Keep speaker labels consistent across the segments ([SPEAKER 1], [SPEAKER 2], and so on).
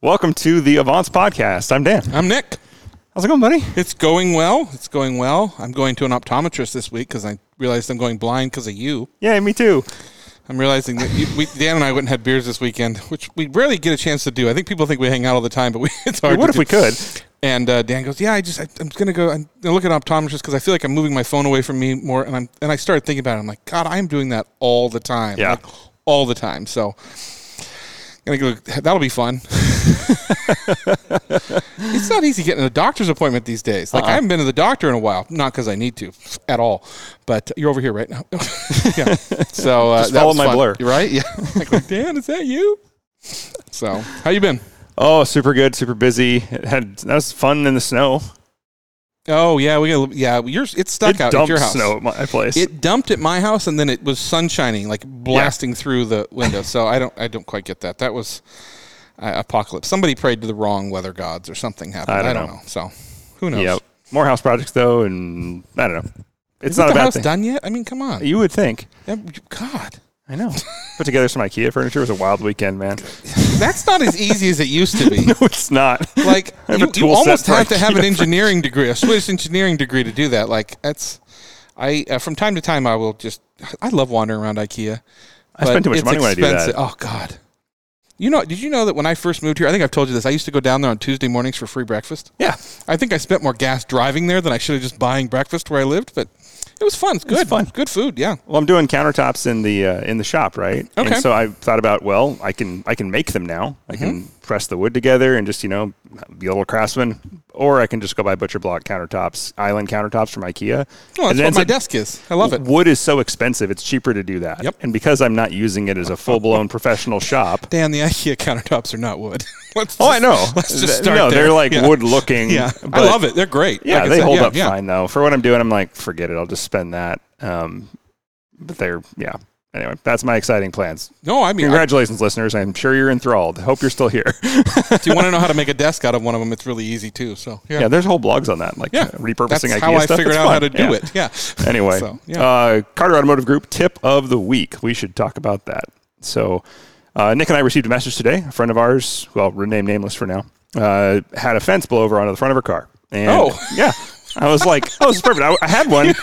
[SPEAKER 1] Welcome to the Avance Podcast. I'm Dan.
[SPEAKER 2] I'm Nick.
[SPEAKER 1] How's it going, buddy?
[SPEAKER 2] It's going well. It's going well. I'm going to an optometrist this week because I realized I'm going blind because of you.
[SPEAKER 1] Yeah, me too.
[SPEAKER 2] I'm realizing that you, we, Dan and I went and had beers this weekend, which we rarely get a chance to do. I think people think we hang out all the time, but we, it's hard.
[SPEAKER 1] What
[SPEAKER 2] to
[SPEAKER 1] if
[SPEAKER 2] do.
[SPEAKER 1] we could?
[SPEAKER 2] And uh, Dan goes, "Yeah, I just I, I'm gonna go. I'm gonna look at an optometrist because I feel like I'm moving my phone away from me more." And I'm and I started thinking about it. I'm like, God, I am doing that all the time.
[SPEAKER 1] Yeah.
[SPEAKER 2] Like, all the time. So. Gonna go, that'll be fun. it's not easy getting a doctor's appointment these days.
[SPEAKER 1] Uh-uh.
[SPEAKER 2] Like I haven't been to the doctor in a while, not because I need to at all, but you're over here right now. yeah. So uh,
[SPEAKER 1] Just
[SPEAKER 2] that
[SPEAKER 1] follow
[SPEAKER 2] was
[SPEAKER 1] my
[SPEAKER 2] fun.
[SPEAKER 1] blur.
[SPEAKER 2] You're right. Yeah. like, Dan, is that you? So how you been?
[SPEAKER 1] Oh, super good, super busy. It had that was fun in the snow.
[SPEAKER 2] Oh yeah, we got yeah. Yours it's stuck
[SPEAKER 1] it
[SPEAKER 2] out at
[SPEAKER 1] dumped
[SPEAKER 2] your house.
[SPEAKER 1] snow at my place.
[SPEAKER 2] It dumped at my house, and then it was sun shining, like blasting through the window. So I don't, I don't quite get that. That was uh, apocalypse. Somebody prayed to the wrong weather gods, or something happened.
[SPEAKER 1] I don't
[SPEAKER 2] know. So who knows?
[SPEAKER 1] Yep. More house projects though, and I don't know. It's
[SPEAKER 2] Isn't
[SPEAKER 1] not a
[SPEAKER 2] the
[SPEAKER 1] bad
[SPEAKER 2] house
[SPEAKER 1] thing.
[SPEAKER 2] done yet? I mean, come on.
[SPEAKER 1] You would think.
[SPEAKER 2] Yeah, you- God,
[SPEAKER 1] I know. Put together some IKEA furniture. It was a wild weekend, man.
[SPEAKER 2] that's not as easy as it used to be.
[SPEAKER 1] No, it's not.
[SPEAKER 2] Like
[SPEAKER 1] I have a
[SPEAKER 2] you, you
[SPEAKER 1] tool set
[SPEAKER 2] almost
[SPEAKER 1] for
[SPEAKER 2] have to have an
[SPEAKER 1] IKEA
[SPEAKER 2] engineering degree, a Swiss engineering degree, to do that. Like that's, I uh, from time to time I will just, I love wandering around IKEA.
[SPEAKER 1] I spend
[SPEAKER 2] but
[SPEAKER 1] too much
[SPEAKER 2] it's
[SPEAKER 1] money when I do
[SPEAKER 2] expensive.
[SPEAKER 1] that.
[SPEAKER 2] Oh God! You know? Did you know that when I first moved here, I think I've told you this. I used to go down there on Tuesday mornings for free breakfast.
[SPEAKER 1] Yeah.
[SPEAKER 2] I think I spent more gas driving there than I should have just buying breakfast where I lived. But it was fun. It's good.
[SPEAKER 1] fun.
[SPEAKER 2] Good food. Yeah.
[SPEAKER 1] Well, I'm doing countertops in the uh, in the shop, right?
[SPEAKER 2] Okay.
[SPEAKER 1] And so I thought about, well, I can I can make them now. I can
[SPEAKER 2] Mm-hmm.
[SPEAKER 1] press the wood together and just you know be a little craftsman, or I can just go buy butcher block countertops, island countertops from IKEA.
[SPEAKER 2] Well,
[SPEAKER 1] And
[SPEAKER 2] that's
[SPEAKER 1] it
[SPEAKER 2] what
[SPEAKER 1] ends
[SPEAKER 2] my
[SPEAKER 1] up-
[SPEAKER 2] desk is. I love it.
[SPEAKER 1] Wood is so expensive; it's cheaper to do that.
[SPEAKER 2] Yep.
[SPEAKER 1] And because I'm not using it as a full blown professional shop.
[SPEAKER 2] Dan, the IKEA countertops are not wood. let's
[SPEAKER 1] Oh, I know.
[SPEAKER 2] Let's just
[SPEAKER 1] Th-
[SPEAKER 2] start
[SPEAKER 1] No,
[SPEAKER 2] there.
[SPEAKER 1] they're like
[SPEAKER 2] Yeah.
[SPEAKER 1] wood looking.
[SPEAKER 2] Yeah, I love it. They're great.
[SPEAKER 1] Yeah,
[SPEAKER 2] Like I
[SPEAKER 1] they
[SPEAKER 2] said,
[SPEAKER 1] hold
[SPEAKER 2] yeah,
[SPEAKER 1] up
[SPEAKER 2] yeah.
[SPEAKER 1] fine though. For what I'm doing, I'm like, forget it. I'll just spend that. Um, but they're yeah. Anyway, that's my exciting plans.
[SPEAKER 2] No, I mean, I-
[SPEAKER 1] Congratulations, listeners. I'm sure you're enthralled. Hope you're still here.
[SPEAKER 2] if you want to know how to make a desk out of one of them, it's really easy too. So yeah,
[SPEAKER 1] yeah, there's whole blogs on that, like
[SPEAKER 2] Yeah.
[SPEAKER 1] uh, repurposing
[SPEAKER 2] that's
[SPEAKER 1] IKEA
[SPEAKER 2] how I
[SPEAKER 1] stuff.
[SPEAKER 2] figured
[SPEAKER 1] It's
[SPEAKER 2] out
[SPEAKER 1] fun.
[SPEAKER 2] how to do
[SPEAKER 1] Yeah.
[SPEAKER 2] it. Yeah.
[SPEAKER 1] Anyway,
[SPEAKER 2] So, yeah.
[SPEAKER 1] uh, Carter Automotive Group tip of the week. We should talk about that. So, uh, Nick and I received a message today. A friend of ours, well, rename nameless for now, uh, had a fence blow over onto the front of her car. And
[SPEAKER 2] Oh.
[SPEAKER 1] yeah. I was like, oh, this is perfect. I, I had one.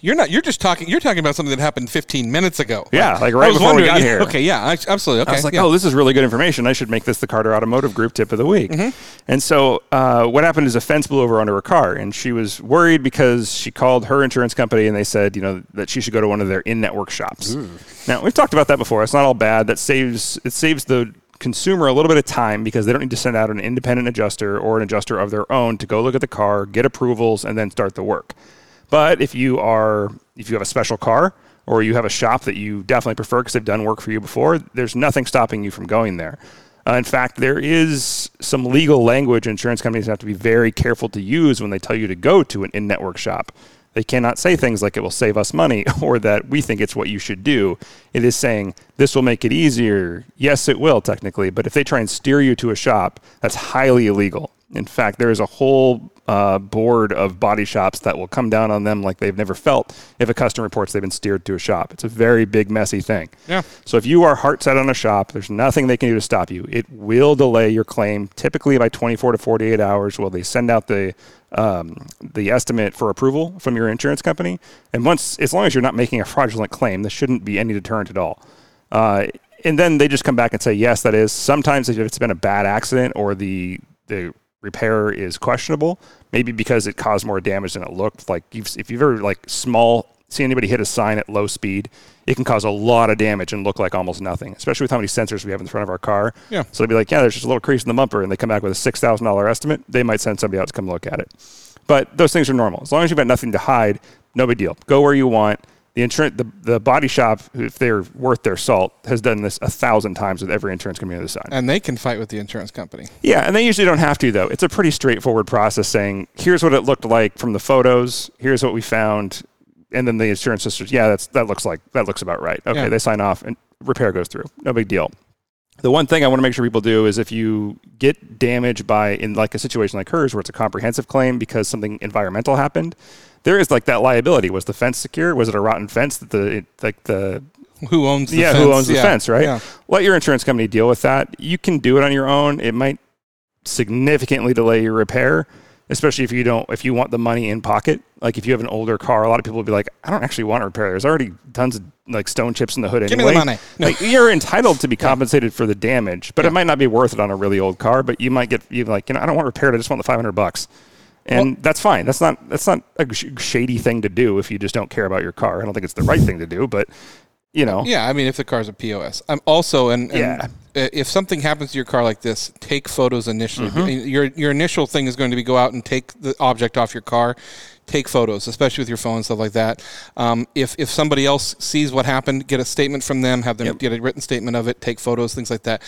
[SPEAKER 2] You're not. You're just talking. You're talking about something that happened 15 minutes ago.
[SPEAKER 1] Yeah, like right
[SPEAKER 2] I was
[SPEAKER 1] before we
[SPEAKER 2] wondering-
[SPEAKER 1] got here.
[SPEAKER 2] Okay, yeah, I- absolutely. Okay,
[SPEAKER 1] I was like,
[SPEAKER 2] yeah.
[SPEAKER 1] oh, this is really good information. I should make this the Carter Automotive Group tip of the week.
[SPEAKER 2] Mm-hmm.
[SPEAKER 1] And so, uh, what happened is a fence blew over onto her car, and she was worried because she called her insurance company and they said, you know, that she should go to one of their in-network shops. Now, we've talked about that before. It's not all bad. That saves it saves the consumer a little bit of time because they don't need to send out an independent adjuster or an adjuster of their own to go look at the car, get approvals, and then start the work. But if you are if you have a special car or you have a shop that you definitely prefer because they've done work for you before, there's nothing stopping you from going there. Uh, in fact, there is some legal language insurance companies have to be very careful to use when they tell you to go to an in-network shop. They cannot say things like it will save us money or that we think it's what you should do. It is saying this will make it easier. Yes, it will technically, but if they try and steer you to a shop, that's highly illegal. In fact, there is a whole uh, board of body shops that will come down on them like they've never felt if a customer reports they've been steered to a shop. It's a very big, messy thing.
[SPEAKER 2] Yeah.
[SPEAKER 1] So if you are heart set on a shop, there's nothing they can do to stop you. It will delay your claim typically by 24 to 48 hours while they send out the um, the estimate for approval from your insurance company. And once, as long as you're not making a fraudulent claim, there shouldn't be any deterrent at all. Uh, and then they just come back and say, yes, that is. Sometimes if it's been a bad accident or the the repair is questionable, maybe because it caused more damage than it looked. Like you've, if you've ever like small see anybody hit a sign at low speed, it can cause a lot of damage and look like almost nothing, especially with how many sensors we have in front of our car.
[SPEAKER 2] Yeah.
[SPEAKER 1] So they'd be like, yeah, there's just a little crease in the bumper, and they come back with a six thousand dollar estimate. They might send somebody out to come look at it. But those things are normal as long as you've got nothing to hide. No big deal. Go where you want. The insurance, the, the body shop, if they're worth their salt, has done this a thousand times with every insurance company on the side.
[SPEAKER 2] and they can fight with the insurance company.
[SPEAKER 1] Yeah, and they usually don't have to though. It's a pretty straightforward process saying, here's what it looked like from the photos, here's what we found, and then the insurance sisters, yeah, that's that looks like that looks about right. Okay,
[SPEAKER 2] Yeah.
[SPEAKER 1] they sign off and repair goes through. No big deal. The one thing I want to make sure people do is if you get damaged by in like a situation like hers where it's a comprehensive claim because something environmental happened, there is like that liability. Was the fence secure? Was it a rotten fence that the like the
[SPEAKER 2] Who owns the
[SPEAKER 1] yeah,
[SPEAKER 2] fence?
[SPEAKER 1] who owns the
[SPEAKER 2] Yeah,
[SPEAKER 1] fence, right?
[SPEAKER 2] yeah.
[SPEAKER 1] Let your insurance company deal with that. You can do it on your own. It might significantly delay your repair, especially if you don't if you want the money in pocket. Like if you have an older car, a lot of people will be like, I don't actually want to repair. There's already tons of like stone chips in the hood
[SPEAKER 2] me
[SPEAKER 1] anyway.
[SPEAKER 2] the money. No.
[SPEAKER 1] Like you're entitled to be compensated for the damage, but it might not be worth it on a really old car. But you might get you like, you know, I don't want repaired. I just want the 500 bucks. And that's fine. That's not that's not a sh- shady thing to do if you just don't care about your car. I don't think it's the right thing to do, but you know,
[SPEAKER 2] Yeah, I mean, if the car's a POS, I'm also and, and
[SPEAKER 1] Yeah.
[SPEAKER 2] uh, if something happens to your car like this, take photos initially.
[SPEAKER 1] Mm-hmm.
[SPEAKER 2] Your your initial thing is going to be go out and take the object off your car, take photos, especially with your phone and stuff like that. Um, if if somebody else sees what happened, get a statement from them, have them get a written statement of it, take photos, things like that.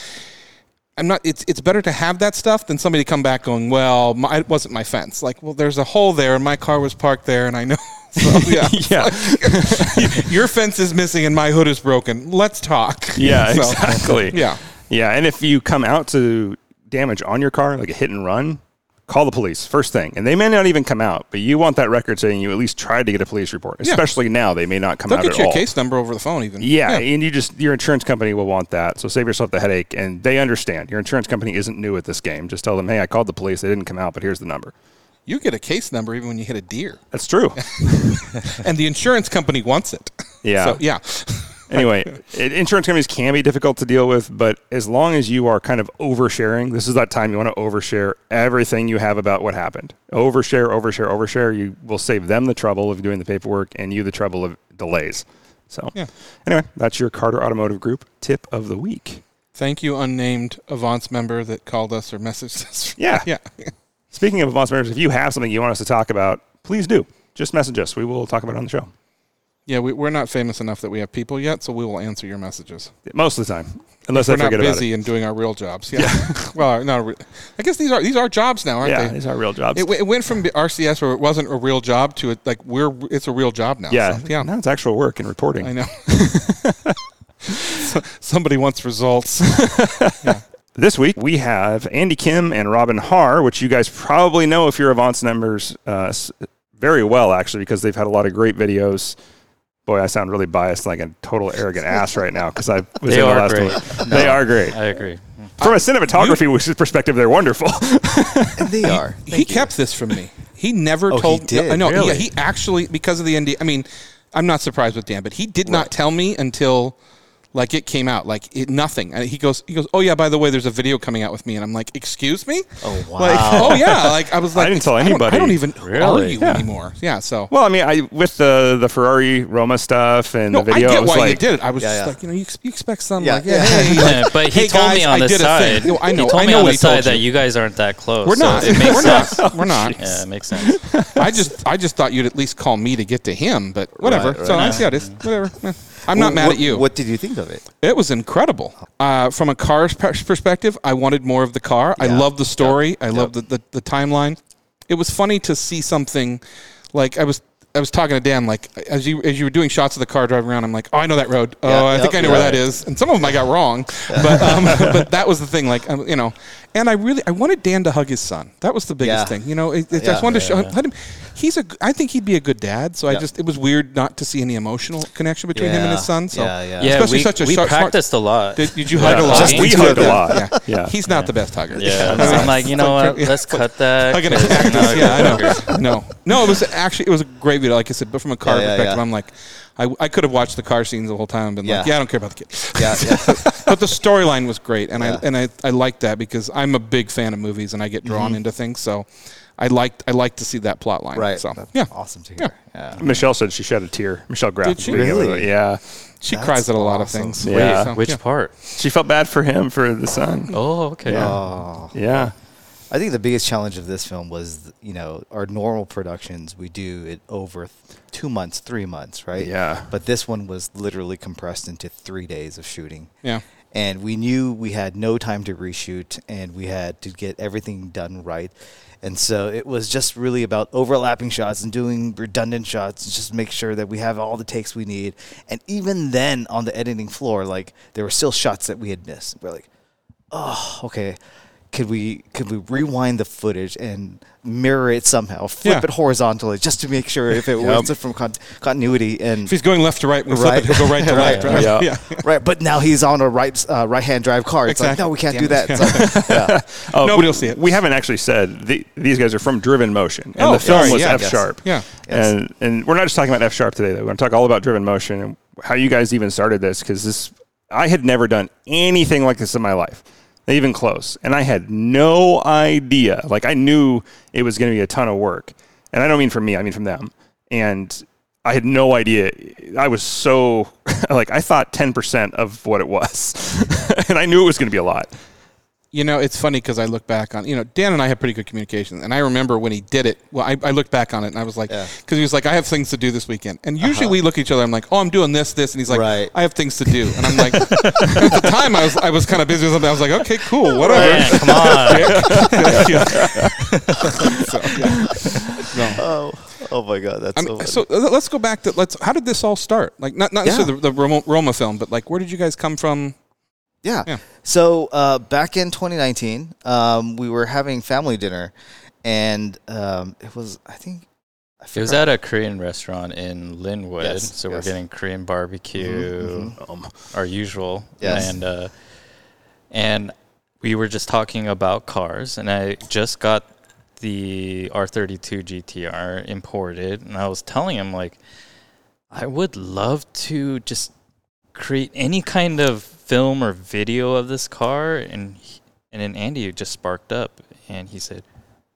[SPEAKER 2] I'm not. It's it's better to have that stuff than somebody come back going, "Well, my, it wasn't my fence." Like, well, there's a hole there, and my car was parked there, and I know. So, yeah.
[SPEAKER 1] yeah,
[SPEAKER 2] Your fence is missing and my hood is broken. Let's talk.
[SPEAKER 1] yeah,
[SPEAKER 2] So,
[SPEAKER 1] exactly.
[SPEAKER 2] Yeah.
[SPEAKER 1] yeah. And if you come out to damage on your car, like a hit and run, call the police first thing. And they may not even come out, but you want that record saying you at least tried to get a police report. Especially now, they may not come
[SPEAKER 2] They'll
[SPEAKER 1] out
[SPEAKER 2] get
[SPEAKER 1] at
[SPEAKER 2] you
[SPEAKER 1] all.
[SPEAKER 2] a case number over the phone, even.
[SPEAKER 1] Yeah, and you just your insurance company will want that. So save yourself the headache, and they understand. Your insurance company isn't new at this game. Just tell them, hey, I called the police. They didn't come out, but here's the number.
[SPEAKER 2] You get a case number even when you hit a deer,
[SPEAKER 1] That's true.
[SPEAKER 2] and the insurance company wants it.
[SPEAKER 1] Yeah.
[SPEAKER 2] So, yeah.
[SPEAKER 1] anyway, it, insurance companies can be difficult to deal with, but as long as you are kind of oversharing, this is that time you want to overshare everything you have about what happened. Overshare, overshare, overshare. You will save them the trouble of doing the paperwork and you the trouble of delays. So,
[SPEAKER 2] Yeah.
[SPEAKER 1] anyway, that's your Carter Automotive Group tip of the week.
[SPEAKER 2] Thank you, unnamed Avance member that called us or messaged us.
[SPEAKER 1] Yeah.
[SPEAKER 2] Yeah.
[SPEAKER 1] Speaking of Avance members, if you have something you want us to talk about, please do. Just message us. We will talk about it on the show
[SPEAKER 2] Yeah. We, we're not famous enough that we have people yet, so we will answer your messages.
[SPEAKER 1] most of the time, unless I
[SPEAKER 2] we're not
[SPEAKER 1] forget about
[SPEAKER 2] busy and doing our real jobs. Yeah. well, not. Re- I guess these are these are jobs now,
[SPEAKER 1] it.
[SPEAKER 2] aren't
[SPEAKER 1] Yeah,
[SPEAKER 2] they?
[SPEAKER 1] these are real jobs.
[SPEAKER 2] It, w- it went from RCS where it wasn't a real job to it like we're it's a real job now.
[SPEAKER 1] yeah,
[SPEAKER 2] So, yeah.
[SPEAKER 1] Now it's actual work and reporting.
[SPEAKER 2] I know. So- Somebody wants results.
[SPEAKER 1] This week we have Andy Kim and Robin Har, which you guys probably know if you're Avance members uh, s- very well, actually, because they've had a lot of great videos. Boy, I sound really biased, like a total arrogant ass right now, because I was
[SPEAKER 3] They
[SPEAKER 1] in the
[SPEAKER 3] are
[SPEAKER 1] last
[SPEAKER 3] great.
[SPEAKER 1] one. They are great.
[SPEAKER 3] I agree.
[SPEAKER 1] From a cinematography perspective, they're wonderful.
[SPEAKER 4] They are.
[SPEAKER 2] he kept this from me. He never
[SPEAKER 4] Oh, he
[SPEAKER 2] told.
[SPEAKER 4] did,
[SPEAKER 2] I know.
[SPEAKER 4] really?
[SPEAKER 2] Yeah, he actually because of the ND. I mean, I'm not surprised with Dan, but he did not tell me until like it came out. Like it, nothing. And he goes, he goes, oh yeah, by the way, there's a video coming out with me, and I'm like, excuse me.
[SPEAKER 4] Oh,
[SPEAKER 2] Like,
[SPEAKER 4] wow.
[SPEAKER 2] oh yeah. Like I was like,
[SPEAKER 1] didn't tell
[SPEAKER 2] don't-
[SPEAKER 1] anybody.
[SPEAKER 2] I don't, even who are
[SPEAKER 3] Really?
[SPEAKER 2] you
[SPEAKER 1] Yeah.
[SPEAKER 2] anymore. Yeah. So.
[SPEAKER 1] well, I mean, I with the the Ferrari Roma stuff and
[SPEAKER 2] no,
[SPEAKER 1] the video,
[SPEAKER 2] I
[SPEAKER 1] it
[SPEAKER 2] get
[SPEAKER 1] was
[SPEAKER 2] why
[SPEAKER 1] like,
[SPEAKER 2] you did it. I was
[SPEAKER 4] Yeah,
[SPEAKER 2] just
[SPEAKER 4] yeah.
[SPEAKER 2] like, you know, you, ex- you expect some
[SPEAKER 4] Yeah,
[SPEAKER 2] like,
[SPEAKER 4] yeah.
[SPEAKER 2] yeah, hey,
[SPEAKER 3] Yeah, but he
[SPEAKER 2] Hey,
[SPEAKER 3] told
[SPEAKER 2] guys,
[SPEAKER 3] me on
[SPEAKER 2] I
[SPEAKER 3] the
[SPEAKER 2] did a thing.
[SPEAKER 3] side.
[SPEAKER 2] No, I know-
[SPEAKER 3] He told
[SPEAKER 2] I
[SPEAKER 3] me
[SPEAKER 2] know
[SPEAKER 3] on
[SPEAKER 2] what
[SPEAKER 3] the
[SPEAKER 2] he told
[SPEAKER 3] side that
[SPEAKER 2] you.
[SPEAKER 3] you guys aren't that close.
[SPEAKER 2] we're
[SPEAKER 3] so
[SPEAKER 2] not.
[SPEAKER 3] it
[SPEAKER 2] we're
[SPEAKER 3] makes sense. Oh,
[SPEAKER 2] not. We're not.
[SPEAKER 3] Yeah, it makes sense.
[SPEAKER 2] I just I just thought you'd at least call me to get to him, but whatever.
[SPEAKER 4] right.
[SPEAKER 2] so I see how it is. Whatever. Eh. I'm not
[SPEAKER 4] Wh-
[SPEAKER 2] mad
[SPEAKER 4] what,
[SPEAKER 2] at you.
[SPEAKER 4] What did you think of it?
[SPEAKER 2] It was incredible. Uh, from a car's pers- perspective, I wanted more of the car. I love the story. I love the, the, the timeline. It was funny to see something like I was I was talking to Dan like as you as you were doing shots of the car driving around. I'm like, oh, I know that road. Oh,
[SPEAKER 4] Yeah,
[SPEAKER 2] I
[SPEAKER 4] yep,
[SPEAKER 2] think I know where
[SPEAKER 4] right.
[SPEAKER 2] that is. And some of them I got wrong, but um, but that was the thing. Like um, you know, and I really I wanted Dan to hug his son. That was the biggest
[SPEAKER 4] Yeah.
[SPEAKER 2] thing. You know, it, it, I
[SPEAKER 4] Yeah.
[SPEAKER 2] just wanted to show him. Let him he's a. g- I think he'd be a good dad. So I just it was weird not to see any emotional connection between him and his
[SPEAKER 4] Yeah.
[SPEAKER 2] son. So
[SPEAKER 4] Yeah, yeah.
[SPEAKER 3] Yeah,
[SPEAKER 2] especially
[SPEAKER 3] we,
[SPEAKER 2] such a
[SPEAKER 3] we
[SPEAKER 2] sharp, smart-
[SPEAKER 3] practiced a lot.
[SPEAKER 2] did, did you
[SPEAKER 1] uh,
[SPEAKER 2] hug a lot?
[SPEAKER 4] Just
[SPEAKER 1] we
[SPEAKER 4] the two
[SPEAKER 1] hugged
[SPEAKER 4] of
[SPEAKER 1] a
[SPEAKER 4] them.
[SPEAKER 1] lot.
[SPEAKER 2] yeah.
[SPEAKER 1] yeah.
[SPEAKER 2] He's not the best hugger.
[SPEAKER 3] yeah, I'm, I'm like, you know what?
[SPEAKER 2] yeah.
[SPEAKER 3] Let's cut that.
[SPEAKER 2] Hugging a
[SPEAKER 3] 'cause I'm
[SPEAKER 2] cactus.
[SPEAKER 3] not a
[SPEAKER 2] Yeah, I
[SPEAKER 3] hugger.
[SPEAKER 2] know. No, no, it was actually it was a great video. Like I said, but from a car
[SPEAKER 4] Yeah, yeah,
[SPEAKER 2] perspective,
[SPEAKER 4] yeah.
[SPEAKER 2] I'm like, I, I could have watched the car scenes the whole time and been like,
[SPEAKER 4] Yeah.
[SPEAKER 2] yeah, I don't care about the kid.
[SPEAKER 4] Yeah, yeah.
[SPEAKER 2] but the storyline was great, and
[SPEAKER 4] Yeah.
[SPEAKER 2] I and I, I liked that because I'm a big fan of movies and I get
[SPEAKER 4] Mm-hmm.
[SPEAKER 2] drawn into things, so I liked I liked to see that plot line.
[SPEAKER 4] right.
[SPEAKER 2] So
[SPEAKER 4] That's
[SPEAKER 2] yeah,
[SPEAKER 4] Awesome to hear. Yeah.
[SPEAKER 1] Michelle said she shed a tear. Michelle Graff.
[SPEAKER 2] Did she?
[SPEAKER 4] Really?
[SPEAKER 1] Yeah.
[SPEAKER 2] she
[SPEAKER 4] That's
[SPEAKER 2] cries at a lot
[SPEAKER 4] awesome.
[SPEAKER 2] of things.
[SPEAKER 1] Yeah.
[SPEAKER 2] So,
[SPEAKER 3] Which
[SPEAKER 2] yeah.
[SPEAKER 3] part?
[SPEAKER 1] She felt bad for him for the son.
[SPEAKER 3] Oh, okay.
[SPEAKER 1] Yeah.
[SPEAKER 4] Oh,
[SPEAKER 1] Yeah.
[SPEAKER 4] I think the biggest challenge of this film was, you know, our normal productions we do it over th- two months, three months, right?
[SPEAKER 1] Yeah.
[SPEAKER 4] But this one was literally compressed into three days of shooting.
[SPEAKER 2] Yeah.
[SPEAKER 4] and we knew we had no time to reshoot and we had to get everything done right and so it was just really about overlapping shots and doing redundant shots and just make sure that we have all the takes we need and even then on the editing floor like there were still shots that we had missed we're like oh okay could we could we rewind the footage and mirror it somehow, flip
[SPEAKER 2] Yeah.
[SPEAKER 4] it horizontally just to make sure if it was from con- continuity and
[SPEAKER 2] If he's going left to right, we flip
[SPEAKER 4] Right.
[SPEAKER 2] it, he'll go right to
[SPEAKER 4] Right,
[SPEAKER 2] left.
[SPEAKER 4] right.
[SPEAKER 1] Yeah.
[SPEAKER 4] right. But now he's on a right uh, right hand drive car. It's like
[SPEAKER 2] Exactly.
[SPEAKER 4] no, we can't
[SPEAKER 2] Damn
[SPEAKER 4] do that. It's like, yeah.
[SPEAKER 1] Oh,
[SPEAKER 2] Nobody will see it.
[SPEAKER 1] We haven't actually said the, these guys are from Driven Motion, and
[SPEAKER 2] Oh,
[SPEAKER 1] the film
[SPEAKER 2] sorry,
[SPEAKER 1] was
[SPEAKER 2] yeah.
[SPEAKER 1] F
[SPEAKER 2] Yes.
[SPEAKER 1] sharp.
[SPEAKER 2] Yeah.
[SPEAKER 1] and and we're not just talking about F sharp today. Though we're going to talk all about Driven Motion and how you guys even started this because this I had never done anything like this in my life, not even close, and I had no idea. Like I knew it was going to be a ton of work, and I don't mean from me, I mean from them, and. I had no idea. I was so like I thought ten percent of what it was, and I knew it was going to be a lot.
[SPEAKER 2] You know, it's funny because I look back on, you know, Dan and I have pretty good communication. And I remember when he did it, well, I, I looked back on it and I was like, because he was like, I have things to do this weekend. And usually we look at each other, I'm like, oh, I'm doing this, this. And he's like,
[SPEAKER 4] Uh-huh. Right.
[SPEAKER 2] I have things to do. And I'm like, at the time I was, I was kind of busy with something. I was like, okay, cool, whatever.
[SPEAKER 3] Man, come on.
[SPEAKER 2] So, yeah. No.
[SPEAKER 4] oh, oh my god, that's
[SPEAKER 2] I
[SPEAKER 4] so,
[SPEAKER 2] mean,
[SPEAKER 4] funny.
[SPEAKER 2] so uh, let's go back to let's. How did this all start? Like not not
[SPEAKER 4] Yeah.
[SPEAKER 2] necessarily the, the Roma, Roma film, but like where did you guys come from?
[SPEAKER 4] Yeah.
[SPEAKER 2] Yeah.
[SPEAKER 4] So uh, back in 2019, um, we were having family dinner, and um, it was I think I
[SPEAKER 3] It was
[SPEAKER 4] forgot-
[SPEAKER 3] at a Korean restaurant in Linwood,
[SPEAKER 4] Yes,
[SPEAKER 3] so
[SPEAKER 4] yes. Mm-hmm,
[SPEAKER 3] we're getting Korean barbecue, um, our usual,
[SPEAKER 4] Yes.
[SPEAKER 3] and uh, and we were just talking about cars, and I just got the R32 GTR imported, and I was telling him like, I would love to just create any kind of film or video of this car, and he- and then Andy just sparked up, and he said,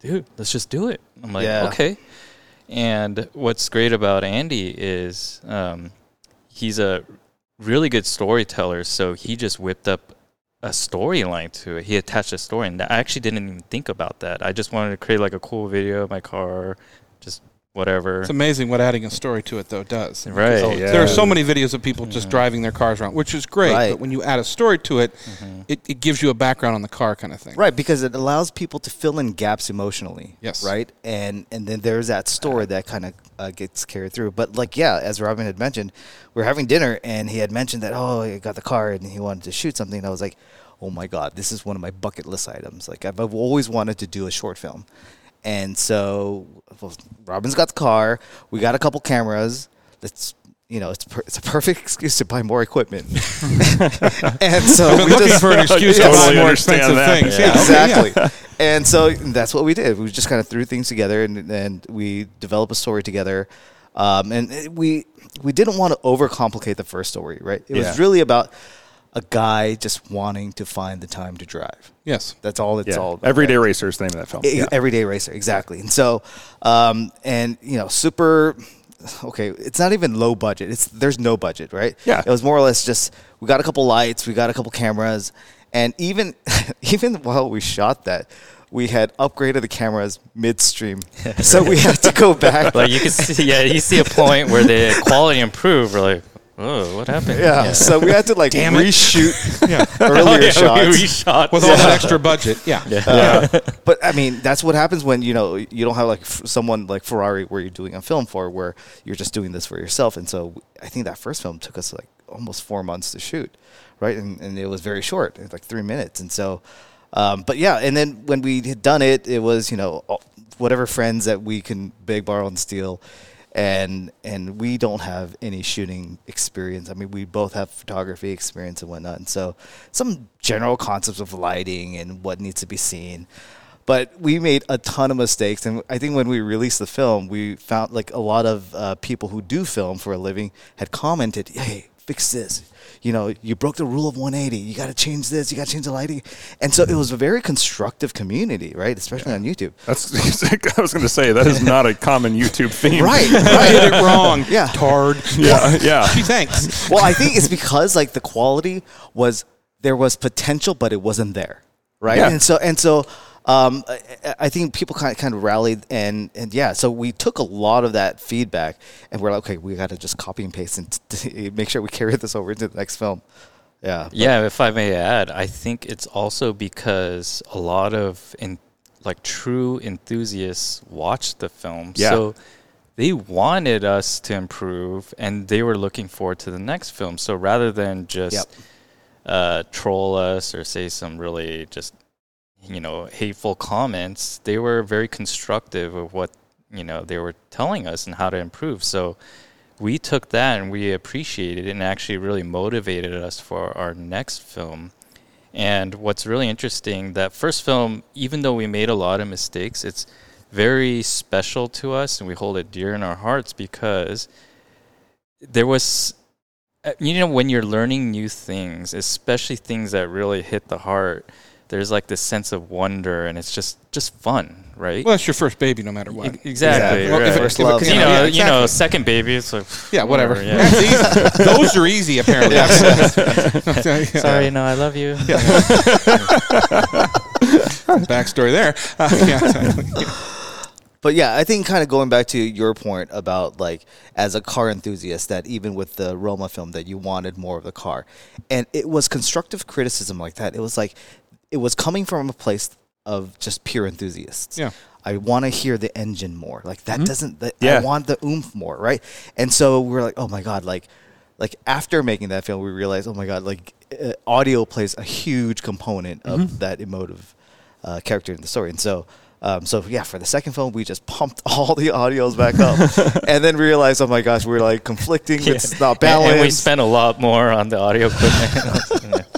[SPEAKER 3] "Dude, let's just do it." I'm like,
[SPEAKER 4] Yeah.
[SPEAKER 3] "Okay." And what's great about Andy is um, he's a really good storyteller. So he just whipped up a storyline to it. He attached a story, and I actually didn't even think about that. I just wanted to create like a cool video of my car, just whatever.
[SPEAKER 2] It's amazing what adding a story to it though does.
[SPEAKER 3] Right,
[SPEAKER 2] Because
[SPEAKER 1] yeah.
[SPEAKER 2] There are so many videos of people just driving their cars around, which is great.
[SPEAKER 4] Right. Mm-hmm.
[SPEAKER 2] But when you add a story to it, it, it gives you a background on the car kind of thing.
[SPEAKER 4] right because it allows people to fill in gaps emotionally.
[SPEAKER 2] Yes.
[SPEAKER 4] Right, and and then there's that story that kind of uh, gets carried through. But like yeah, as Robin had mentioned, we are having dinner, and he had mentioned that oh, he got the car and he wanted to shoot something. And I was like, oh my god, this is one of my bucket list items. Like I've, I've always wanted to do a short film. And so well, Robin's got the car. We got a couple cameras. It's you know it's per- it's a perfect excuse to buy more equipment. and so
[SPEAKER 2] I've been
[SPEAKER 4] we
[SPEAKER 2] looking
[SPEAKER 4] just,
[SPEAKER 2] for an excuse to
[SPEAKER 1] Totally
[SPEAKER 2] buy more
[SPEAKER 1] understand
[SPEAKER 2] expensive
[SPEAKER 1] that.
[SPEAKER 2] things.
[SPEAKER 3] Yeah.
[SPEAKER 2] okay,
[SPEAKER 4] exactly. And so that's what we did. We just kind of threw things together and, and we developed a story together. Um, and it- we we didn't want to overcomplicate the first story, right? It
[SPEAKER 1] Yeah.
[SPEAKER 4] was really about a guy just wanting to find the time to drive.
[SPEAKER 2] Yes.
[SPEAKER 4] That's all it's
[SPEAKER 1] Yeah,
[SPEAKER 4] all about.
[SPEAKER 1] Everyday Racers, the name of that film.
[SPEAKER 4] E-
[SPEAKER 1] Yeah.
[SPEAKER 4] Everyday racer, exactly. And so, um, and you know, super. Okay, it's not even low budget. It's there's no budget, right?
[SPEAKER 1] Yeah.
[SPEAKER 4] It was more or less just we got a couple lights, we got a couple cameras, and even even while we shot that, we had upgraded the cameras midstream, so we had to go back.
[SPEAKER 3] like you could see, yeah, you see a point where the quality improved. We're like, oh, what happened? Oh,
[SPEAKER 4] yeah, so we had to like
[SPEAKER 2] Damn it.
[SPEAKER 4] reshoot
[SPEAKER 2] Yeah.
[SPEAKER 4] earlier
[SPEAKER 3] yeah,
[SPEAKER 4] shots.
[SPEAKER 3] we reshot.
[SPEAKER 2] With all that extra budget. Yeah.
[SPEAKER 4] but I mean, that's what happens when you know you don't have like f- someone like Ferrari where you're doing a film for, where you're just doing this for yourself. And so I think that first film took us like almost four months to shoot, right? And, and it was very short, it was, like three minutes. And so, um, but yeah, and then when we had done it, it was you know all- whatever friends that we can beg, borrow, and steal. And and we don't have any shooting experience. I mean, we both have photography experience and whatnot, and so some general concepts of lighting and what needs to be seen but we made a ton of mistakes and i think when we released the film we found like a lot of uh, people who do film for a living had commented hey fix this you know you broke the rule of 180 you got to change this you got to change the lighting and so it was a very constructive community right especially on youtube
[SPEAKER 1] That's. I was going to say that is not a common YouTube theme.
[SPEAKER 4] right
[SPEAKER 2] I
[SPEAKER 4] right
[SPEAKER 2] did it wrong.
[SPEAKER 4] Yeah.
[SPEAKER 2] Tard.
[SPEAKER 1] Yeah. Yeah.
[SPEAKER 2] Gee, thanks.
[SPEAKER 4] well, I think it's because like the quality was there was potential, but it wasn't there, right?
[SPEAKER 1] Yeah.
[SPEAKER 4] And so and so, um, I- I, I think people kind of kind of rallied and and yeah. So we took a lot of that feedback, and we're like, okay, we got to just copy and paste and t- make sure we carry this over into the next film. Yeah.
[SPEAKER 3] Yeah, if I may add, I think it's also because a lot of in, like true enthusiasts watched the film,
[SPEAKER 1] Yeah.
[SPEAKER 3] so they wanted us to improve, and they were looking forward to the next film. So rather than just
[SPEAKER 4] Yep.
[SPEAKER 3] uh, troll us or say some really just you know hateful comments they were very constructive of what you know they were telling us and how to improve so we took that and we appreciated it and actually really motivated us for our next film and what's really interesting that first film even though we made a lot of mistakes it's very special to us and we hold it dear in our hearts because there was uh, you know when you're learning new things especially things that really hit the heart there's like this sense of wonder and it's just just fun right
[SPEAKER 2] Well, that's your first baby, no matter
[SPEAKER 3] E-
[SPEAKER 2] what.
[SPEAKER 3] exactly
[SPEAKER 4] Exactly.
[SPEAKER 2] Well, if
[SPEAKER 3] right.
[SPEAKER 2] it-
[SPEAKER 4] First
[SPEAKER 2] if it
[SPEAKER 4] love.
[SPEAKER 2] came
[SPEAKER 3] you
[SPEAKER 2] out-
[SPEAKER 3] know,
[SPEAKER 2] yeah,
[SPEAKER 3] you know,
[SPEAKER 2] exactly.
[SPEAKER 3] second baby. It's like
[SPEAKER 2] Yeah, whatever.
[SPEAKER 3] yeah.
[SPEAKER 2] That's easy. Those are easy, apparently. Yeah.
[SPEAKER 3] Sorry, no, I love you.
[SPEAKER 2] Backstory there. Uh, yeah, exactly.
[SPEAKER 4] But yeah, I think kind of going back to your point about like as a car enthusiast that even with the Roma film that you wanted more of the car. And it was constructive criticism like that. It was like it was coming from a place of just pure enthusiasts.
[SPEAKER 2] Yeah.
[SPEAKER 4] I want to hear the engine more. Like that doesn't that,
[SPEAKER 1] Yeah.
[SPEAKER 4] I want the oomph more, right? And so we were like, "Oh my god, like like after making that film, we realized, "Oh my god, like uh, audio plays a huge component of
[SPEAKER 3] Mm-hmm.
[SPEAKER 4] that emotive uh, character in the story." And so um, so yeah, for the second film, we just pumped all the audios back up, and then realized, "Oh my gosh, we're like conflicting. It's not
[SPEAKER 3] And-
[SPEAKER 4] balanced."
[SPEAKER 3] And we spent a lot more on the audio equipment.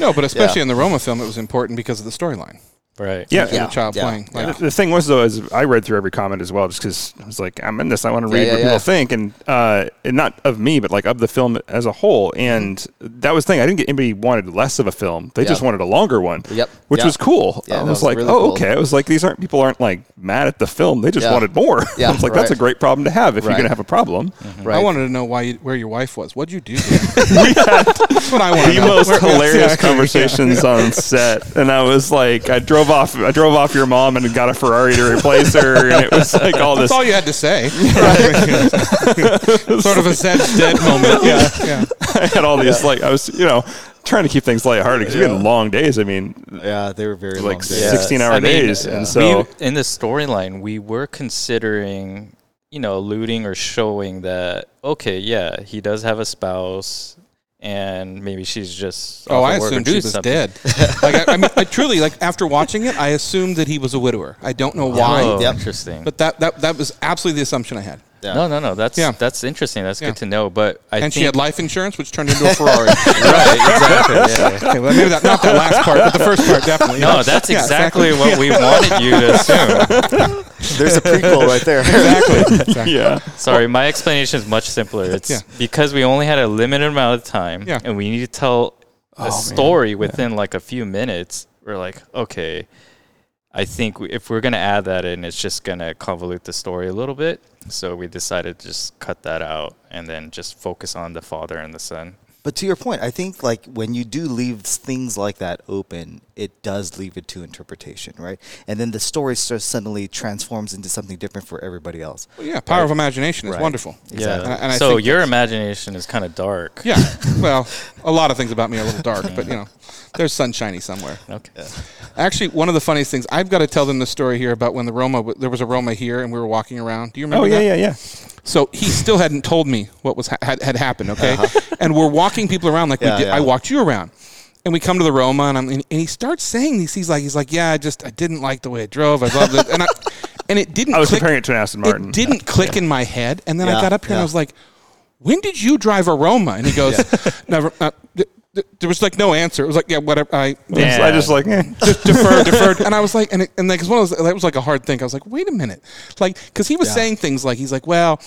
[SPEAKER 2] No, but especially in the Roma film, it was important because of the storyline.
[SPEAKER 3] Right.
[SPEAKER 1] Yeah.
[SPEAKER 2] and
[SPEAKER 4] Yeah.
[SPEAKER 2] the child playing. Like,
[SPEAKER 1] The- The thing was though, is I read through every comment as well, just because I was like, I'm in this. I want to read
[SPEAKER 4] yeah,
[SPEAKER 1] what
[SPEAKER 4] yeah.
[SPEAKER 1] people think, and, uh, and not of me, but like of the film as a whole. And that was the thing. I didn't get anybody wanted less of a film. They just
[SPEAKER 4] Mm-hmm. Yeah.
[SPEAKER 1] wanted a longer one.
[SPEAKER 4] Yep.
[SPEAKER 1] Which
[SPEAKER 4] Yeah.
[SPEAKER 1] was cool.
[SPEAKER 4] Yeah,
[SPEAKER 1] I
[SPEAKER 4] that
[SPEAKER 1] was,
[SPEAKER 4] was
[SPEAKER 1] like,
[SPEAKER 4] really
[SPEAKER 1] oh,
[SPEAKER 4] cool.
[SPEAKER 1] okay. I was like, these aren't people aren't like mad at the film. They just
[SPEAKER 4] Yeah.
[SPEAKER 1] wanted more.
[SPEAKER 4] Yeah,
[SPEAKER 1] I was like, that's a
[SPEAKER 4] right.
[SPEAKER 1] great problem to have if
[SPEAKER 4] Right. Mm-hmm.
[SPEAKER 1] you're gonna have a problem.
[SPEAKER 4] right?
[SPEAKER 2] I wanted to know why you, where your wife was. What'd you do? That's what I wanted.
[SPEAKER 1] the most hilarious conversations on set. And I was like, I drove off, I drove off your mom and got a Ferrari to replace her, and it was like all this.
[SPEAKER 2] That's all you had to say. sort of a sad dead moment. Yeah, yeah.
[SPEAKER 1] I had all these like I was, you know, trying to keep things lighthearted because we had long days. I mean,
[SPEAKER 4] yeah, they were very long
[SPEAKER 1] like
[SPEAKER 4] days.
[SPEAKER 3] Yeah.
[SPEAKER 1] sixteen-hour
[SPEAKER 3] I mean,
[SPEAKER 1] days,
[SPEAKER 3] we-
[SPEAKER 1] and so
[SPEAKER 3] in the storyline, we were considering, you know, alluding or showing that okay, yeah, he does have a spouse, and maybe she's just
[SPEAKER 2] Oh,
[SPEAKER 3] off
[SPEAKER 2] I
[SPEAKER 3] of work or
[SPEAKER 2] assumed
[SPEAKER 3] doing
[SPEAKER 2] she was
[SPEAKER 3] something.
[SPEAKER 2] dead. Like, I, I mean, I truly, like after watching it, I assumed that he was a widower. I don't know why,
[SPEAKER 3] Oh,
[SPEAKER 4] Yep.
[SPEAKER 3] interesting.
[SPEAKER 2] but that, that that was absolutely the assumption I had.
[SPEAKER 4] Yeah.
[SPEAKER 3] No, no, no. That's
[SPEAKER 2] Yeah.
[SPEAKER 3] that's interesting. That's
[SPEAKER 2] Yeah.
[SPEAKER 3] good to know. But I
[SPEAKER 2] and
[SPEAKER 3] think
[SPEAKER 2] she had life insurance, which turned into a Ferrari.
[SPEAKER 3] right, exactly. yeah.
[SPEAKER 2] okay, well, maybe that, not that last part, but the first part definitely.
[SPEAKER 3] No, that's
[SPEAKER 2] Yeah,
[SPEAKER 3] exactly what we wanted you to assume.
[SPEAKER 4] There's a prequel right there.
[SPEAKER 2] Exactly. exactly.
[SPEAKER 1] yeah,
[SPEAKER 3] Sorry, my explanation is much simpler. It's
[SPEAKER 2] Yeah.
[SPEAKER 3] because we only had a limited amount of time
[SPEAKER 2] Yeah. Oh,
[SPEAKER 3] and we need to tell a
[SPEAKER 2] man.
[SPEAKER 3] story within like a few minutes. We're like, okay, I think we, if we're going to add that in, it's just going to convolute the story a little bit. So we decided to just cut that out and then just focus on the father and the son.
[SPEAKER 4] But to your point, I think like when you do leave s- things like that open, it does leave it to interpretation, right? And then the story sort of suddenly transforms into something different for everybody else.
[SPEAKER 2] Well, yeah, power of imagination is
[SPEAKER 4] Right.
[SPEAKER 2] wonderful.
[SPEAKER 3] Yeah.
[SPEAKER 2] And, I- and I
[SPEAKER 3] so
[SPEAKER 2] think
[SPEAKER 3] your imagination is kind of dark.
[SPEAKER 2] Yeah. Well, a lot of things about me are a little dark, but you know, there's sunshiny somewhere.
[SPEAKER 3] Okay.
[SPEAKER 2] Actually, one of the funniest things I've got to tell them the story here about when the Roma w- there was a Roma here and we were walking around. Do you
[SPEAKER 1] oh
[SPEAKER 2] remember
[SPEAKER 1] yeah,
[SPEAKER 2] that?
[SPEAKER 1] yeah, yeah.
[SPEAKER 2] So he still hadn't told me what was ha- had, had happened. Okay,
[SPEAKER 1] Uh-huh.
[SPEAKER 2] and we're walking people around like
[SPEAKER 4] Yeah,
[SPEAKER 2] we did.
[SPEAKER 4] yeah.
[SPEAKER 2] I walked you around, and we come to the Roma, and I'm and he starts saying these. He's like, he's like, yeah, I just I didn't like the way I drove. I loved it, and I and it didn't.
[SPEAKER 1] I was
[SPEAKER 2] click-
[SPEAKER 1] comparing it to an Aston Martin.
[SPEAKER 2] It didn't click in my head, and then I
[SPEAKER 4] Yeah,
[SPEAKER 2] got up here and
[SPEAKER 4] yeah.
[SPEAKER 2] I was like, when did you drive a Roma? And he goes, never. Uh, th- th- there was like no answer. It was like, yeah, whatever. I
[SPEAKER 1] I was- I just like, eh.
[SPEAKER 2] just deferred, deferred. And I was like, and, it, and like, it's one of those, that was like a hard thing. I was like, wait a minute. Like, cause he was saying things like, he's like, well,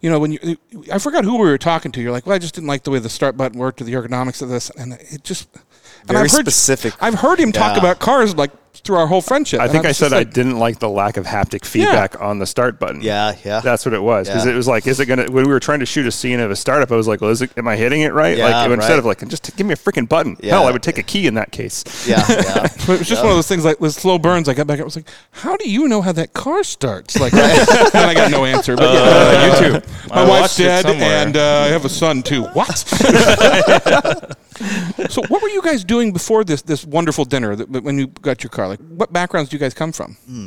[SPEAKER 2] you know, when you, I forgot who we were talking to. You're like, well, I just didn't like the way the start button worked or the ergonomics of this. And it just, and
[SPEAKER 4] Very specific.
[SPEAKER 2] I've heard him talk
[SPEAKER 4] Yeah.
[SPEAKER 2] about cars like through our whole friendship.
[SPEAKER 1] I
[SPEAKER 2] And
[SPEAKER 1] think
[SPEAKER 2] I'm
[SPEAKER 1] I
[SPEAKER 2] just
[SPEAKER 1] said I
[SPEAKER 2] like,
[SPEAKER 1] didn't like the lack of haptic feedback on the start button.
[SPEAKER 4] Yeah, yeah.
[SPEAKER 1] That's what it was because
[SPEAKER 4] Yeah.
[SPEAKER 1] it was like, is it gonna? When we were trying to shoot a scene of a startup, I was like, well, is it? Am I hitting it right?
[SPEAKER 4] Yeah,
[SPEAKER 1] like instead
[SPEAKER 4] right.
[SPEAKER 1] of like, just give me a freaking button.
[SPEAKER 4] Yeah.
[SPEAKER 1] Hell, I would take a key in that case.
[SPEAKER 4] Yeah, yeah.
[SPEAKER 2] But it was just one of those things like with slow burns. I got back. I was like, "How do you know how that car starts?" Like, and I got no answer. But yeah,
[SPEAKER 3] Uh,
[SPEAKER 2] you too. My
[SPEAKER 3] I
[SPEAKER 2] wife's
[SPEAKER 3] watched it
[SPEAKER 2] dead,
[SPEAKER 3] somewhere.
[SPEAKER 2] and uh, I have a son too. What? so, what were you guys doing before this this wonderful dinner that, when you got your car? Like, what backgrounds do you guys come from?
[SPEAKER 4] Hmm.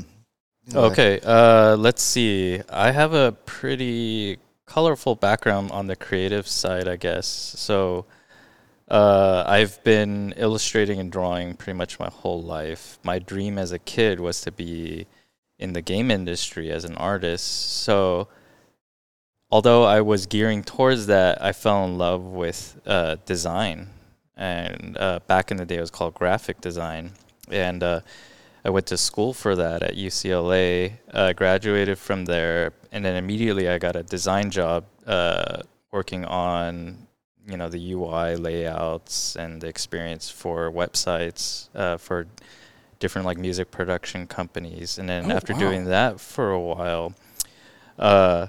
[SPEAKER 3] Okay, uh, let's see. I have a pretty colorful background on the creative side, I guess. So Uh, I've been illustrating and drawing pretty much my whole life. My dream as a kid was to be in the game industry as an artist. So, although I was gearing towards that, I fell in love with uh, design. And uh, back in the day, it was called graphic design. And uh, I went to school for that at UCLA, uh, graduated from there, and then immediately I got a design job uh, working on you know the UI layouts and the experience for websites uh, for different like music production companies. And then
[SPEAKER 2] Oh,
[SPEAKER 3] after
[SPEAKER 2] wow.
[SPEAKER 3] doing that for a while, uh,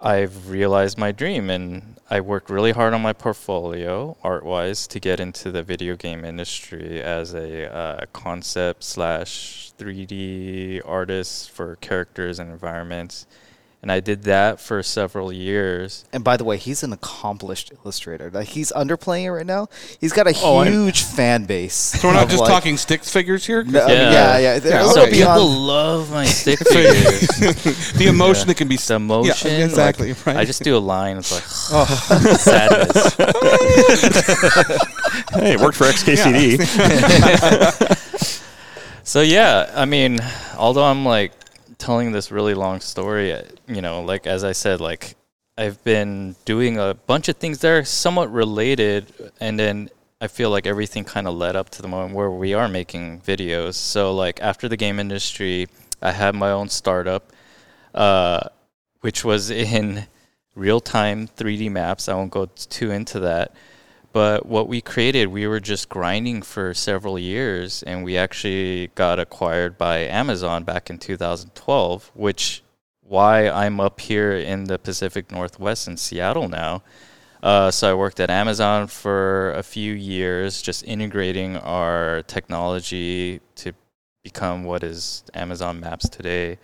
[SPEAKER 3] I've realized my dream, and I worked really hard on my portfolio, art wise, to get into the video game industry as a uh, concept slash 3D artist for characters and environments. And I did that for several years.
[SPEAKER 4] And by the way, he's an accomplished illustrator. Like he's underplaying it right now. He's got a
[SPEAKER 1] Oh, I-
[SPEAKER 4] huge fan base.
[SPEAKER 2] So we're not
[SPEAKER 4] of,
[SPEAKER 2] just
[SPEAKER 4] like-
[SPEAKER 2] talking stick figures here.
[SPEAKER 4] No, yeah,
[SPEAKER 3] Yeah.
[SPEAKER 4] yeah. They're
[SPEAKER 2] Yeah,
[SPEAKER 4] a
[SPEAKER 2] okay.
[SPEAKER 4] little
[SPEAKER 3] So
[SPEAKER 4] beyond-
[SPEAKER 3] people love my stick figures.
[SPEAKER 2] the emotion that can be
[SPEAKER 3] the emotion. like,
[SPEAKER 2] exactly, right. Oh.
[SPEAKER 3] I just do a line. It's like sadness.
[SPEAKER 1] Hey, it worked for XKCD.
[SPEAKER 3] So yeah, I mean, although I'm like telling this really long story, uh, you know, like as I said, like I've been doing a bunch of things that are somewhat related, and then I feel like everything kind of led up to the moment where we are making videos. So like after the game industry, I had my own startup, uh, which was in real time 3D maps. I won't go too into that. But what we created, we were just grinding for several years, and we actually got acquired by Amazon back in 2012, which why I'm up here in the Pacific Northwest in Seattle now. Uh, so I worked at Amazon for a few years, just integrating our technology to become what is Amazon Maps today.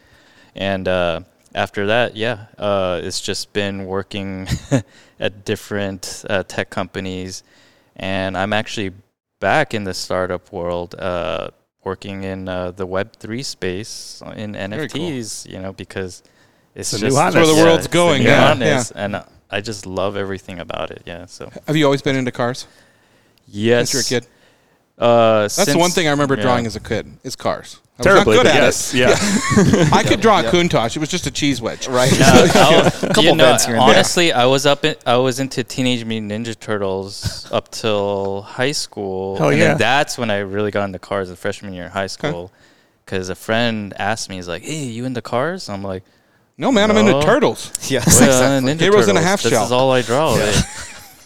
[SPEAKER 3] And uh, after that, yeah, uh, it's just been working at different uh, tech companies. And I'm actually back in the startup world, uh, working in uh, the Web3 space in
[SPEAKER 2] Very cool.
[SPEAKER 3] NFTs, you know, because it's,
[SPEAKER 1] It's the new
[SPEAKER 3] just
[SPEAKER 1] hotness. That's where the
[SPEAKER 2] world's
[SPEAKER 3] it's the
[SPEAKER 2] going,
[SPEAKER 3] new
[SPEAKER 2] yeah,
[SPEAKER 3] hotness, And uh, I just love everything about it. Yeah. So,
[SPEAKER 2] Have you always been into cars
[SPEAKER 3] yes.
[SPEAKER 2] since you were a kid?
[SPEAKER 3] Uh,
[SPEAKER 2] That's the one thing I remember
[SPEAKER 3] yeah.
[SPEAKER 2] drawing as a kid is cars. I was not
[SPEAKER 1] Terribly,
[SPEAKER 2] good
[SPEAKER 1] but
[SPEAKER 2] at
[SPEAKER 1] yes,
[SPEAKER 2] it.
[SPEAKER 1] yeah.
[SPEAKER 2] I could draw a Countach. It was just a cheese wedge.
[SPEAKER 4] right.
[SPEAKER 3] Yeah, I was- you know,
[SPEAKER 4] vents here and there.
[SPEAKER 3] honestly, I was up. In, I was into Teenage Mutant Ninja Turtles up till high school.
[SPEAKER 1] Hell
[SPEAKER 3] and
[SPEAKER 1] yeah.
[SPEAKER 3] then that's when I really got into cars. The freshman year of high school, because a friend asked me, "He's like, hey, you into cars?" I'm like,
[SPEAKER 2] No, man, I'm into
[SPEAKER 3] No.
[SPEAKER 2] turtles.
[SPEAKER 4] Yes,
[SPEAKER 3] "Well, uh,
[SPEAKER 4] exactly.
[SPEAKER 3] Ninja
[SPEAKER 2] Heroes in a
[SPEAKER 3] Turtles,
[SPEAKER 2] half
[SPEAKER 3] This
[SPEAKER 2] shell."
[SPEAKER 3] is all I draw.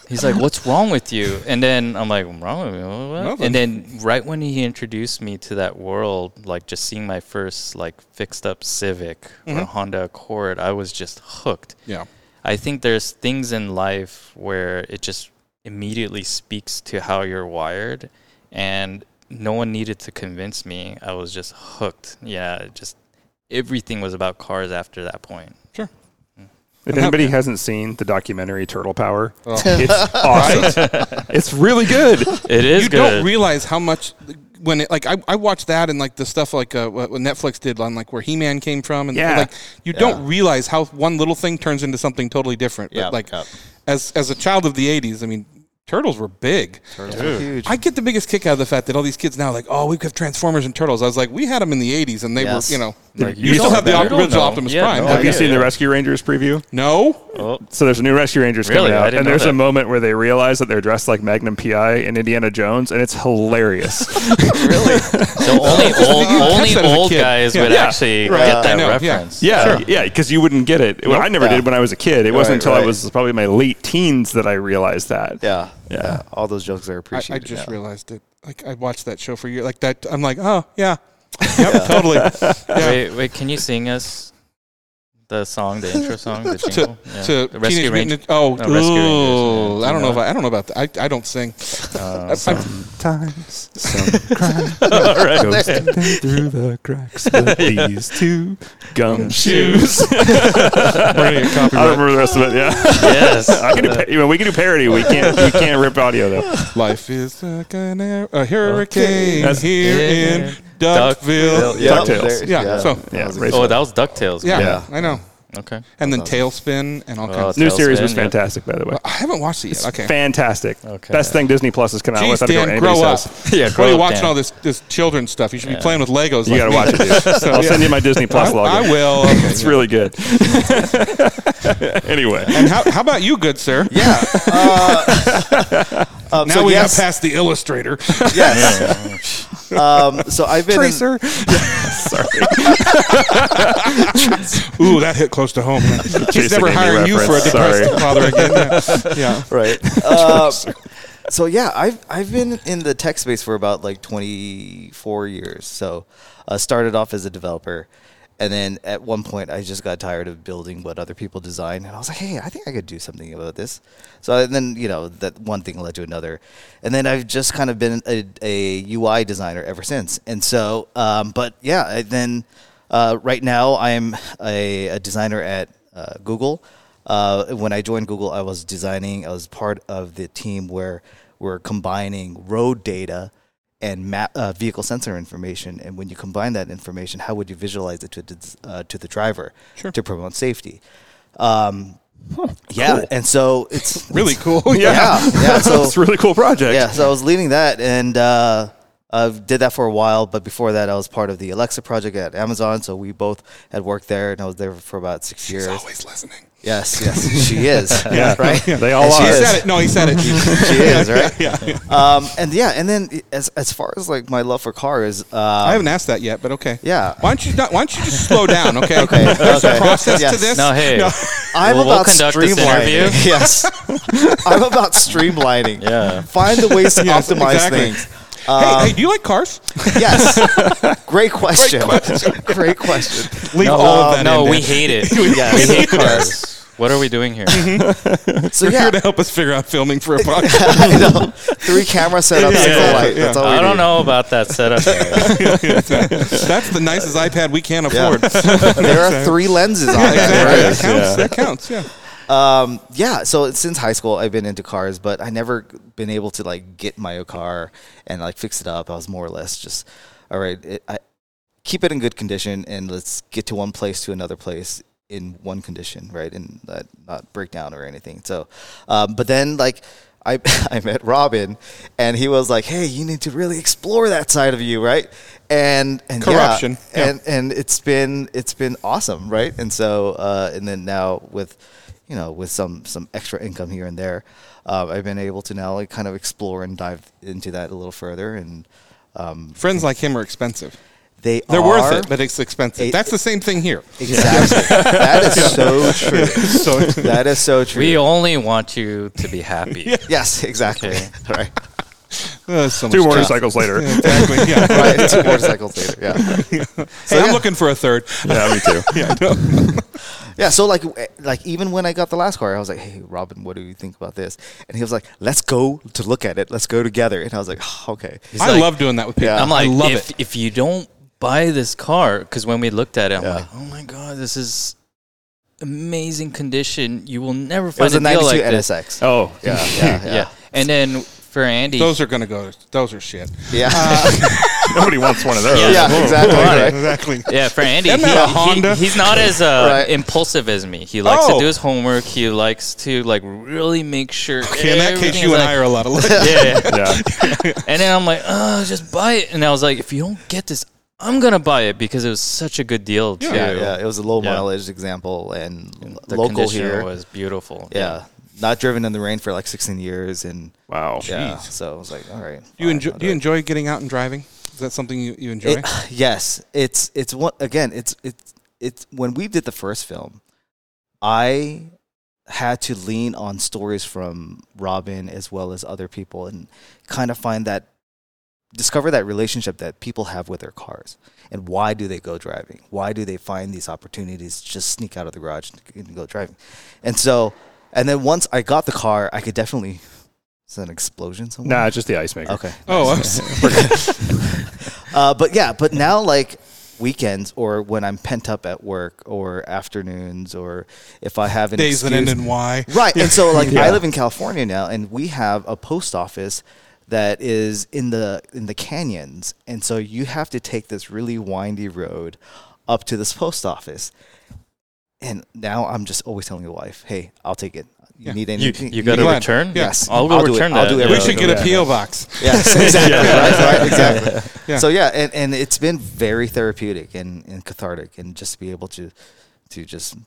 [SPEAKER 3] He's like, "What's wrong with you?" And then I'm like, "I'm wrong with me." What?
[SPEAKER 2] Nothing.
[SPEAKER 3] And then right when he introduced me to that world, like just seeing my first like fixed up Civic
[SPEAKER 2] Mm-hmm.
[SPEAKER 3] or Honda Accord, I was just hooked.
[SPEAKER 2] Yeah.
[SPEAKER 3] I think there's things in life where it just immediately speaks to how you're wired, and no one needed to convince me. I was just hooked. Yeah, it just everything was about cars after that point.
[SPEAKER 2] Sure.
[SPEAKER 1] If anybody hasn't seen the documentary Turtle Power,
[SPEAKER 2] Oh.
[SPEAKER 1] it's awesome. it's really good.
[SPEAKER 3] It is
[SPEAKER 2] you
[SPEAKER 3] good.
[SPEAKER 2] don't realize how much when it like I, I watched that and like the stuff like uh, what what Netflix did on like where He Man came from and
[SPEAKER 1] Yeah.
[SPEAKER 2] like you don't realize how one little thing turns into something totally different. But
[SPEAKER 4] Yeah,
[SPEAKER 2] like
[SPEAKER 4] yeah.
[SPEAKER 2] as as a child of the '80s, I mean, turtles were big.
[SPEAKER 4] Huge.
[SPEAKER 2] I get the biggest kick out of the fact that all these kids now are like oh we have Transformers and Turtles. I was like we had them in the '80s and they
[SPEAKER 4] Yes.
[SPEAKER 2] were you know
[SPEAKER 3] Like,
[SPEAKER 2] you,
[SPEAKER 1] you
[SPEAKER 2] still
[SPEAKER 1] don't
[SPEAKER 2] have the
[SPEAKER 3] know.
[SPEAKER 2] op-
[SPEAKER 3] You don't
[SPEAKER 2] original
[SPEAKER 3] know.
[SPEAKER 2] Optimus
[SPEAKER 3] Yeah,
[SPEAKER 2] Prime.
[SPEAKER 3] no,
[SPEAKER 1] Have
[SPEAKER 3] yeah,
[SPEAKER 1] you seen the
[SPEAKER 3] yeah.
[SPEAKER 1] Rescue Rangers preview?
[SPEAKER 2] No,
[SPEAKER 3] oh,
[SPEAKER 1] So there's a new Rescue Rangers
[SPEAKER 3] Really?
[SPEAKER 1] coming
[SPEAKER 3] I
[SPEAKER 1] out,
[SPEAKER 3] didn't
[SPEAKER 1] and
[SPEAKER 3] know
[SPEAKER 1] there's
[SPEAKER 3] that.
[SPEAKER 1] a moment where they realize that they're dressed like Magnum PI and Indiana Jones, and it's hilarious.
[SPEAKER 3] so only old,
[SPEAKER 2] you catch
[SPEAKER 3] only
[SPEAKER 2] that as a
[SPEAKER 3] old
[SPEAKER 2] kid.
[SPEAKER 3] guys
[SPEAKER 2] Yeah.
[SPEAKER 3] would
[SPEAKER 1] Yeah.
[SPEAKER 3] actually
[SPEAKER 2] Right.
[SPEAKER 3] get
[SPEAKER 2] I
[SPEAKER 3] that
[SPEAKER 2] know, yeah.
[SPEAKER 3] reference.
[SPEAKER 1] yeah, yeah, because you wouldn't get it. Well, I never
[SPEAKER 4] Yeah.
[SPEAKER 1] did when I was a kid. It
[SPEAKER 4] Right,
[SPEAKER 1] wasn't until
[SPEAKER 4] right.
[SPEAKER 1] I was probably my late teens that I realized that.
[SPEAKER 4] yeah,
[SPEAKER 1] Yeah.
[SPEAKER 4] yeah. All those jokes are
[SPEAKER 2] I,
[SPEAKER 4] appreciated.
[SPEAKER 2] I just
[SPEAKER 4] yeah.
[SPEAKER 2] realized it. Like I watched that show for years. Like that, I'm like oh yeah, yep, totally. Yeah.
[SPEAKER 3] Wait, wait, can you sing us the song, the intro song, the jingle? Yeah.
[SPEAKER 2] to
[SPEAKER 3] the Rescue
[SPEAKER 2] Teenage
[SPEAKER 3] Ranger.
[SPEAKER 2] Mutant Ninja- Oh,
[SPEAKER 3] No, Rescue
[SPEAKER 2] ooh,
[SPEAKER 3] Rangers, yeah.
[SPEAKER 2] I don't know
[SPEAKER 3] Yeah.
[SPEAKER 2] if I, I don't know about that. I, I don't sing.
[SPEAKER 3] Uh,
[SPEAKER 2] I- I'm-
[SPEAKER 1] Sometimes some crime goes through the cracks, but these two gumshoes. I don't remember the rest of it. Yeah,
[SPEAKER 3] yes.
[SPEAKER 1] I can do. Pa- you know, we can do parody. We can't. We can't rip audio though.
[SPEAKER 2] Life is like an, air- a hurricane
[SPEAKER 1] That's-
[SPEAKER 2] here
[SPEAKER 3] Yeah.
[SPEAKER 2] in Duckville.
[SPEAKER 1] Yeah. DuckTales.
[SPEAKER 4] there-
[SPEAKER 2] Yeah, so-
[SPEAKER 1] Yeah,
[SPEAKER 4] That was
[SPEAKER 1] Rachel.
[SPEAKER 3] Oh, that was DuckTales.
[SPEAKER 2] Yeah,
[SPEAKER 4] Yeah.
[SPEAKER 2] I know.
[SPEAKER 3] Okay.
[SPEAKER 2] and then
[SPEAKER 4] love
[SPEAKER 2] Tailspin and all
[SPEAKER 3] Oh,
[SPEAKER 2] kinds. Of,
[SPEAKER 1] New series
[SPEAKER 3] Tailspin,
[SPEAKER 1] was
[SPEAKER 3] yeah.
[SPEAKER 1] fantastic, by the way.
[SPEAKER 2] I haven't watched it yet. Okay.
[SPEAKER 1] Fantastic.
[SPEAKER 3] Okay.
[SPEAKER 1] Best thing Disney Plus is coming out
[SPEAKER 2] Jeez,
[SPEAKER 1] with. I don't
[SPEAKER 2] Dan,
[SPEAKER 1] care what
[SPEAKER 2] grow
[SPEAKER 1] anybody
[SPEAKER 2] up.
[SPEAKER 1] says.
[SPEAKER 3] Yeah,
[SPEAKER 2] Why are
[SPEAKER 3] grow
[SPEAKER 2] you
[SPEAKER 3] up,
[SPEAKER 2] watching
[SPEAKER 3] Dan.
[SPEAKER 2] all this this children's stuff? You should be playing with Legos.
[SPEAKER 1] You
[SPEAKER 2] like
[SPEAKER 1] got to
[SPEAKER 2] me.
[SPEAKER 1] watch it. Dude. I'll send you my Disney Plus login.
[SPEAKER 2] I, I will. Okay,
[SPEAKER 1] It's
[SPEAKER 2] yeah.
[SPEAKER 1] really good. anyway,
[SPEAKER 2] And how, how about you, good sir? Yeah.
[SPEAKER 4] Um,
[SPEAKER 2] Now
[SPEAKER 4] so
[SPEAKER 2] we
[SPEAKER 4] yes,
[SPEAKER 2] got past the illustrator.
[SPEAKER 4] Yes. um, so I've been in-
[SPEAKER 2] Ooh, that hit close to home. He's never
[SPEAKER 1] Amy
[SPEAKER 2] hiring you for a
[SPEAKER 1] reference,
[SPEAKER 2] depressed
[SPEAKER 1] sorry.
[SPEAKER 2] father again. Yeah.
[SPEAKER 4] right. Uh, so yeah, I've I've been in the tech space for about like 24 years. So uh, started off as a developer, and then at one point I just got tired of building what other people design, and I was like, hey, I think I could do something about this. So and then you know that one thing led to another, and then I've just kind of been a, a UI designer ever since. And so, um, but yeah, I then. Uh, right now, I'm a, a designer at uh, Google. Uh, when I joined Google, I was designing, I was part of the team where we're combining road data and map, uh, vehicle sensor information. And when you combine that information, how would you visualize it to, the- uh, to the driver to promote safety? Um, yeah. And so it's
[SPEAKER 2] Really cool.
[SPEAKER 4] yeah.
[SPEAKER 2] Yeah.
[SPEAKER 4] Yeah. so,
[SPEAKER 1] It's a really cool project.
[SPEAKER 4] yeah, so I was leading that and uh, I did that for a while. But before that, I was part of the Alexa project at Amazon. So we both had worked there, and I was there for about six years.
[SPEAKER 2] Always listening.
[SPEAKER 4] yes, yes, she is.
[SPEAKER 1] Yeah.
[SPEAKER 4] right.
[SPEAKER 1] They all
[SPEAKER 4] And she
[SPEAKER 1] are.
[SPEAKER 2] He
[SPEAKER 4] is.
[SPEAKER 2] said it. No, he said it.
[SPEAKER 4] She is right. Um, and yeah, and then as as far as like my love for cars, uh,
[SPEAKER 2] I haven't asked that yet, but okay.
[SPEAKER 4] Yeah.
[SPEAKER 2] Why don't you not, Why don't you just slow down? Okay.
[SPEAKER 4] Okay,
[SPEAKER 2] There's a
[SPEAKER 4] okay.
[SPEAKER 2] process to
[SPEAKER 4] Yes.
[SPEAKER 2] this.
[SPEAKER 3] No, hey. Um,
[SPEAKER 4] I'm
[SPEAKER 3] We'll- we'll
[SPEAKER 4] about
[SPEAKER 3] conduct this
[SPEAKER 4] streamlining.
[SPEAKER 3] interview.
[SPEAKER 4] yes, I'm about streamlining.
[SPEAKER 3] Yeah.
[SPEAKER 4] Find the ways to
[SPEAKER 2] Yes,
[SPEAKER 4] optimize
[SPEAKER 2] exactly.
[SPEAKER 4] things. Um,
[SPEAKER 2] Hey, hey, do you like cars?
[SPEAKER 4] Yes. Great question. Great question.
[SPEAKER 2] Leave
[SPEAKER 3] no, uh,
[SPEAKER 2] all of that
[SPEAKER 3] no,
[SPEAKER 2] in
[SPEAKER 3] we
[SPEAKER 2] there.
[SPEAKER 3] hate it.
[SPEAKER 4] Yes.
[SPEAKER 3] We hate cars. What are we doing here?
[SPEAKER 2] Mm-hmm.
[SPEAKER 4] So
[SPEAKER 2] You're
[SPEAKER 4] yeah,
[SPEAKER 2] here to help us figure out filming for a podcast.
[SPEAKER 4] I know. Three camera setups,
[SPEAKER 2] Yeah,
[SPEAKER 4] single
[SPEAKER 3] yeah,
[SPEAKER 4] light.
[SPEAKER 2] yeah.
[SPEAKER 4] That's all we
[SPEAKER 3] I don't
[SPEAKER 4] need.
[SPEAKER 3] know about that setup. there.
[SPEAKER 2] That's the nicest iPad we can afford.
[SPEAKER 4] There are three lenses on
[SPEAKER 2] Yeah,
[SPEAKER 4] that.
[SPEAKER 2] exactly.
[SPEAKER 1] is,
[SPEAKER 2] That counts.
[SPEAKER 1] yeah.
[SPEAKER 2] That counts. Yeah.
[SPEAKER 4] Um, yeah. So since high school, I've been into cars, but I never been able to like get my car and like fix it up. I was more or less just, all right, it, I keep it in good condition and let's get to one place to another place in one condition, right? And uh, not break down or anything. So, um, but then like I, I met Robin and he was like, Hey, you need to really explore that side of you. Right. And, and yeah,
[SPEAKER 2] Corruption. Yeah.
[SPEAKER 4] and, and it's been, it's been awesome. Right. And so, uh, and then now with, you know, with some, some extra income here and there, uh, I've been able to now like kind of explore and dive into that a little further. And um,
[SPEAKER 2] Friends like him are expensive.
[SPEAKER 4] they
[SPEAKER 2] They're
[SPEAKER 4] are-
[SPEAKER 2] worth it, but it's expensive.
[SPEAKER 4] It-
[SPEAKER 2] That's the same thing here.
[SPEAKER 4] Exactly. that is so true.
[SPEAKER 2] So
[SPEAKER 4] That is so true.
[SPEAKER 3] we only want you to be happy.
[SPEAKER 4] yes, exactly.
[SPEAKER 3] Okay.
[SPEAKER 4] Right.
[SPEAKER 2] uh, so
[SPEAKER 1] Two
[SPEAKER 2] much
[SPEAKER 1] motorcycles later.
[SPEAKER 2] stuff. Exactly. Yeah.
[SPEAKER 4] Right. Two motorcycles later. Yeah.
[SPEAKER 2] Hey, I'm looking for a third.
[SPEAKER 1] yeah, me too.
[SPEAKER 2] Yeah, I know.
[SPEAKER 4] Yeah. So like, w- like even when I got the last car, I was like, "Hey, Robin, what do you think about this?" And he was like, "Let's go to look at it. Let's go together." And I was like, "Oh, "Okay."
[SPEAKER 3] He's
[SPEAKER 2] I
[SPEAKER 3] like-
[SPEAKER 2] love doing that with people.
[SPEAKER 4] Yeah.
[SPEAKER 3] I'm like,
[SPEAKER 2] I love
[SPEAKER 3] if,
[SPEAKER 2] it.
[SPEAKER 3] if you don't buy this car, because when we looked at it, I'm
[SPEAKER 4] Yeah.
[SPEAKER 3] like, oh my god, this is amazing condition. You will never
[SPEAKER 4] It
[SPEAKER 3] find
[SPEAKER 4] was a
[SPEAKER 3] a deal
[SPEAKER 4] '92
[SPEAKER 3] like this.
[SPEAKER 4] NSX.
[SPEAKER 1] Oh,
[SPEAKER 4] Yeah. Yeah.
[SPEAKER 3] Yeah.
[SPEAKER 4] Yeah.
[SPEAKER 3] and then for Andy,
[SPEAKER 2] Those are gonna go. Those are shit.
[SPEAKER 4] Yeah.
[SPEAKER 1] nobody wants one of those.
[SPEAKER 3] Yeah.
[SPEAKER 4] yeah, exactly. Right.
[SPEAKER 2] Uh, Exactly.
[SPEAKER 3] yeah, for Andy,
[SPEAKER 2] Isn't that
[SPEAKER 3] he-
[SPEAKER 2] a
[SPEAKER 3] he-
[SPEAKER 2] Honda?
[SPEAKER 3] he's not as uh,
[SPEAKER 4] Right.
[SPEAKER 3] impulsive as me. He likes
[SPEAKER 2] Oh.
[SPEAKER 3] to do his homework. He likes to like really make sure.
[SPEAKER 2] Okay, in that case,
[SPEAKER 3] everything
[SPEAKER 2] you and
[SPEAKER 3] is,
[SPEAKER 2] I
[SPEAKER 3] like-
[SPEAKER 2] are a lot of
[SPEAKER 3] yeah, yeah.
[SPEAKER 1] Yeah.
[SPEAKER 3] And then I'm like, oh, just buy it. And I was like, if you don't get this, I'm gonna buy it because it was such a good deal too.
[SPEAKER 2] Yeah,
[SPEAKER 4] Yeah, It was a low
[SPEAKER 3] Yeah.
[SPEAKER 4] mileage example and l-
[SPEAKER 3] The
[SPEAKER 4] local
[SPEAKER 3] condition
[SPEAKER 4] here.
[SPEAKER 3] was beautiful.
[SPEAKER 4] yeah. Not driven in the rain for like 16 years and
[SPEAKER 1] Wow.
[SPEAKER 4] yeah.
[SPEAKER 2] Jeez.
[SPEAKER 4] So I was like, "All right."
[SPEAKER 2] Do you
[SPEAKER 4] fine,
[SPEAKER 2] enjoy?
[SPEAKER 4] I'll
[SPEAKER 2] Do you
[SPEAKER 4] it.
[SPEAKER 2] enjoy getting out and driving? Is that something you, you enjoy?
[SPEAKER 4] It- yes, it's it's one again. It's it's it's when we did the first film, I had to lean on stories from Robin as well as other people and kind of find that discover that relationship that people have with their cars and why do they go driving? Why do they find these opportunities to just sneak out of the garage and go driving? And so, and then once I got the car, I could definitely. Is that an explosion somewhere?
[SPEAKER 1] Nah, it's just the ice maker.
[SPEAKER 4] Okay.
[SPEAKER 2] oh, I'm s-
[SPEAKER 4] Uh, but yeah, but now like weekends or when I'm pent up at work or afternoons or if I have an
[SPEAKER 2] days that end
[SPEAKER 4] excuse-
[SPEAKER 2] in Y.
[SPEAKER 4] right. And so like I live in California now, and we have a post office that is in the in the canyons, and so you have to take this really windy road up to this post office. And now I'm just always telling the wife, "Hey, I'll take it. You
[SPEAKER 2] Yeah.
[SPEAKER 4] need
[SPEAKER 3] You,
[SPEAKER 4] anything?
[SPEAKER 3] you got a
[SPEAKER 2] Go ahead.
[SPEAKER 3] return?
[SPEAKER 2] Yeah.
[SPEAKER 4] Yes.
[SPEAKER 3] I'll,
[SPEAKER 4] I'll do it.
[SPEAKER 3] return
[SPEAKER 4] I'll
[SPEAKER 3] that.
[SPEAKER 4] do
[SPEAKER 3] Yeah.
[SPEAKER 2] We
[SPEAKER 4] everything.
[SPEAKER 2] should get a PO box.
[SPEAKER 4] Yes, exactly. Right, right, exactly.
[SPEAKER 2] Yeah.
[SPEAKER 4] So yeah, and, and it's been very therapeutic and, and cathartic, and just to be able to to just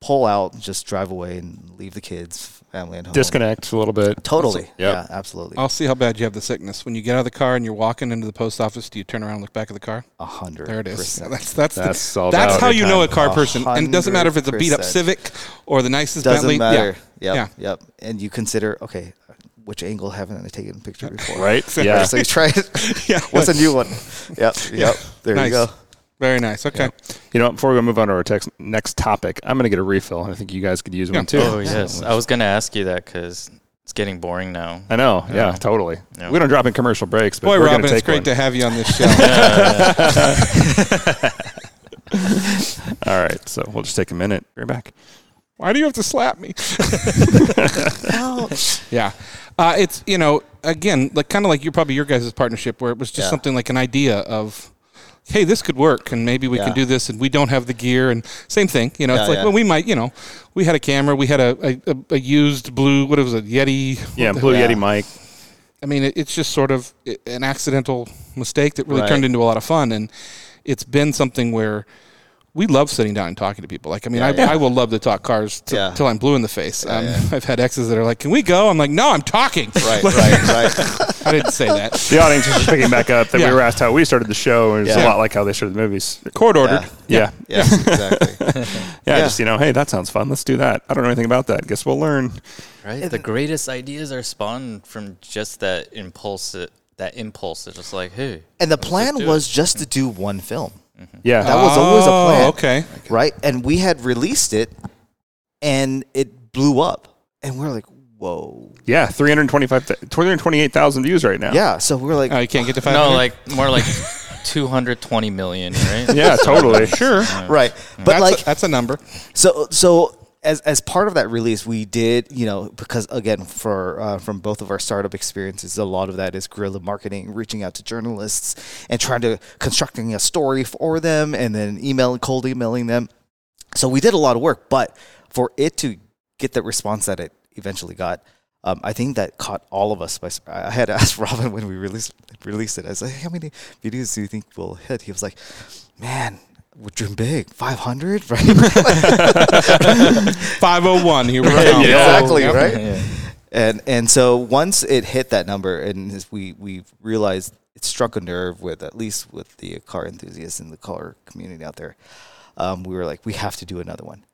[SPEAKER 4] pull out, just drive away, and leave the kids, family, and home.
[SPEAKER 1] Disconnect a little bit.
[SPEAKER 4] Totally.
[SPEAKER 1] Yep.
[SPEAKER 4] Yeah, absolutely.
[SPEAKER 2] I'll see how bad you have the sickness. When you get out of the car and you're walking into the post office, do you turn around and look back at the car?
[SPEAKER 4] A hundred.
[SPEAKER 2] There it is.
[SPEAKER 4] percent.
[SPEAKER 2] That's that's that's,
[SPEAKER 1] That's all.
[SPEAKER 2] that's
[SPEAKER 1] about
[SPEAKER 2] how
[SPEAKER 1] every
[SPEAKER 2] you
[SPEAKER 1] time.
[SPEAKER 2] know a car person. And it doesn't matter if it's a beat up
[SPEAKER 4] 100%.
[SPEAKER 2] Civic or the nicest
[SPEAKER 4] Doesn't
[SPEAKER 2] Bentley.
[SPEAKER 4] matter.
[SPEAKER 2] Yeah.
[SPEAKER 4] Yep. Yep. And you consider okay, which angle haven't I taken a picture before?
[SPEAKER 1] Right? Yeah.
[SPEAKER 4] So you try it.
[SPEAKER 2] Yeah.
[SPEAKER 4] What's a new one? Yep. Yep. There
[SPEAKER 2] Nice.
[SPEAKER 4] you go.
[SPEAKER 2] Very nice. Okay.
[SPEAKER 1] You know, before we move on to our text, next topic, I'm going to get a refill. I think you guys could use
[SPEAKER 2] Yeah.
[SPEAKER 1] one too.
[SPEAKER 3] Oh, yes. I was going to ask you that because it's getting boring now.
[SPEAKER 1] I know. Yeah, totally.
[SPEAKER 3] Yeah.
[SPEAKER 1] We don't drop in commercial breaks, but
[SPEAKER 2] Boy,
[SPEAKER 1] we're
[SPEAKER 2] Robin,
[SPEAKER 1] going to
[SPEAKER 2] it's
[SPEAKER 1] take
[SPEAKER 2] great
[SPEAKER 1] one.
[SPEAKER 2] to have you on this show.
[SPEAKER 1] All right. So we'll just take a minute. Be right back.
[SPEAKER 2] Why do you have to slap me? yeah. Uh, it's, you know, again, like kind of like you probably your guys' partnership where it was just
[SPEAKER 4] Yeah.
[SPEAKER 2] something like an idea of, hey, this could work and maybe we
[SPEAKER 4] Yeah.
[SPEAKER 2] can do this and we don't have the gear and same thing. You know, it's
[SPEAKER 4] Yeah,
[SPEAKER 2] like,
[SPEAKER 4] yeah.
[SPEAKER 2] well, we might, you know, we had a camera, we had a, a, a, a used blue, what was it, Yeti?
[SPEAKER 1] Yeah,
[SPEAKER 2] What the-
[SPEAKER 1] Blue
[SPEAKER 4] Yeah.
[SPEAKER 1] Yeti mic.
[SPEAKER 2] I mean, it, it's just sort of i- an accidental mistake that really
[SPEAKER 4] Right.
[SPEAKER 2] turned into a lot of fun, and it's been something where we love sitting down and talking to people. Like, I mean, I, I will love to talk cars t-
[SPEAKER 4] Yeah.
[SPEAKER 2] till I'm blue in the face. um,
[SPEAKER 4] yeah.
[SPEAKER 2] I've had exes that are like, "Can we go?" I'm like, "No, I'm talking."
[SPEAKER 4] Right. Right. Right.
[SPEAKER 2] I didn't say that.
[SPEAKER 1] The audience is just picking back up that
[SPEAKER 2] Yeah.
[SPEAKER 1] we were asked how we started the show, and it's
[SPEAKER 4] Yeah.
[SPEAKER 1] a lot like how they started the movies.
[SPEAKER 2] Court ordered.
[SPEAKER 1] Yeah. Yeah.
[SPEAKER 4] Yes. Exactly. Yeah.
[SPEAKER 1] Just, you know, hey, that sounds fun. Let's do that. I don't know anything about that. Guess we'll learn.
[SPEAKER 3] Right? The greatest ideas are spawned from just that impulse. That impulse. It's just like, hey.
[SPEAKER 4] And the
[SPEAKER 3] let's just
[SPEAKER 4] plan
[SPEAKER 3] do it.
[SPEAKER 4] was just to do one film.
[SPEAKER 1] Yeah.
[SPEAKER 4] That was always a
[SPEAKER 2] Oh,
[SPEAKER 4] plan.
[SPEAKER 2] Okay.
[SPEAKER 4] right? And we had released it, and it blew up, and we are like, "Whoa,
[SPEAKER 1] yeah. 325 328,000 views right now.
[SPEAKER 4] yeah!" So we are like,
[SPEAKER 2] Oh, you can't get to five.
[SPEAKER 3] No, like more like 220 million, right?
[SPEAKER 1] Yeah, totally.
[SPEAKER 2] sure.
[SPEAKER 4] "Right," but
[SPEAKER 2] That's
[SPEAKER 4] like,
[SPEAKER 2] a, that's a number.
[SPEAKER 4] so so as as part of that release, we did you know because again for uh, from both of our startup experiences, a lot of that is guerrilla marketing, reaching out to journalists and trying to constructing a story for them, and then emailing cold emailing them. So we did a lot of work, but for it to get the response that it eventually got, um, I think that caught all of us by. sur- I I had asked Robin when we released released it. I was like, "How many videos do you think will hit?" He was like, "Man." We dream big, five hundred, right?
[SPEAKER 2] Five oh one. Here we go.
[SPEAKER 4] exactly
[SPEAKER 2] Yep.
[SPEAKER 4] right and and so once it hit that number and as we we realized it struck a nerve with at least with the car enthusiasts and the car community out there um, we were like we have to do another one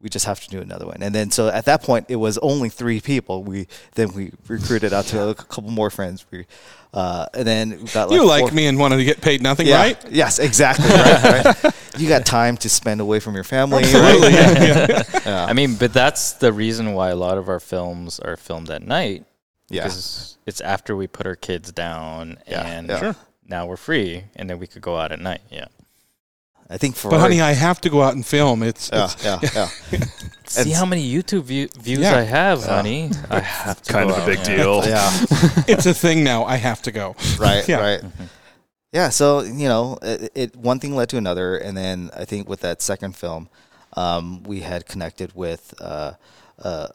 [SPEAKER 4] we just have to do another one and then so at that point it was only three people we then we recruited out to a couple more friends we uh, and then we got like
[SPEAKER 2] You like
[SPEAKER 4] four-
[SPEAKER 2] me and wanted to get paid nothing,
[SPEAKER 4] yeah.
[SPEAKER 2] right?
[SPEAKER 4] Yes, exactly. Right, right. You got time to spend away from your family. Right?
[SPEAKER 2] Absolutely. Yeah.
[SPEAKER 3] I mean, but that's the reason why a lot of our films are filmed at night.
[SPEAKER 4] Yeah.
[SPEAKER 3] Because it's after we put our kids down
[SPEAKER 4] Yeah,
[SPEAKER 3] and
[SPEAKER 4] yeah. Sure.
[SPEAKER 3] now we're free and then we could go out at night. Yeah.
[SPEAKER 4] I think for
[SPEAKER 2] But honey, I have to go out and film. It's,
[SPEAKER 4] yeah,
[SPEAKER 2] it's
[SPEAKER 4] yeah, yeah.
[SPEAKER 3] See
[SPEAKER 4] It's-
[SPEAKER 3] how many YouTube view- views
[SPEAKER 2] Yeah.
[SPEAKER 3] I have, honey. I have to
[SPEAKER 1] Kind
[SPEAKER 3] go
[SPEAKER 1] of a
[SPEAKER 3] out,
[SPEAKER 1] big
[SPEAKER 3] yeah.
[SPEAKER 1] deal.
[SPEAKER 4] yeah.
[SPEAKER 2] it's a thing now. I have to go.
[SPEAKER 4] right
[SPEAKER 2] Yeah.
[SPEAKER 4] right yeah so you know it, it one thing led to another and then i think with that second film um, we had connected with uh, uh,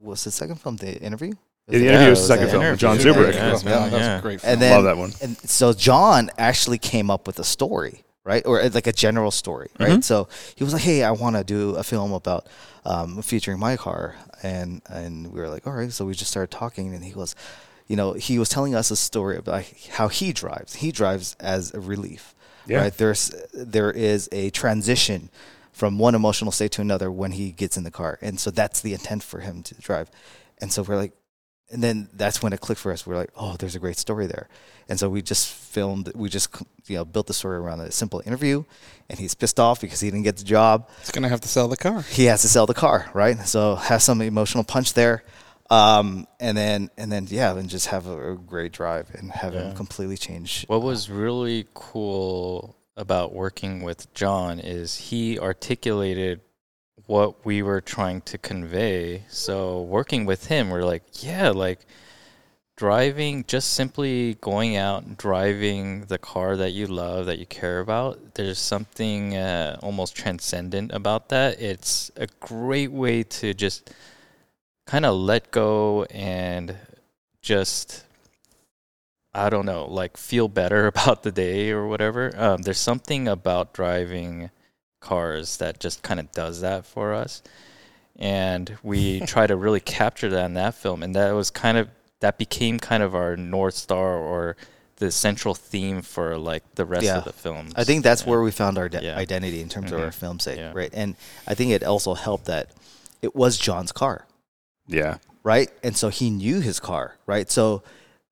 [SPEAKER 4] was the second film the interview
[SPEAKER 1] Yeah, the interview was the
[SPEAKER 4] it
[SPEAKER 1] second
[SPEAKER 4] was
[SPEAKER 1] film,
[SPEAKER 4] an
[SPEAKER 1] with John
[SPEAKER 4] interview.
[SPEAKER 1] Kubrick.
[SPEAKER 2] Yeah,
[SPEAKER 3] Yes,
[SPEAKER 2] that was
[SPEAKER 3] man,
[SPEAKER 2] a
[SPEAKER 3] yeah.
[SPEAKER 2] great film.
[SPEAKER 4] and then
[SPEAKER 1] Love that one.
[SPEAKER 4] Um, and so john actually came up with a story right or uh, like a general story right so he was like hey i want to do a film about um, featuring my car and and we were like all right so we just started talking and he was you know he was telling us a story about how he drives he drives as a relief
[SPEAKER 1] Yeah.
[SPEAKER 4] right there's there is a transition from one emotional state to another when he gets in the car and so that's the intent for him to drive and so we're like and then that's when it clicked for us. We are like, oh, there's a great story there. And so we just filmed, we just you know built the story around a simple interview, and he's pissed off because he didn't get the job.
[SPEAKER 2] It's gonna have to sell the car.
[SPEAKER 4] He has to sell the car, right? So have some emotional punch there, um, and then and then yeah, and just have a, a great drive and have him completely change.
[SPEAKER 3] What was really cool about working with John is he articulated what we were trying to convey. So working with him, we're like, yeah, like driving, just simply going out and driving the car that you love, that you care about, there's something uh, almost transcendent about that. It's a great way to just kind of let go and just, I don't know, like feel better about the day or whatever. Um, there's something about driving cars that just kind of does that for us. And we try to really capture that in that film. And that was kind of that became kind of our north star or the central theme for like the rest
[SPEAKER 4] Yeah.
[SPEAKER 3] of the film.
[SPEAKER 4] I think that's where we found our de-
[SPEAKER 3] Yeah.
[SPEAKER 4] identity in terms
[SPEAKER 3] Mhm.
[SPEAKER 4] of our film sake,
[SPEAKER 3] Yeah.
[SPEAKER 4] right? And I think it also helped that it was John's car,
[SPEAKER 1] Yeah.
[SPEAKER 4] right? And so he knew his car, right? So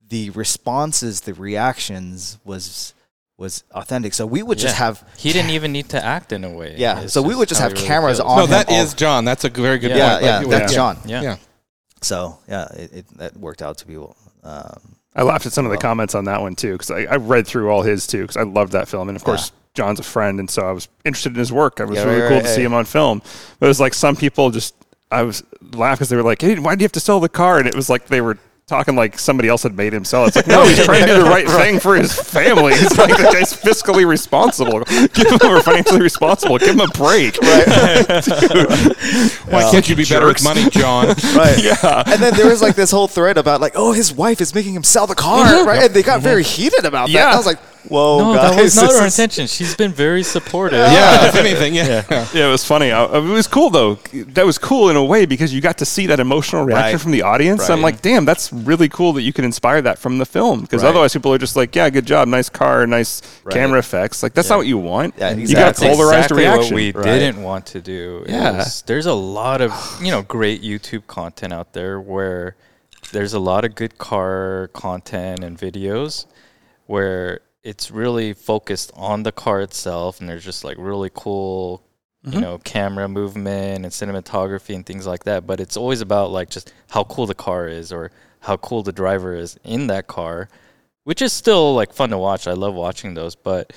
[SPEAKER 4] the responses, the reactions was was authentic. So we would just
[SPEAKER 3] Yeah.
[SPEAKER 4] have
[SPEAKER 3] he didn't even need to act in a way.
[SPEAKER 4] Yeah,
[SPEAKER 3] It's
[SPEAKER 4] so we would just
[SPEAKER 3] how
[SPEAKER 4] have
[SPEAKER 3] he really
[SPEAKER 4] cameras
[SPEAKER 3] feels.
[SPEAKER 4] on
[SPEAKER 2] no,
[SPEAKER 4] him
[SPEAKER 2] that
[SPEAKER 4] all-
[SPEAKER 2] is John. That's a very good
[SPEAKER 4] yeah,
[SPEAKER 2] point.
[SPEAKER 4] yeah,
[SPEAKER 2] Like,
[SPEAKER 4] that's John.
[SPEAKER 3] Yeah.
[SPEAKER 2] Yeah.
[SPEAKER 4] So yeah, it, it that worked out to be um,
[SPEAKER 1] I laughed at some of the
[SPEAKER 4] Well-
[SPEAKER 1] comments on that one too because I, I read through all his too because I loved that film and of course John's a friend and so I was interested in his work. It was
[SPEAKER 4] Yeah,
[SPEAKER 1] really
[SPEAKER 4] right,
[SPEAKER 1] cool
[SPEAKER 4] right,
[SPEAKER 1] to see
[SPEAKER 4] yeah.
[SPEAKER 1] him on film, but it was like some people just I was laughing because they were like, "Hey, why do you have to sell the car?" And it was like they were talking like somebody else had made him sell. it. It's like no, he's trying to do the right thing for his family. It's like the guy's fiscally responsible. Give him or financially responsible. Give him a break.
[SPEAKER 2] Why
[SPEAKER 4] Uh,
[SPEAKER 2] can't you be better with
[SPEAKER 1] Jerks.
[SPEAKER 2] money, John?
[SPEAKER 4] right. Yeah. And then there was like this whole thread about like, oh, his wife is making him sell the car, right? And they got very heated about that.
[SPEAKER 1] Yeah.
[SPEAKER 4] I was like, whoa,
[SPEAKER 3] Mm-hmm. No,
[SPEAKER 4] Oh, guys,
[SPEAKER 3] that was not
[SPEAKER 4] this
[SPEAKER 3] our
[SPEAKER 4] is-
[SPEAKER 3] intention. She's been very supportive.
[SPEAKER 2] yeah, if anything, yeah.
[SPEAKER 1] Yeah, it was funny. I, it was cool though. That was cool in a way because you got to see that emotional reaction
[SPEAKER 4] Right.
[SPEAKER 1] from the audience. I'm
[SPEAKER 4] Right.
[SPEAKER 1] like, damn, that's really cool that you can inspire that from the film. Because
[SPEAKER 4] Right.
[SPEAKER 1] otherwise, people are just like, yeah, good job, nice car, nice
[SPEAKER 4] Right.
[SPEAKER 1] camera effects. Like that's not what you want.
[SPEAKER 4] Yeah,
[SPEAKER 1] You got a
[SPEAKER 4] exactly.
[SPEAKER 1] polarized
[SPEAKER 3] exactly
[SPEAKER 1] reaction.
[SPEAKER 3] What we
[SPEAKER 4] Right.
[SPEAKER 3] didn't want to do.
[SPEAKER 1] Yeah.
[SPEAKER 3] is- there's a lot of you know great YouTube content out there where there's a lot of good car content and videos where it's really focused on the car itself, and there's just like really cool.
[SPEAKER 1] Mm-hmm.
[SPEAKER 3] You know, camera movement and cinematography and things like that. But it's always about like just how cool the car is or how cool the driver is in that car, which is still like fun to watch. I love watching those. But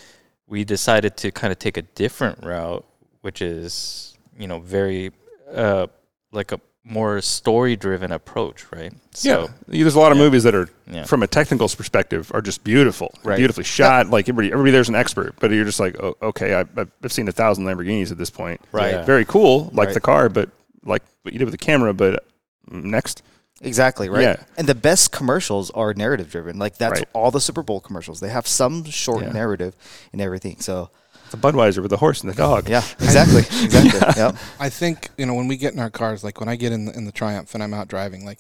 [SPEAKER 3] we decided to kind of take a different route, which is you know very uh, like a more story driven approach, right?
[SPEAKER 1] Yeah,
[SPEAKER 3] So,
[SPEAKER 1] there's a lot of movies that are,
[SPEAKER 3] Yeah.
[SPEAKER 1] from a technical perspective, are just beautiful, beautifully shot. Like everybody, everybody there's an expert, but you're just like, oh, okay, I, I've I've seen a thousand Lamborghinis at this point.
[SPEAKER 4] Right.
[SPEAKER 3] Yeah.
[SPEAKER 1] very cool, like
[SPEAKER 4] Right.
[SPEAKER 1] the car, but like what you did with the camera. But mm, next,
[SPEAKER 4] Exactly, right?
[SPEAKER 1] Yeah.
[SPEAKER 4] And the best commercials are narrative driven. Like that's
[SPEAKER 1] Right.
[SPEAKER 4] all the Super Bowl commercials. They have some short
[SPEAKER 1] Yeah.
[SPEAKER 4] narrative and everything. So
[SPEAKER 1] it's a Budweiser with the horse and the dog.
[SPEAKER 4] yeah, exactly. Exactly. Yep.
[SPEAKER 2] I think you know when we get in our cars, like when I get in the, in the Triumph and I'm out driving, like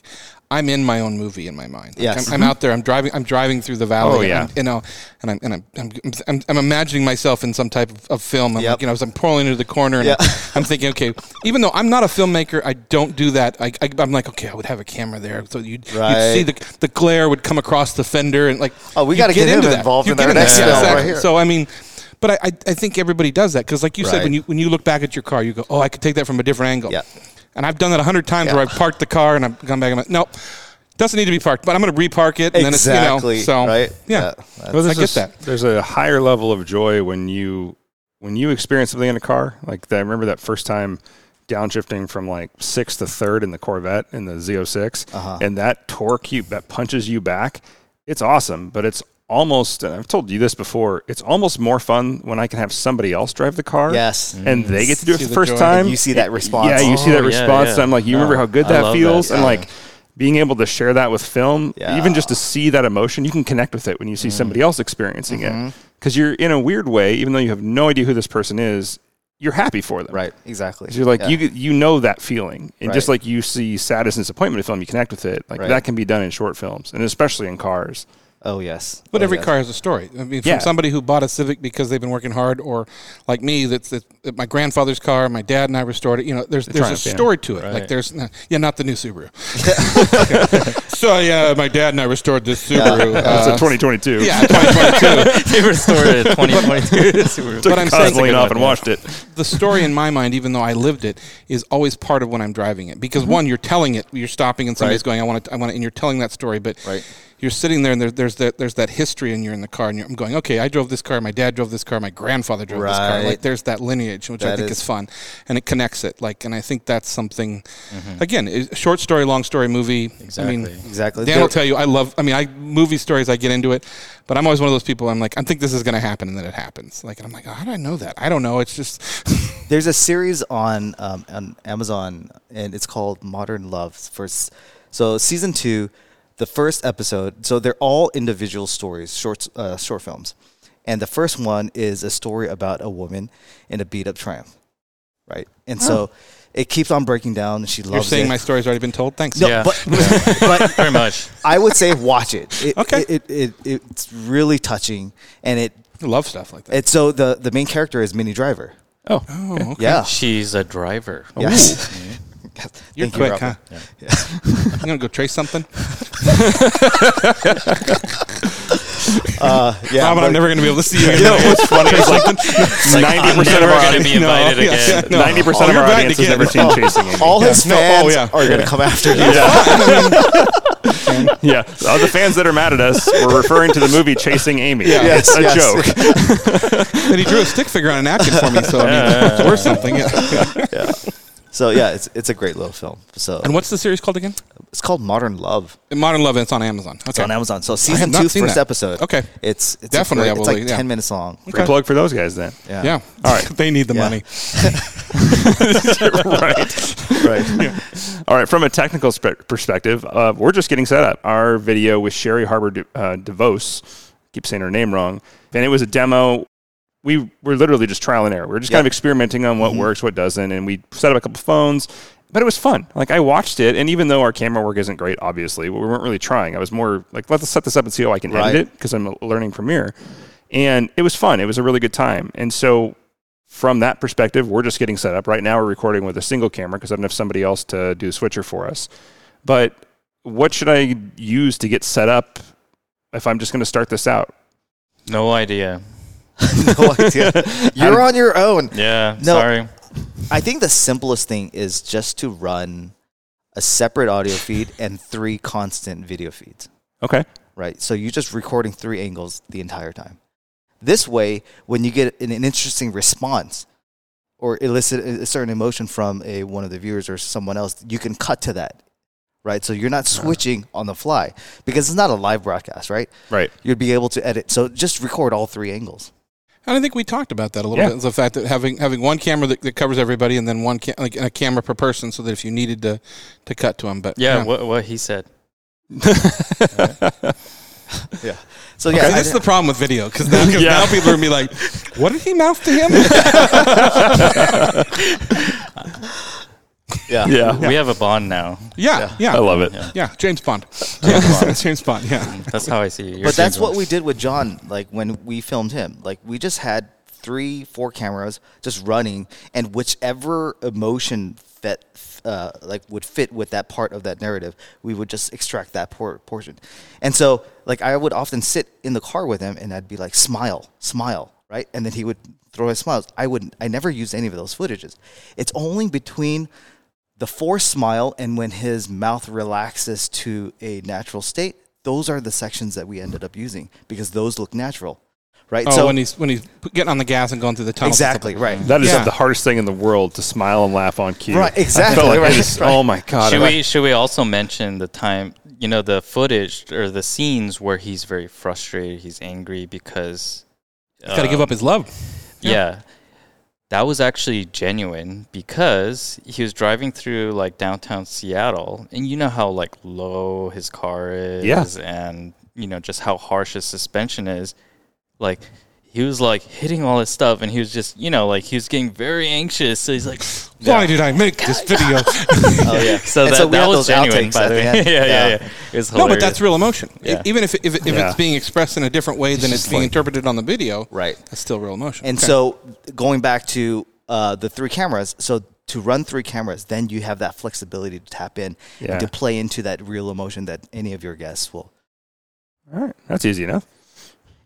[SPEAKER 2] I'm in my own movie in my mind. Like,
[SPEAKER 4] Yes.
[SPEAKER 2] I'm, I'm out there. I'm driving. I'm driving through the valley.
[SPEAKER 1] Oh,
[SPEAKER 2] and
[SPEAKER 1] yeah.
[SPEAKER 2] I'm- you know, and I'm and I'm I'm, I'm, I'm imagining myself in some type of, of film. I'm
[SPEAKER 4] Yep.
[SPEAKER 2] like, you know, as I'm pulling into the corner, and
[SPEAKER 4] Yeah.
[SPEAKER 2] I'm, I'm thinking, okay, even though I'm not a filmmaker, I don't do that. I, I I'm like, okay, I would have a camera there, so you'd,
[SPEAKER 4] Right.
[SPEAKER 2] you'd see the the glare would come across the fender, and like,
[SPEAKER 4] Oh, we
[SPEAKER 2] you
[SPEAKER 4] gotta get him
[SPEAKER 2] into that.
[SPEAKER 4] involved
[SPEAKER 2] You
[SPEAKER 4] in
[SPEAKER 2] get
[SPEAKER 4] our next
[SPEAKER 2] that.
[SPEAKER 4] film
[SPEAKER 2] Exactly.
[SPEAKER 4] right here.
[SPEAKER 2] So I mean. But I, I, I think everybody does that because, like you said,
[SPEAKER 4] Right.
[SPEAKER 2] when you when you look back at your car, you go, "Oh, I could take that from a different angle."
[SPEAKER 4] Yeah.
[SPEAKER 2] And I've done that a hundred times
[SPEAKER 4] Yeah.
[SPEAKER 2] where I've parked the car and I've gone back and I'm like, "Nope, doesn't need to be parked," but I'm going to repark it. And Then
[SPEAKER 4] exactly.
[SPEAKER 2] it's, you know, so
[SPEAKER 4] right.
[SPEAKER 2] yeah,
[SPEAKER 4] Yeah.
[SPEAKER 1] Well,
[SPEAKER 2] I
[SPEAKER 1] there's
[SPEAKER 2] get
[SPEAKER 1] just-
[SPEAKER 2] that.
[SPEAKER 1] There's a higher level of joy when you when you experience something in a car. Like that, I remember that first time downshifting from like sixth to third in the Corvette in the Z06, and that torque you that punches you back. It's awesome, but it's almost. And I've told you this before. It's almost more fun when I can have somebody else drive the car.
[SPEAKER 4] Yes.
[SPEAKER 1] and they get to do it
[SPEAKER 2] See
[SPEAKER 1] for the
[SPEAKER 2] the
[SPEAKER 1] first
[SPEAKER 2] joy.
[SPEAKER 1] time.
[SPEAKER 4] You see that response.
[SPEAKER 1] Yeah, you see
[SPEAKER 3] Mm. Oh,
[SPEAKER 1] that
[SPEAKER 3] yeah,
[SPEAKER 1] response.
[SPEAKER 3] yeah.
[SPEAKER 1] I'm like, you remember
[SPEAKER 3] Oh,
[SPEAKER 1] how good
[SPEAKER 3] I
[SPEAKER 1] that
[SPEAKER 3] love
[SPEAKER 1] feels,
[SPEAKER 3] that.
[SPEAKER 1] and
[SPEAKER 3] Yeah.
[SPEAKER 1] like being able to share that with film,
[SPEAKER 4] Yeah.
[SPEAKER 1] even just to see that emotion, you can connect with it when you
[SPEAKER 4] Mm.
[SPEAKER 1] see somebody else experiencing
[SPEAKER 4] Mm-hmm.
[SPEAKER 1] it. Because you're in a weird way, even though you have no idea who this person is, you're happy for them.
[SPEAKER 4] Right. Exactly.
[SPEAKER 1] 'Cause You're like
[SPEAKER 4] Yeah.
[SPEAKER 1] you you know that feeling, and just
[SPEAKER 4] Right.
[SPEAKER 1] like you see sadness and disappointment in film, you connect with it. Like
[SPEAKER 4] Right.
[SPEAKER 1] that can be done in short films, and especially in cars.
[SPEAKER 4] Oh yes.
[SPEAKER 2] But
[SPEAKER 4] Oh,
[SPEAKER 2] every
[SPEAKER 4] yes.
[SPEAKER 2] car has a story. I mean, from
[SPEAKER 1] Yeah.
[SPEAKER 2] somebody who bought a Civic because they've been working hard, or like me, that's that that my grandfather's car. My dad and I restored it. You know, there's there's
[SPEAKER 1] Triumph,
[SPEAKER 2] a
[SPEAKER 1] yeah.
[SPEAKER 2] story to it. Like
[SPEAKER 3] Right.
[SPEAKER 2] there's yeah, not the new Subaru. so yeah, my dad and I restored this Subaru.
[SPEAKER 1] That's
[SPEAKER 2] uh,
[SPEAKER 1] a 2022.
[SPEAKER 2] yeah, 2022.
[SPEAKER 3] they restored it in 2022.
[SPEAKER 1] took
[SPEAKER 2] But
[SPEAKER 1] the
[SPEAKER 2] I'm saying-
[SPEAKER 1] Cosmoline off and watched it.
[SPEAKER 2] the story in my mind, even though I lived it, is always part of
[SPEAKER 4] Mm-hmm.
[SPEAKER 2] when I'm driving it. Because one, you're telling it, you're stopping, and somebody's going, "I want to, I want to," and you're telling that story. But
[SPEAKER 4] Right.
[SPEAKER 2] you're sitting there and there, there's that there's that history and you're in the car and you're, I'm going, okay, I drove this car, my dad drove this car, my grandfather drove this car.
[SPEAKER 4] Right.
[SPEAKER 2] Like there's that lineage, which I
[SPEAKER 4] That
[SPEAKER 2] think
[SPEAKER 4] is-
[SPEAKER 2] is fun, and it connects it. Like, and I think that's something. Again, it, short story, long story, movie. I mean,
[SPEAKER 3] Exactly.
[SPEAKER 4] Mm-hmm. Exactly.
[SPEAKER 2] Dan
[SPEAKER 4] There-
[SPEAKER 2] will tell you, I love. I mean, I movie stories. I get into it, but I'm always one of those people. I'm like, I think this is going to happen, and then it happens. Like, and I'm like, how do I know that? I don't know. It's just
[SPEAKER 4] There's a series on um, on Amazon, and it's called Modern Love. For s- so season two, the first episode. So they're all individual stories, short uh, short films, and the first one is a story about a woman in a beat up Triumph, right? And so it keeps on breaking down, and she loves
[SPEAKER 2] you're saying
[SPEAKER 4] it.
[SPEAKER 2] my story's already been told. Thanks.
[SPEAKER 4] no,
[SPEAKER 3] Yeah.
[SPEAKER 4] but, but
[SPEAKER 3] Pretty much.
[SPEAKER 4] I would say watch it. it
[SPEAKER 2] Okay.
[SPEAKER 4] It, it, it it's really touching, and it
[SPEAKER 2] I love stuff like that.
[SPEAKER 4] and so the the main character is Minnie Driver.
[SPEAKER 1] Oh,
[SPEAKER 2] oh, okay. Oh.
[SPEAKER 4] Yeah.
[SPEAKER 3] She's a driver.
[SPEAKER 4] Yes.
[SPEAKER 2] You're
[SPEAKER 4] Thank you,
[SPEAKER 2] quick,
[SPEAKER 4] Robert.
[SPEAKER 2] huh? I'm gonna go trace something.
[SPEAKER 4] Uh, yeah,
[SPEAKER 2] Robin,
[SPEAKER 4] but-
[SPEAKER 2] I'm never gonna be able to see you.
[SPEAKER 1] you know
[SPEAKER 2] again.
[SPEAKER 1] what's funny? It's like ninety
[SPEAKER 3] I'm
[SPEAKER 1] percent of
[SPEAKER 3] never
[SPEAKER 1] our
[SPEAKER 3] gonna be
[SPEAKER 1] audience.
[SPEAKER 3] invited
[SPEAKER 2] No, yeah,
[SPEAKER 3] again.
[SPEAKER 2] no.
[SPEAKER 1] Ninety percent of
[SPEAKER 2] Oh, You're
[SPEAKER 1] our
[SPEAKER 2] back
[SPEAKER 1] audience has
[SPEAKER 2] again. Oh.
[SPEAKER 1] never seen Chasing Amy.
[SPEAKER 4] all his
[SPEAKER 2] Yeah. Oh,
[SPEAKER 4] fans
[SPEAKER 2] yeah.
[SPEAKER 4] are going to come after you.
[SPEAKER 1] Yeah, Uh, the fans that are mad at us were referring to the movie Chasing Amy.
[SPEAKER 2] Yeah.
[SPEAKER 1] It's
[SPEAKER 4] Yes,
[SPEAKER 1] a
[SPEAKER 4] yes.
[SPEAKER 1] joke.
[SPEAKER 2] and he drew a stick figure on a napkin for me, so I mean, it's worth something. Yeah.
[SPEAKER 4] So yeah, it's it's a great little film. So
[SPEAKER 2] and what's the series called again?
[SPEAKER 4] it's called Modern Love.
[SPEAKER 2] Modern Love. And it's on Amazon. Okay.
[SPEAKER 4] It's on Amazon. So season
[SPEAKER 2] not
[SPEAKER 4] two,
[SPEAKER 2] seen
[SPEAKER 4] first
[SPEAKER 2] that.
[SPEAKER 4] episode.
[SPEAKER 2] Okay.
[SPEAKER 4] it's, it's a
[SPEAKER 2] Definitely,
[SPEAKER 4] great-
[SPEAKER 2] I
[SPEAKER 4] it's
[SPEAKER 2] will,
[SPEAKER 4] like
[SPEAKER 2] yeah.
[SPEAKER 4] ten minutes long.
[SPEAKER 1] Free plug for those guys then.
[SPEAKER 4] Yeah,
[SPEAKER 2] Yeah.
[SPEAKER 1] All right.
[SPEAKER 2] they need the
[SPEAKER 4] Yeah.
[SPEAKER 2] money.
[SPEAKER 1] right.
[SPEAKER 4] right.
[SPEAKER 1] All right. From a technical spe- perspective, uh, we're just getting set up. Our video with Sherry Harbor De- uh, DeVos, keep saying her name wrong, and it was a demo. We were literally just trial and error. We were just kind of
[SPEAKER 4] Yeah.
[SPEAKER 1] experimenting on what works, what doesn't, and we set up a couple phones. But it was fun. Like I watched it, and even though our camera work isn't great, obviously, we weren't really trying. I was more like, let's set this up and see how I can
[SPEAKER 4] Right.
[SPEAKER 1] edit it because I'm learning Premiere, and it was fun. It was a really good time. And so from that perspective, we're just getting set up. Right now, we're recording with a single camera because I don't have somebody else to do the switcher for us. But what should I use to get set up if I'm just going to start this out?
[SPEAKER 3] No idea.
[SPEAKER 4] No idea. You're on your own.
[SPEAKER 3] Yeah.
[SPEAKER 4] No.
[SPEAKER 3] Sorry.
[SPEAKER 4] I think the simplest thing is just to run a separate audio feed and three constant video feeds.
[SPEAKER 1] Okay.
[SPEAKER 4] right? So you're just recording three angles the entire time. This way, when you get an, an interesting response or elicit a, a certain emotion from a one of the viewers or someone else, you can cut to that, right? So you're not switching on the fly because it's not a live broadcast, right?
[SPEAKER 1] Right.
[SPEAKER 4] You'd be able to edit. So just record all three angles.
[SPEAKER 2] And I think we talked about that a little
[SPEAKER 1] Yeah.
[SPEAKER 2] bit. The fact that having having one camera that, that covers everybody, and then one ca- like a camera per person, so that if you needed to to cut to them, but
[SPEAKER 3] Yeah. What, what he said.
[SPEAKER 4] Yeah. So
[SPEAKER 2] Yeah,
[SPEAKER 4] yeah, I-
[SPEAKER 2] that's the problem with video because now, 'cause
[SPEAKER 1] Yeah.
[SPEAKER 2] now people are gonna be like, "What did he mouth to him?"
[SPEAKER 4] yeah.
[SPEAKER 1] Yeah.
[SPEAKER 3] We have a bond now.
[SPEAKER 2] yeah, yeah,
[SPEAKER 1] I love it.
[SPEAKER 3] Yeah.
[SPEAKER 2] yeah. James Bond, James Bond, James Bond. Yeah,
[SPEAKER 3] That's how I see you. You're
[SPEAKER 4] But that's what
[SPEAKER 3] single.
[SPEAKER 4] we did with John. Like when we filmed him, like we just had three, four cameras just running, and whichever emotion that uh, like would fit with that part of that narrative, we would just extract that por- portion. And so, like I would often sit in the car with him, and I'd be like, "Smile, smile." Right, and then he would throw his smiles. I would, I never used any of those footages. It's only between the forced smile and when his mouth relaxes to a natural state, those are the sections that we ended up using because those look natural, right?
[SPEAKER 2] oh, when he's when he's p- getting on the gas and going through the tunnel.
[SPEAKER 4] exactly right.
[SPEAKER 1] That is
[SPEAKER 2] Yeah.
[SPEAKER 1] the hardest thing in the world to smile and laugh on cue.
[SPEAKER 4] Right,
[SPEAKER 1] I felt
[SPEAKER 4] exactly,
[SPEAKER 1] like I
[SPEAKER 4] right,
[SPEAKER 1] just-
[SPEAKER 4] right.
[SPEAKER 1] Oh my god.
[SPEAKER 3] Should
[SPEAKER 1] I-
[SPEAKER 3] we should we also mention the time you know the footage or the scenes where he's very frustrated, he's angry because
[SPEAKER 2] he's got to give up his love.
[SPEAKER 3] Yeah. That was actually genuine because he was driving through like downtown Seattle and you know how like low his car is
[SPEAKER 1] Yeah.
[SPEAKER 3] and you know just how harsh his suspension is. Like he was like hitting all his stuff and he was just you know like he was getting very anxious so he's like
[SPEAKER 2] Why did I make this video?
[SPEAKER 4] Oh yeah.
[SPEAKER 3] so
[SPEAKER 4] And
[SPEAKER 3] that,
[SPEAKER 4] we
[SPEAKER 3] that
[SPEAKER 4] had
[SPEAKER 3] was genuine
[SPEAKER 4] outtakes
[SPEAKER 3] by
[SPEAKER 4] at
[SPEAKER 3] the way.
[SPEAKER 4] end.
[SPEAKER 3] yeah, yeah, yeah. It was
[SPEAKER 2] no,
[SPEAKER 3] hilarious.
[SPEAKER 2] but that's real emotion. E-
[SPEAKER 3] Yeah.
[SPEAKER 2] Even if it- if, it- if
[SPEAKER 1] Yeah.
[SPEAKER 2] it's being expressed in a different way than it's being interpreted on the video,
[SPEAKER 4] Right.
[SPEAKER 2] That's still real emotion.
[SPEAKER 4] And
[SPEAKER 2] Okay.
[SPEAKER 4] so going back to uh, the three cameras, so to run three cameras, then you have that flexibility to tap in
[SPEAKER 1] Yeah.
[SPEAKER 4] and to play into that real emotion that any of your guests will.
[SPEAKER 1] All right. That's easy enough.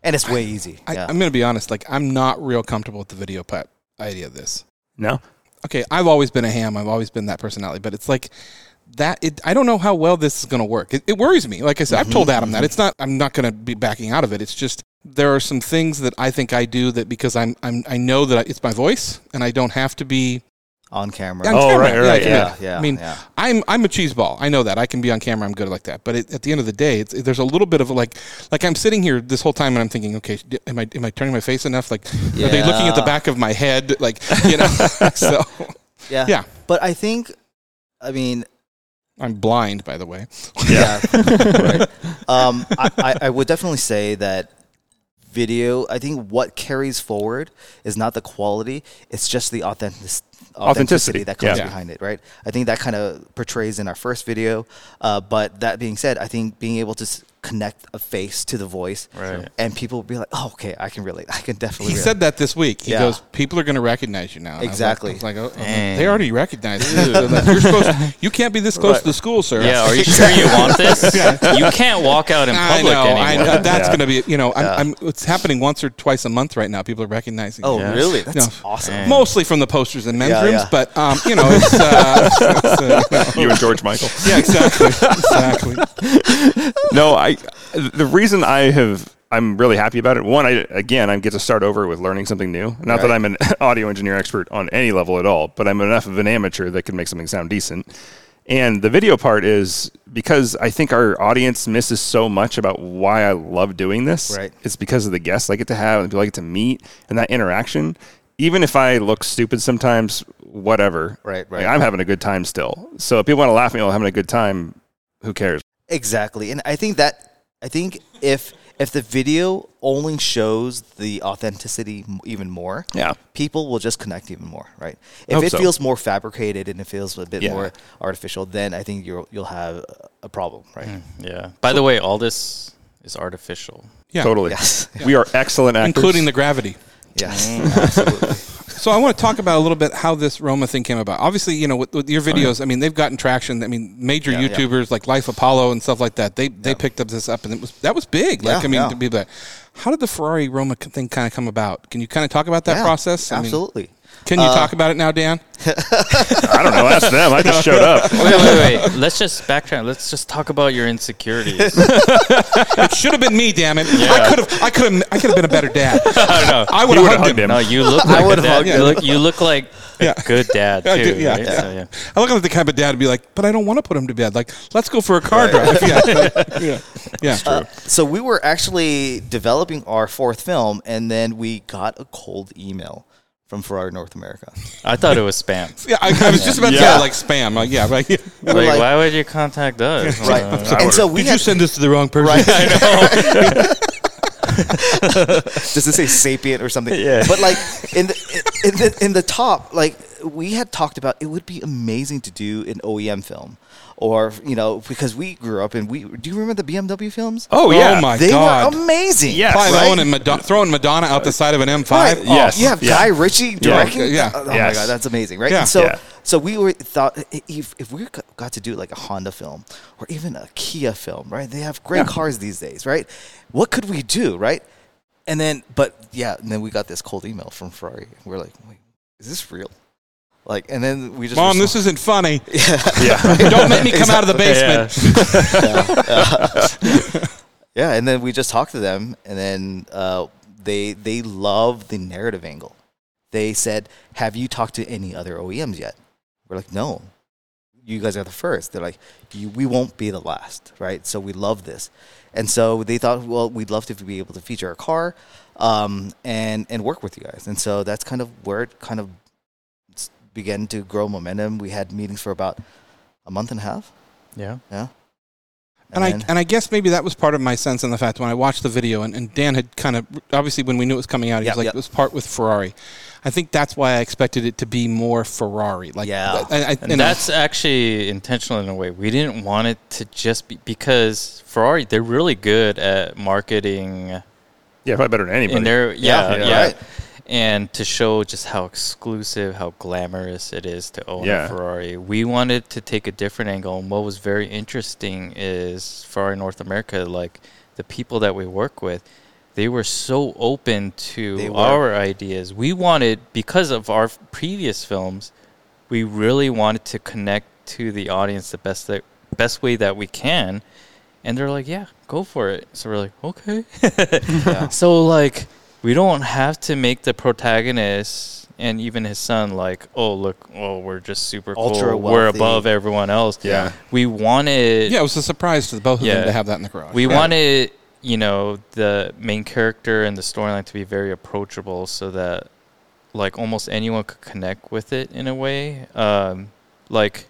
[SPEAKER 4] And it's way easy.
[SPEAKER 2] I,
[SPEAKER 4] yeah.
[SPEAKER 2] I'm going to be honest. Like, I'm not real comfortable with the video part idea of this.
[SPEAKER 1] No.
[SPEAKER 2] Okay, I've always been a ham. I've always been that personality, but it's like that it, I don't know how well this is going to work. It, it worries me. Like I said, I've
[SPEAKER 1] Mm-hmm,
[SPEAKER 2] told Adam that it's not. I'm not going to be backing out of it. It's just there are some things that I think I do that because I'm, I'm I know that I, it's my voice and I don't have to be
[SPEAKER 4] on camera.
[SPEAKER 2] on
[SPEAKER 1] Oh,
[SPEAKER 2] camera.
[SPEAKER 1] right, right,
[SPEAKER 2] I can do
[SPEAKER 1] yeah,
[SPEAKER 2] that.
[SPEAKER 4] yeah,
[SPEAKER 2] I mean,
[SPEAKER 4] yeah.
[SPEAKER 2] I'm I'm a cheese ball. I know that I can be on camera. I'm good like that. But it, at the end of the day, it's, there's a little bit of a, like like I'm sitting here this whole time and I'm thinking, okay, d- am I am I turning my face enough? Like, are they looking at the
[SPEAKER 4] Yeah.
[SPEAKER 2] back of my head? Like, you know, so
[SPEAKER 4] yeah,
[SPEAKER 2] yeah.
[SPEAKER 4] But I think, I mean,
[SPEAKER 2] I'm blind, by the way.
[SPEAKER 4] yeah. right. um, I, I, I would definitely say that video. I think what carries forward is not the quality; it's just the authentic, authenticity,
[SPEAKER 1] Authenticity,
[SPEAKER 4] that comes
[SPEAKER 1] yeah.
[SPEAKER 4] behind it, right? I think that kind of portrays in our first video. Uh, but that being said, I think being able to s- connect a face to the voice,
[SPEAKER 3] Right.
[SPEAKER 4] and people will be like, "Oh, okay, I can relate. I can definitely."
[SPEAKER 2] He
[SPEAKER 4] relate.
[SPEAKER 2] said that this week. He
[SPEAKER 4] Yeah.
[SPEAKER 2] goes, "People are going to recognize you now." And I was
[SPEAKER 4] Exactly.
[SPEAKER 2] like- I was like, oh,
[SPEAKER 3] Dang.
[SPEAKER 2] they already recognize you. They're like, You're supposed to- you can't be this close to the school, sir.
[SPEAKER 3] Yeah, are you sure you want this? You can't walk out in
[SPEAKER 2] I
[SPEAKER 3] public
[SPEAKER 2] know, I
[SPEAKER 3] anymore.
[SPEAKER 2] know. That's
[SPEAKER 1] Yeah.
[SPEAKER 2] going to be, you know, I'm, I'm, it's happening once or twice a month right now. People are recognizing.
[SPEAKER 4] "Oh,
[SPEAKER 2] you.
[SPEAKER 3] Yeah.
[SPEAKER 4] really? That's
[SPEAKER 2] No.
[SPEAKER 4] awesome."
[SPEAKER 3] Dang.
[SPEAKER 2] mostly from the posters in men's
[SPEAKER 4] Yeah,
[SPEAKER 2] rooms,
[SPEAKER 4] yeah.
[SPEAKER 2] but um, you know, it's, uh, it's, uh, you know.
[SPEAKER 1] you and George Michael.
[SPEAKER 2] yeah, exactly, exactly.
[SPEAKER 1] no, I. The reason I have I'm really happy about it. One, I again I get to start over with learning something new. Not that
[SPEAKER 4] Right.
[SPEAKER 1] I'm an audio engineer expert on any level at all, but I'm enough of an amateur that can make something sound decent. And the video part is because I think our audience misses so much about why I love doing this.
[SPEAKER 4] Right.
[SPEAKER 1] It's because of the guests I get to have and people I get to meet and that interaction. Even if I look stupid sometimes, whatever.
[SPEAKER 4] Right,
[SPEAKER 1] Like,
[SPEAKER 4] right.
[SPEAKER 1] I'm having a good time still. So if people want to laugh at me while I'm having a good time, who cares?
[SPEAKER 4] Exactly, and I think that I think if if the video only shows the authenticity m- even more,
[SPEAKER 1] Yeah.
[SPEAKER 4] people will just connect even more, right? If
[SPEAKER 1] Hope
[SPEAKER 4] it
[SPEAKER 1] so.
[SPEAKER 4] feels more fabricated and it feels a bit
[SPEAKER 1] Yeah.
[SPEAKER 4] more artificial, then I think you'll you'll have a problem, right?
[SPEAKER 2] Hmm.
[SPEAKER 3] Yeah. By the way, all this is artificial.
[SPEAKER 2] Yeah,
[SPEAKER 1] Totally.
[SPEAKER 4] Yes.
[SPEAKER 1] We are excellent actors.
[SPEAKER 2] including the gravity.
[SPEAKER 4] Yes.
[SPEAKER 3] Absolutely.
[SPEAKER 2] So I want to talk about a little bit how this Roma thing came about. Obviously, you know, with, with your videos, I mean, they've gotten traction. I mean, major
[SPEAKER 4] yeah.
[SPEAKER 2] YouTubers like Life Apollo and stuff like that, they they picked up this up, and it was that was big. Like,
[SPEAKER 4] Yeah,
[SPEAKER 2] I mean,
[SPEAKER 4] yeah.
[SPEAKER 2] to be like, how did the Ferrari Roma c- thing kind of come about? Can you kind of talk about that
[SPEAKER 4] Yeah,
[SPEAKER 2] process? I mean,
[SPEAKER 4] absolutely.
[SPEAKER 2] can you talk about it now, Dan?
[SPEAKER 1] I don't know. Ask them. I just showed up.
[SPEAKER 3] wait, wait, wait. Let's just backtrack. Let's just talk about your insecurities.
[SPEAKER 2] It should have been me, damn it. I could have I could have I could have been a better dad.
[SPEAKER 3] no,
[SPEAKER 2] I would
[SPEAKER 1] You
[SPEAKER 2] have
[SPEAKER 1] would've
[SPEAKER 2] hugged,
[SPEAKER 1] hugged
[SPEAKER 2] him.
[SPEAKER 1] him.
[SPEAKER 3] no, you look like
[SPEAKER 4] would
[SPEAKER 3] a dad.
[SPEAKER 4] hug
[SPEAKER 3] You
[SPEAKER 2] him.
[SPEAKER 3] look, you look like a
[SPEAKER 2] Yeah.
[SPEAKER 3] good dad too.
[SPEAKER 2] I do, yeah,
[SPEAKER 3] right?
[SPEAKER 2] yeah.
[SPEAKER 3] So, yeah.
[SPEAKER 2] I look at the type of dad to be like, but I don't want to put him to bed. Like, let's go for a car drive. Yeah, yeah, yeah.
[SPEAKER 4] Uh, so we were actually developing our fourth film, and then we got a cold email from Ferrari North America.
[SPEAKER 3] I thought it was spam.
[SPEAKER 2] yeah I, I was just about to
[SPEAKER 1] Yeah.
[SPEAKER 2] say like spam. Like, yeah, right.
[SPEAKER 4] We were
[SPEAKER 3] Like,
[SPEAKER 4] like-
[SPEAKER 3] why would you contact us?
[SPEAKER 4] Right.
[SPEAKER 3] Uh,
[SPEAKER 4] and so we
[SPEAKER 2] Did
[SPEAKER 4] had,
[SPEAKER 2] you send this to the wrong person?
[SPEAKER 4] Right. Does it say sapient or something?
[SPEAKER 3] Yeah.
[SPEAKER 4] But like in the, in the in the top, like we had talked about, it would be amazing to do an OEM film, or you know, because we grew up and we do you remember the BMW films?
[SPEAKER 1] Oh yeah.
[SPEAKER 2] my
[SPEAKER 4] they
[SPEAKER 2] God.
[SPEAKER 4] were amazing.
[SPEAKER 1] Yes.
[SPEAKER 2] Clive
[SPEAKER 1] Right.
[SPEAKER 2] Owen and Madon- throwing Madonna out the side of an M5.
[SPEAKER 4] Right.
[SPEAKER 2] Oh,
[SPEAKER 1] Yes.
[SPEAKER 4] You have
[SPEAKER 1] Yeah.
[SPEAKER 4] Guy Ritchie directing.
[SPEAKER 2] Yeah.
[SPEAKER 4] Oh my
[SPEAKER 1] Yes.
[SPEAKER 4] god, that's amazing, right?
[SPEAKER 2] Yeah.
[SPEAKER 4] And so,
[SPEAKER 1] Yeah.
[SPEAKER 4] so we were thought if, if we got- got to do like a Honda film or even a Kia film, right? They have great cars these days, right? What could we do, right? And then, but yeah, and then we got this cold email from Ferrari. We're like, wait, is this real? Like, and then we just
[SPEAKER 2] Mom, this isn't funny.
[SPEAKER 1] Yeah.
[SPEAKER 2] Don't make me come out of the
[SPEAKER 3] yeah.
[SPEAKER 2] basement.
[SPEAKER 4] yeah, and then we just talked to them, and then uh, they they love the narrative angle. They said, "Have you talked to any other OEMs yet?" We're like, "No, you guys are the first. They're like, you, "We won't be the last, right?" So we love this, and so they thought, "Well, we'd love to be able to feature a car, um, and and work with you guys." And so that's kind of where it kind of s- began to grow momentum. We had meetings for about a month and a half.
[SPEAKER 3] Yeah.
[SPEAKER 4] Yeah.
[SPEAKER 2] And I,
[SPEAKER 4] then-
[SPEAKER 2] and I guess maybe that was part of my sense in the fact when I watched the video and, and Dan had kind of obviously when we knew it was coming out, he
[SPEAKER 4] Yeah,
[SPEAKER 2] was like
[SPEAKER 4] yeah.
[SPEAKER 2] it was part with Ferrari. I think that's why I expected it to be more Ferrari. Like
[SPEAKER 4] Yeah.
[SPEAKER 2] I, I,
[SPEAKER 3] And
[SPEAKER 2] you know,
[SPEAKER 3] that's actually intentional in a way. We didn't want it to just be because Ferrari, they're really good at marketing
[SPEAKER 1] Yeah, probably better than anybody.
[SPEAKER 3] in their yeah,
[SPEAKER 1] Yeah,
[SPEAKER 3] yeah.
[SPEAKER 1] right.
[SPEAKER 3] And to show just how exclusive, how glamorous it is to own
[SPEAKER 1] Yeah.
[SPEAKER 3] a Ferrari, we wanted to take a different angle. And what was very interesting is Ferrari North America, like the people that we work with, they were so open
[SPEAKER 4] They
[SPEAKER 3] to
[SPEAKER 4] were.
[SPEAKER 3] our ideas. We wanted, because of our previous films, we really wanted to connect to the audience the best that best way that we can. And they're like, yeah, go for it. So we're like, okay. So like, we don't have to make the protagonist and even his son like, oh look, oh we're just super
[SPEAKER 4] Ultra
[SPEAKER 3] cool. We're
[SPEAKER 4] wealthy.
[SPEAKER 3] above everyone else.
[SPEAKER 1] Yeah.
[SPEAKER 3] We wanted
[SPEAKER 2] Yeah, it was a surprise to the both of
[SPEAKER 3] Yeah.
[SPEAKER 2] them to have that in the garage.
[SPEAKER 3] we
[SPEAKER 2] Yeah.
[SPEAKER 3] wanted, you know, the main character and the storyline to be very approachable so that like almost anyone could connect with it in a way. Um, like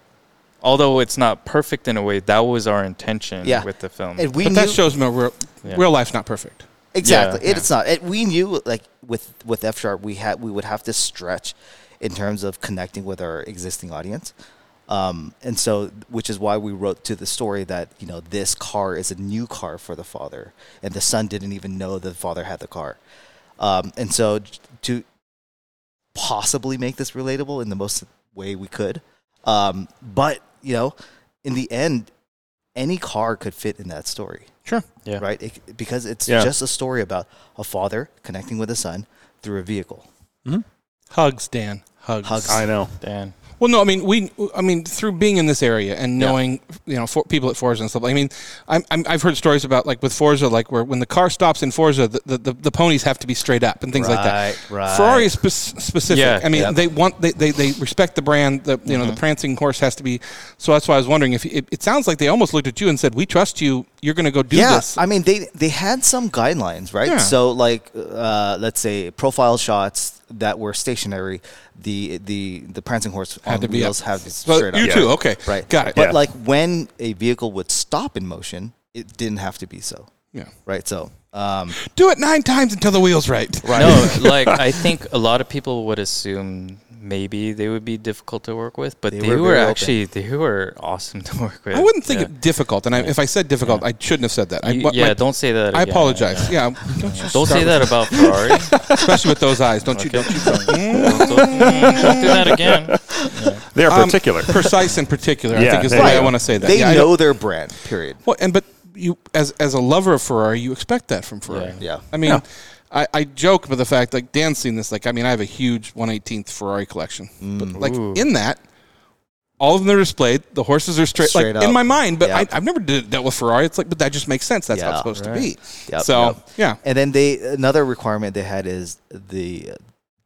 [SPEAKER 3] although it's not perfect in a way, that was our intention
[SPEAKER 4] Yeah.
[SPEAKER 3] with the film.
[SPEAKER 4] And we
[SPEAKER 2] Um, But
[SPEAKER 4] knew,
[SPEAKER 2] that shows no real,
[SPEAKER 3] Yeah.
[SPEAKER 2] real life's not perfect.
[SPEAKER 4] Exactly.
[SPEAKER 3] Yeah.
[SPEAKER 4] It, It's not. It, we knew like with with F sharp we had we would have to stretch in terms of connecting with our existing audience. Um, and so, which is why we wrote to the story that you know this car is a new car for the father, and the son didn't even know the father had the car. Um, and so, to possibly make this relatable in the most way we could, um, but you know, in the end, any car could fit in that story
[SPEAKER 2] Sure.
[SPEAKER 3] yeah.
[SPEAKER 4] right? It, because it's
[SPEAKER 1] Yeah.
[SPEAKER 4] just a story about a father connecting with a son through a vehicle.
[SPEAKER 2] Hugs, Dan. Hugs.
[SPEAKER 4] Hugs.
[SPEAKER 1] I know.
[SPEAKER 3] Dan.
[SPEAKER 2] Well, no, I mean we. I mean through being in this area and knowing you know for, people at Forza and stuff. I mean, I'm, I'm, I've heard stories about like with Forza, like where when the car stops in Forza, the, the, the, the ponies have to be straight up and things like that.
[SPEAKER 4] Right, right.
[SPEAKER 2] Ferrari is spe- specific.
[SPEAKER 3] Yeah. Mm-hmm.
[SPEAKER 2] I mean,
[SPEAKER 4] Yep.
[SPEAKER 2] they want they, they, they respect the brand. The you know the prancing horse has to be. So that's why I was wondering if it, it sounds like they almost looked at you and said, "We trust you. You're going to go do
[SPEAKER 4] yeah,
[SPEAKER 2] this."
[SPEAKER 4] I mean they they had some guidelines, right?
[SPEAKER 2] Yeah.
[SPEAKER 4] So like uh, let's say profile shots that were stationary, the the the prancing horse on
[SPEAKER 2] Had to be
[SPEAKER 4] wheels
[SPEAKER 2] up.
[SPEAKER 4] have to be
[SPEAKER 2] So
[SPEAKER 4] straight
[SPEAKER 2] you
[SPEAKER 4] up.
[SPEAKER 2] too. Okay.
[SPEAKER 4] Right.
[SPEAKER 2] Got it.
[SPEAKER 4] But
[SPEAKER 1] Yeah.
[SPEAKER 4] like when a vehicle would stop in motion, it didn't have to be so.
[SPEAKER 2] Yeah.
[SPEAKER 4] Right. So um,
[SPEAKER 2] Do it nine times until the wheels right. Right.
[SPEAKER 3] No, like I think a lot of people would assume maybe they would be difficult to work with, but
[SPEAKER 4] They
[SPEAKER 3] they,
[SPEAKER 4] were
[SPEAKER 3] were,
[SPEAKER 4] very open.
[SPEAKER 3] actually they were awesome to work with.
[SPEAKER 2] I wouldn't think
[SPEAKER 3] Yeah.
[SPEAKER 2] it difficult, and I, if I said difficult, I shouldn't have said that. I,
[SPEAKER 3] You-
[SPEAKER 2] but
[SPEAKER 3] yeah,
[SPEAKER 2] my-
[SPEAKER 3] don't say that.
[SPEAKER 2] I
[SPEAKER 3] again.
[SPEAKER 2] apologize. Yeah, don't, you
[SPEAKER 3] Don't
[SPEAKER 2] start
[SPEAKER 3] say
[SPEAKER 2] with-
[SPEAKER 3] that about Ferrari.
[SPEAKER 2] especially with those eyes. Don't you?
[SPEAKER 3] Okay.
[SPEAKER 2] Don't you?
[SPEAKER 3] don't, don't- don't do that again.
[SPEAKER 1] They're
[SPEAKER 2] Um,
[SPEAKER 1] particular.
[SPEAKER 2] precise and particular. I
[SPEAKER 1] Yeah,
[SPEAKER 2] think is the
[SPEAKER 1] there
[SPEAKER 2] way
[SPEAKER 1] you
[SPEAKER 2] I
[SPEAKER 1] go.
[SPEAKER 2] want to say that.
[SPEAKER 4] they
[SPEAKER 2] Yeah, I
[SPEAKER 4] know
[SPEAKER 2] don't-
[SPEAKER 4] their brand. Period.
[SPEAKER 2] Well, and but you, as as a lover of Ferrari, you expect that from Ferrari.
[SPEAKER 4] Yeah. Yeah.
[SPEAKER 2] I mean, I, I joke about the fact like Dan's seen this. Like, I mean, I have a huge 118th Ferrari collection, but like
[SPEAKER 3] Ooh.
[SPEAKER 2] in that. All of them are displayed. The horses are straight,
[SPEAKER 4] Straight
[SPEAKER 2] like
[SPEAKER 4] up.
[SPEAKER 2] in my mind, but
[SPEAKER 4] Yeah.
[SPEAKER 2] I, I've never did, dealt with Ferrari. It's like, but that just makes sense. That's how
[SPEAKER 4] Yeah.
[SPEAKER 2] it's supposed
[SPEAKER 3] Right.
[SPEAKER 2] to be.
[SPEAKER 4] Yep,
[SPEAKER 2] so,
[SPEAKER 4] yep.
[SPEAKER 2] yeah,
[SPEAKER 4] And then they another requirement they had is the uh,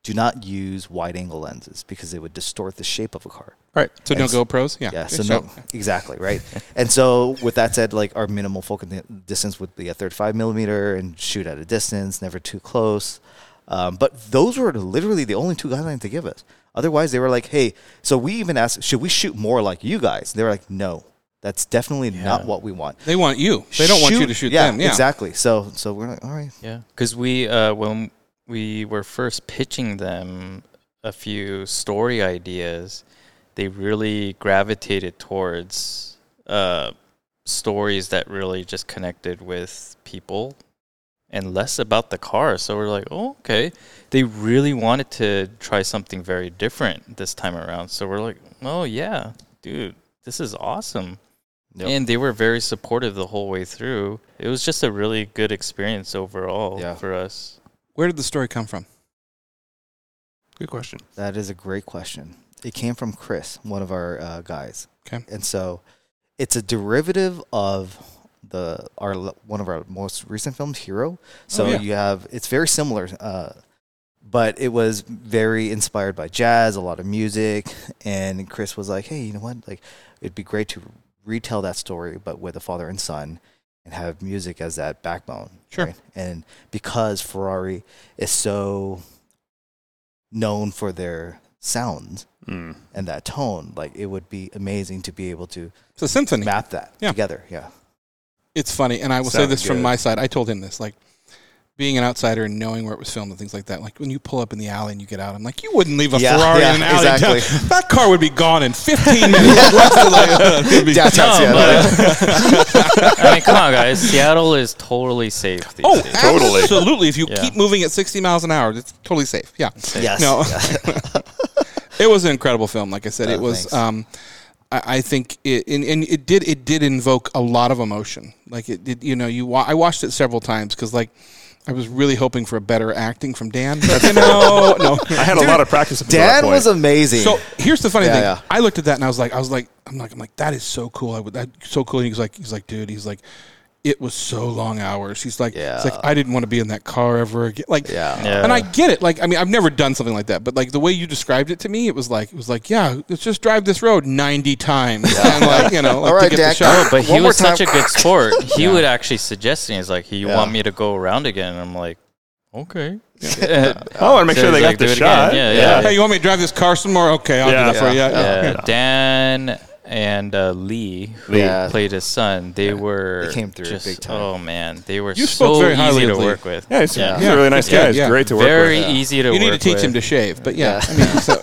[SPEAKER 4] do not use wide angle lenses because it would distort the shape of a car.
[SPEAKER 2] right. So no
[SPEAKER 4] Thanks.
[SPEAKER 2] GoPros. Yeah,
[SPEAKER 4] Yeah.
[SPEAKER 2] Good
[SPEAKER 4] So
[SPEAKER 2] shout.
[SPEAKER 4] no, exactly right. and so with that said, like our minimal focal di- distance would be a 35 millimeter and shoot at a distance, never too close. Um, but those were literally the only two guidelines they give us. Otherwise, they were like, "Hey." So we even asked, "Should we shoot more like you guys?" They were like, "No, that's definitely not what we want."
[SPEAKER 2] They want you. They don't want you to shoot them. Yeah,
[SPEAKER 4] exactly. So, so we're like, "All right,
[SPEAKER 3] Yeah, because we uh, when we were first pitching them a few story ideas, they really gravitated towards uh, stories that really just connected with people and less about the car. So we're like, oh, okay. They really wanted to try something very different this time around. So we're like, oh yeah, dude, this is awesome.
[SPEAKER 4] Yep.
[SPEAKER 3] And they were very supportive the whole way through. It was just a really good experience overall
[SPEAKER 4] Yeah.
[SPEAKER 3] for us.
[SPEAKER 2] Where did the story come from?
[SPEAKER 1] Good question.
[SPEAKER 4] That is a great question. It came from Chris, one of our uh, guys.
[SPEAKER 2] Okay.
[SPEAKER 4] And so it's a derivative of the our l- one of our most recent films, Hero. So
[SPEAKER 2] Oh, yeah.
[SPEAKER 4] you have it's very similar, uh, but it was very inspired by jazz, a lot of music, and Chris was like, "Hey, you know what? Like, it'd be great to retell that story, but with a father and son." And have music as that backbone,
[SPEAKER 2] Sure.
[SPEAKER 4] And because Ferrari is so known for their sounds
[SPEAKER 1] Mm.
[SPEAKER 4] and that tone, like it would be amazing to be able to
[SPEAKER 2] It's a symphony.
[SPEAKER 4] map that
[SPEAKER 2] Yeah.
[SPEAKER 4] together. Yeah.
[SPEAKER 2] It's funny, and I will say
[SPEAKER 1] Sounds
[SPEAKER 2] this from
[SPEAKER 1] good.
[SPEAKER 2] my side. I told him this, like being an outsider and knowing where it was filmed and things like that. Like when you pull up in the alley and you get out, I'm like, you wouldn't leave a
[SPEAKER 4] Yeah,
[SPEAKER 2] Ferrari
[SPEAKER 4] yeah,
[SPEAKER 2] in an alley.
[SPEAKER 4] exactly.
[SPEAKER 2] down- That car would be gone in 15 minutes. Like, it'd be-
[SPEAKER 4] Downtown
[SPEAKER 3] No,
[SPEAKER 4] Seattle.
[SPEAKER 3] Um, but- I mean, come on, guys. Seattle is totally safe these
[SPEAKER 2] Oh,
[SPEAKER 3] days.
[SPEAKER 1] Totally.
[SPEAKER 2] absolutely! If you
[SPEAKER 3] Yeah.
[SPEAKER 2] keep moving at 60 miles an hour, it's totally safe. Yeah.
[SPEAKER 4] Yes.
[SPEAKER 2] No. it was an incredible film. Like I said,
[SPEAKER 4] Oh,
[SPEAKER 2] it was.
[SPEAKER 4] thanks.
[SPEAKER 2] Um, I, I think it and, and it did it did invoke a lot of emotion. Like it did. You know, you wa- I watched it several times because like I was really hoping for a better acting from Dan. But, you know, no.
[SPEAKER 1] I had a lot of practice. up until that
[SPEAKER 4] Dan
[SPEAKER 1] point.
[SPEAKER 4] was amazing.
[SPEAKER 2] So here's the funny
[SPEAKER 4] Yeah,
[SPEAKER 2] thing.
[SPEAKER 4] yeah.
[SPEAKER 2] I looked at that and I was like, I was like, I'm like, I'm like, that is so cool. I would, that so cool. And he's like, he's like, dude, he's like, it was so long hours. He's like, yeah.
[SPEAKER 4] Yeah.
[SPEAKER 2] it's like I didn't want to be in that car ever again. Like,
[SPEAKER 4] Yeah.
[SPEAKER 3] Yeah.
[SPEAKER 2] And I get it. Like, I mean, I've never done something like that, but like the way you described it to me, it was like, it was like, yeah, let's just drive this road 90 times and like, you know, like
[SPEAKER 4] All right,
[SPEAKER 2] to get
[SPEAKER 4] Dan.
[SPEAKER 2] the shot.
[SPEAKER 3] But he
[SPEAKER 4] One more
[SPEAKER 3] was such a
[SPEAKER 4] time.
[SPEAKER 3] good sport. He would actually suggest me. He's like, "You want me to go around again?" And I'm like, "Okay."
[SPEAKER 1] Oh, I want to make
[SPEAKER 3] So
[SPEAKER 1] sure they
[SPEAKER 3] he's
[SPEAKER 1] got
[SPEAKER 3] like,
[SPEAKER 1] the
[SPEAKER 3] do it
[SPEAKER 1] shot.
[SPEAKER 3] again. Yeah, yeah.
[SPEAKER 2] Hey, you want me to drive this car some more? Okay, I'll
[SPEAKER 1] Yeah.
[SPEAKER 2] do that for you. Yeah, yeah.
[SPEAKER 3] Uh, Dan and uh, Lee, who
[SPEAKER 4] Yeah.
[SPEAKER 3] played his son, they were
[SPEAKER 4] They came through
[SPEAKER 3] just,
[SPEAKER 4] big time.
[SPEAKER 3] Oh man, they were
[SPEAKER 2] You spoke
[SPEAKER 3] so
[SPEAKER 2] very highly
[SPEAKER 3] easy to
[SPEAKER 2] of Lee.
[SPEAKER 3] work with.
[SPEAKER 1] Yeah, he's,
[SPEAKER 3] Yeah.
[SPEAKER 1] he's a really nice
[SPEAKER 2] Yeah,
[SPEAKER 1] guy. He's
[SPEAKER 2] yeah.
[SPEAKER 1] great to work
[SPEAKER 3] Very
[SPEAKER 1] with.
[SPEAKER 3] easy to
[SPEAKER 2] You
[SPEAKER 3] work
[SPEAKER 2] need to teach him to shave, but yeah, I mean, so,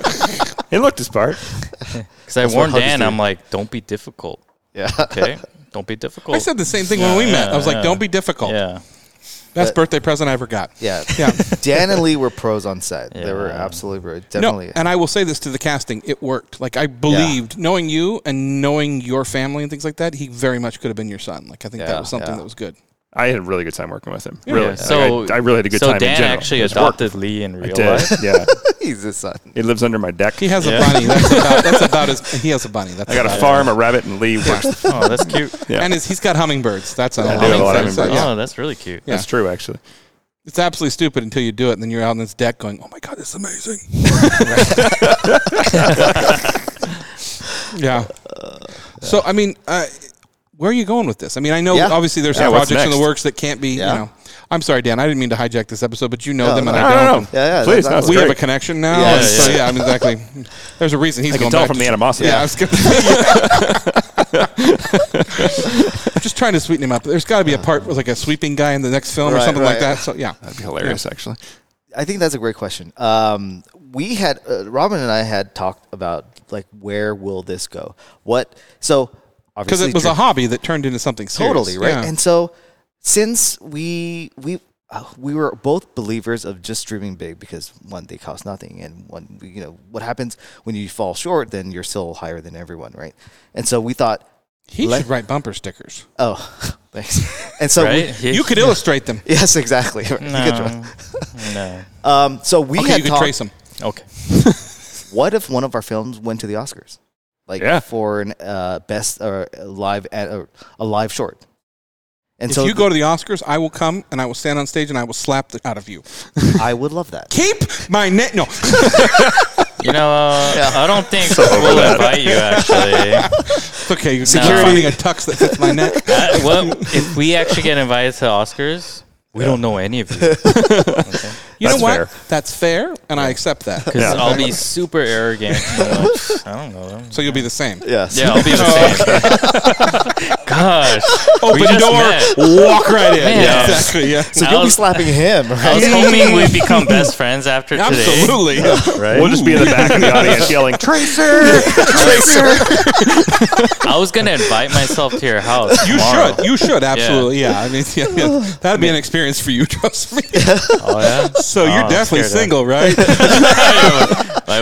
[SPEAKER 1] He looked his part.
[SPEAKER 3] Because I
[SPEAKER 4] what
[SPEAKER 3] warned
[SPEAKER 4] hugs
[SPEAKER 3] Dan,
[SPEAKER 4] do.
[SPEAKER 3] I'm like, "Don't be difficult."
[SPEAKER 4] yeah.
[SPEAKER 3] Okay, don't be difficult.
[SPEAKER 2] I said the same thing when we met. I was like, "Don't be difficult."
[SPEAKER 3] Yeah.
[SPEAKER 2] Best birthday present I ever got.
[SPEAKER 4] Yeah.
[SPEAKER 2] Yeah.
[SPEAKER 4] Dan and Lee were pros on set. They were
[SPEAKER 3] Yeah.
[SPEAKER 4] absolutely pro-
[SPEAKER 2] No,
[SPEAKER 4] definitely.
[SPEAKER 2] and I will say this to the casting: it worked. Like I believed, knowing you and knowing your family and things like that, he very much could have been your son. Like I think
[SPEAKER 4] Yeah,
[SPEAKER 2] that was something
[SPEAKER 4] yeah.
[SPEAKER 2] that was good.
[SPEAKER 1] I had a really good time working with him. Really. Like,
[SPEAKER 3] So
[SPEAKER 1] I, I really had a good
[SPEAKER 3] so
[SPEAKER 1] time. in
[SPEAKER 3] Dan
[SPEAKER 1] general.
[SPEAKER 3] actually
[SPEAKER 1] It was work.
[SPEAKER 3] adopted Lee in real
[SPEAKER 1] I
[SPEAKER 3] life.
[SPEAKER 1] did. yeah.
[SPEAKER 4] He's his son.
[SPEAKER 1] He lives under my deck.
[SPEAKER 2] He has
[SPEAKER 3] Yeah.
[SPEAKER 2] a bunny. That's about, that's about his. He has a bunny. That's
[SPEAKER 1] I got a
[SPEAKER 2] about it.
[SPEAKER 1] farm, a rabbit, and Lee. works the-
[SPEAKER 3] Oh, that's cute.
[SPEAKER 1] Yeah.
[SPEAKER 2] and his, he's got hummingbirds. That's a
[SPEAKER 1] I do have a lot of
[SPEAKER 2] So, yeah.
[SPEAKER 3] Oh, that's really cute.
[SPEAKER 2] Yeah.
[SPEAKER 1] That's true, actually.
[SPEAKER 2] It's absolutely stupid until you do it, and then you're out on this deck going, "Oh my god, this is amazing." yeah.
[SPEAKER 4] Uh,
[SPEAKER 2] So I mean, uh, where are you going with this? I mean, I know
[SPEAKER 4] Yeah.
[SPEAKER 2] obviously there's
[SPEAKER 1] Yeah,
[SPEAKER 2] some
[SPEAKER 1] what's
[SPEAKER 2] projects in the
[SPEAKER 1] next?
[SPEAKER 2] works that can't be.
[SPEAKER 4] Yeah.
[SPEAKER 2] You know, I'm sorry, Dan. I didn't mean to hijack this episode, but you know
[SPEAKER 4] No,
[SPEAKER 2] them,
[SPEAKER 4] no,
[SPEAKER 2] and
[SPEAKER 1] No,
[SPEAKER 2] I don't.
[SPEAKER 1] no, no.
[SPEAKER 4] Yeah, yeah,
[SPEAKER 1] Please,
[SPEAKER 4] that-
[SPEAKER 1] no, it's
[SPEAKER 2] We have a
[SPEAKER 1] great.
[SPEAKER 2] connection now,
[SPEAKER 4] Yeah,
[SPEAKER 2] and
[SPEAKER 3] yeah,
[SPEAKER 2] so
[SPEAKER 3] yeah.
[SPEAKER 2] yeah, I mean, exactly. There's a reason he's
[SPEAKER 1] I can
[SPEAKER 2] going
[SPEAKER 1] tell
[SPEAKER 2] back
[SPEAKER 1] from
[SPEAKER 2] to-
[SPEAKER 1] the animosity.
[SPEAKER 2] yeah, I was gonna, I'm just trying to sweeten him up. There's got to be a part with like a sweeping guy in the next film or
[SPEAKER 4] Right,
[SPEAKER 2] something like
[SPEAKER 4] right.
[SPEAKER 2] that. So yeah,
[SPEAKER 1] That'd be hilarious, actually.
[SPEAKER 4] I think that's a great question. Um, we had uh, Robin and I had talked about like where will this go? What so
[SPEAKER 2] because
[SPEAKER 4] obviously
[SPEAKER 2] it was
[SPEAKER 4] Drew-
[SPEAKER 2] a hobby that turned into something serious.
[SPEAKER 4] totally right.
[SPEAKER 2] Yeah.
[SPEAKER 4] And so since we we uh, we were both believers of just dreaming big because one they cost nothing and one you know what happens when you fall short then you're still higher than everyone right and so we thought
[SPEAKER 2] he
[SPEAKER 4] Let-
[SPEAKER 2] should write bumper stickers.
[SPEAKER 4] oh thanks and so
[SPEAKER 3] Right?
[SPEAKER 4] we,
[SPEAKER 3] He-
[SPEAKER 2] you could illustrate them.
[SPEAKER 4] yes exactly right. You could draw.
[SPEAKER 3] No. no.
[SPEAKER 4] um, so we
[SPEAKER 2] Okay,
[SPEAKER 4] had
[SPEAKER 2] you could
[SPEAKER 4] talked,
[SPEAKER 2] trace them.
[SPEAKER 3] Okay.
[SPEAKER 4] what if one of our films went to the Oscars, like
[SPEAKER 1] Yeah.
[SPEAKER 4] for an uh, best or uh, live ad, or a live short? And
[SPEAKER 2] If
[SPEAKER 4] so
[SPEAKER 2] you go to the Oscars, I will come and I will stand on stage and I will slap the out of you.
[SPEAKER 4] I would love that.
[SPEAKER 2] Keep my net. No,
[SPEAKER 3] You know, uh, I don't think we'll invite you. Actually,
[SPEAKER 2] it's okay. You're
[SPEAKER 3] Security.
[SPEAKER 2] finding a tux that fits my neck.
[SPEAKER 3] Uh, well, if we actually get invited to Oscars, we don't know any of you
[SPEAKER 2] You
[SPEAKER 1] That's
[SPEAKER 2] know what?
[SPEAKER 1] fair.
[SPEAKER 2] That's fair, and I accept that.
[SPEAKER 3] because
[SPEAKER 1] Yeah.
[SPEAKER 3] I'll be super arrogant. you know, I don't know. them.
[SPEAKER 2] So you'll be the same.
[SPEAKER 4] Yes.
[SPEAKER 3] Yeah, I'll be the same. Oh, Gosh,
[SPEAKER 2] Open
[SPEAKER 3] just
[SPEAKER 2] door,
[SPEAKER 3] met.
[SPEAKER 2] walk right in.
[SPEAKER 3] Man.
[SPEAKER 2] Yeah, exactly. Yeah.
[SPEAKER 4] So
[SPEAKER 3] I
[SPEAKER 4] you'll be
[SPEAKER 3] was-
[SPEAKER 4] slapping him,
[SPEAKER 3] I was
[SPEAKER 4] right?
[SPEAKER 3] hoping we'd become best friends after today.
[SPEAKER 2] Absolutely.
[SPEAKER 1] We'll just be in the back of the audience yelling, Tracer!
[SPEAKER 3] I was gonna invite myself to your house.
[SPEAKER 2] You
[SPEAKER 3] tomorrow.
[SPEAKER 2] should. You should absolutely. Yeah. I mean, yeah, yeah. that'd be an experience for you. Trust me.
[SPEAKER 3] Oh yeah.
[SPEAKER 2] So
[SPEAKER 3] Oh,
[SPEAKER 2] you're
[SPEAKER 3] I'm
[SPEAKER 2] definitely
[SPEAKER 3] scared
[SPEAKER 2] single, right?
[SPEAKER 3] like,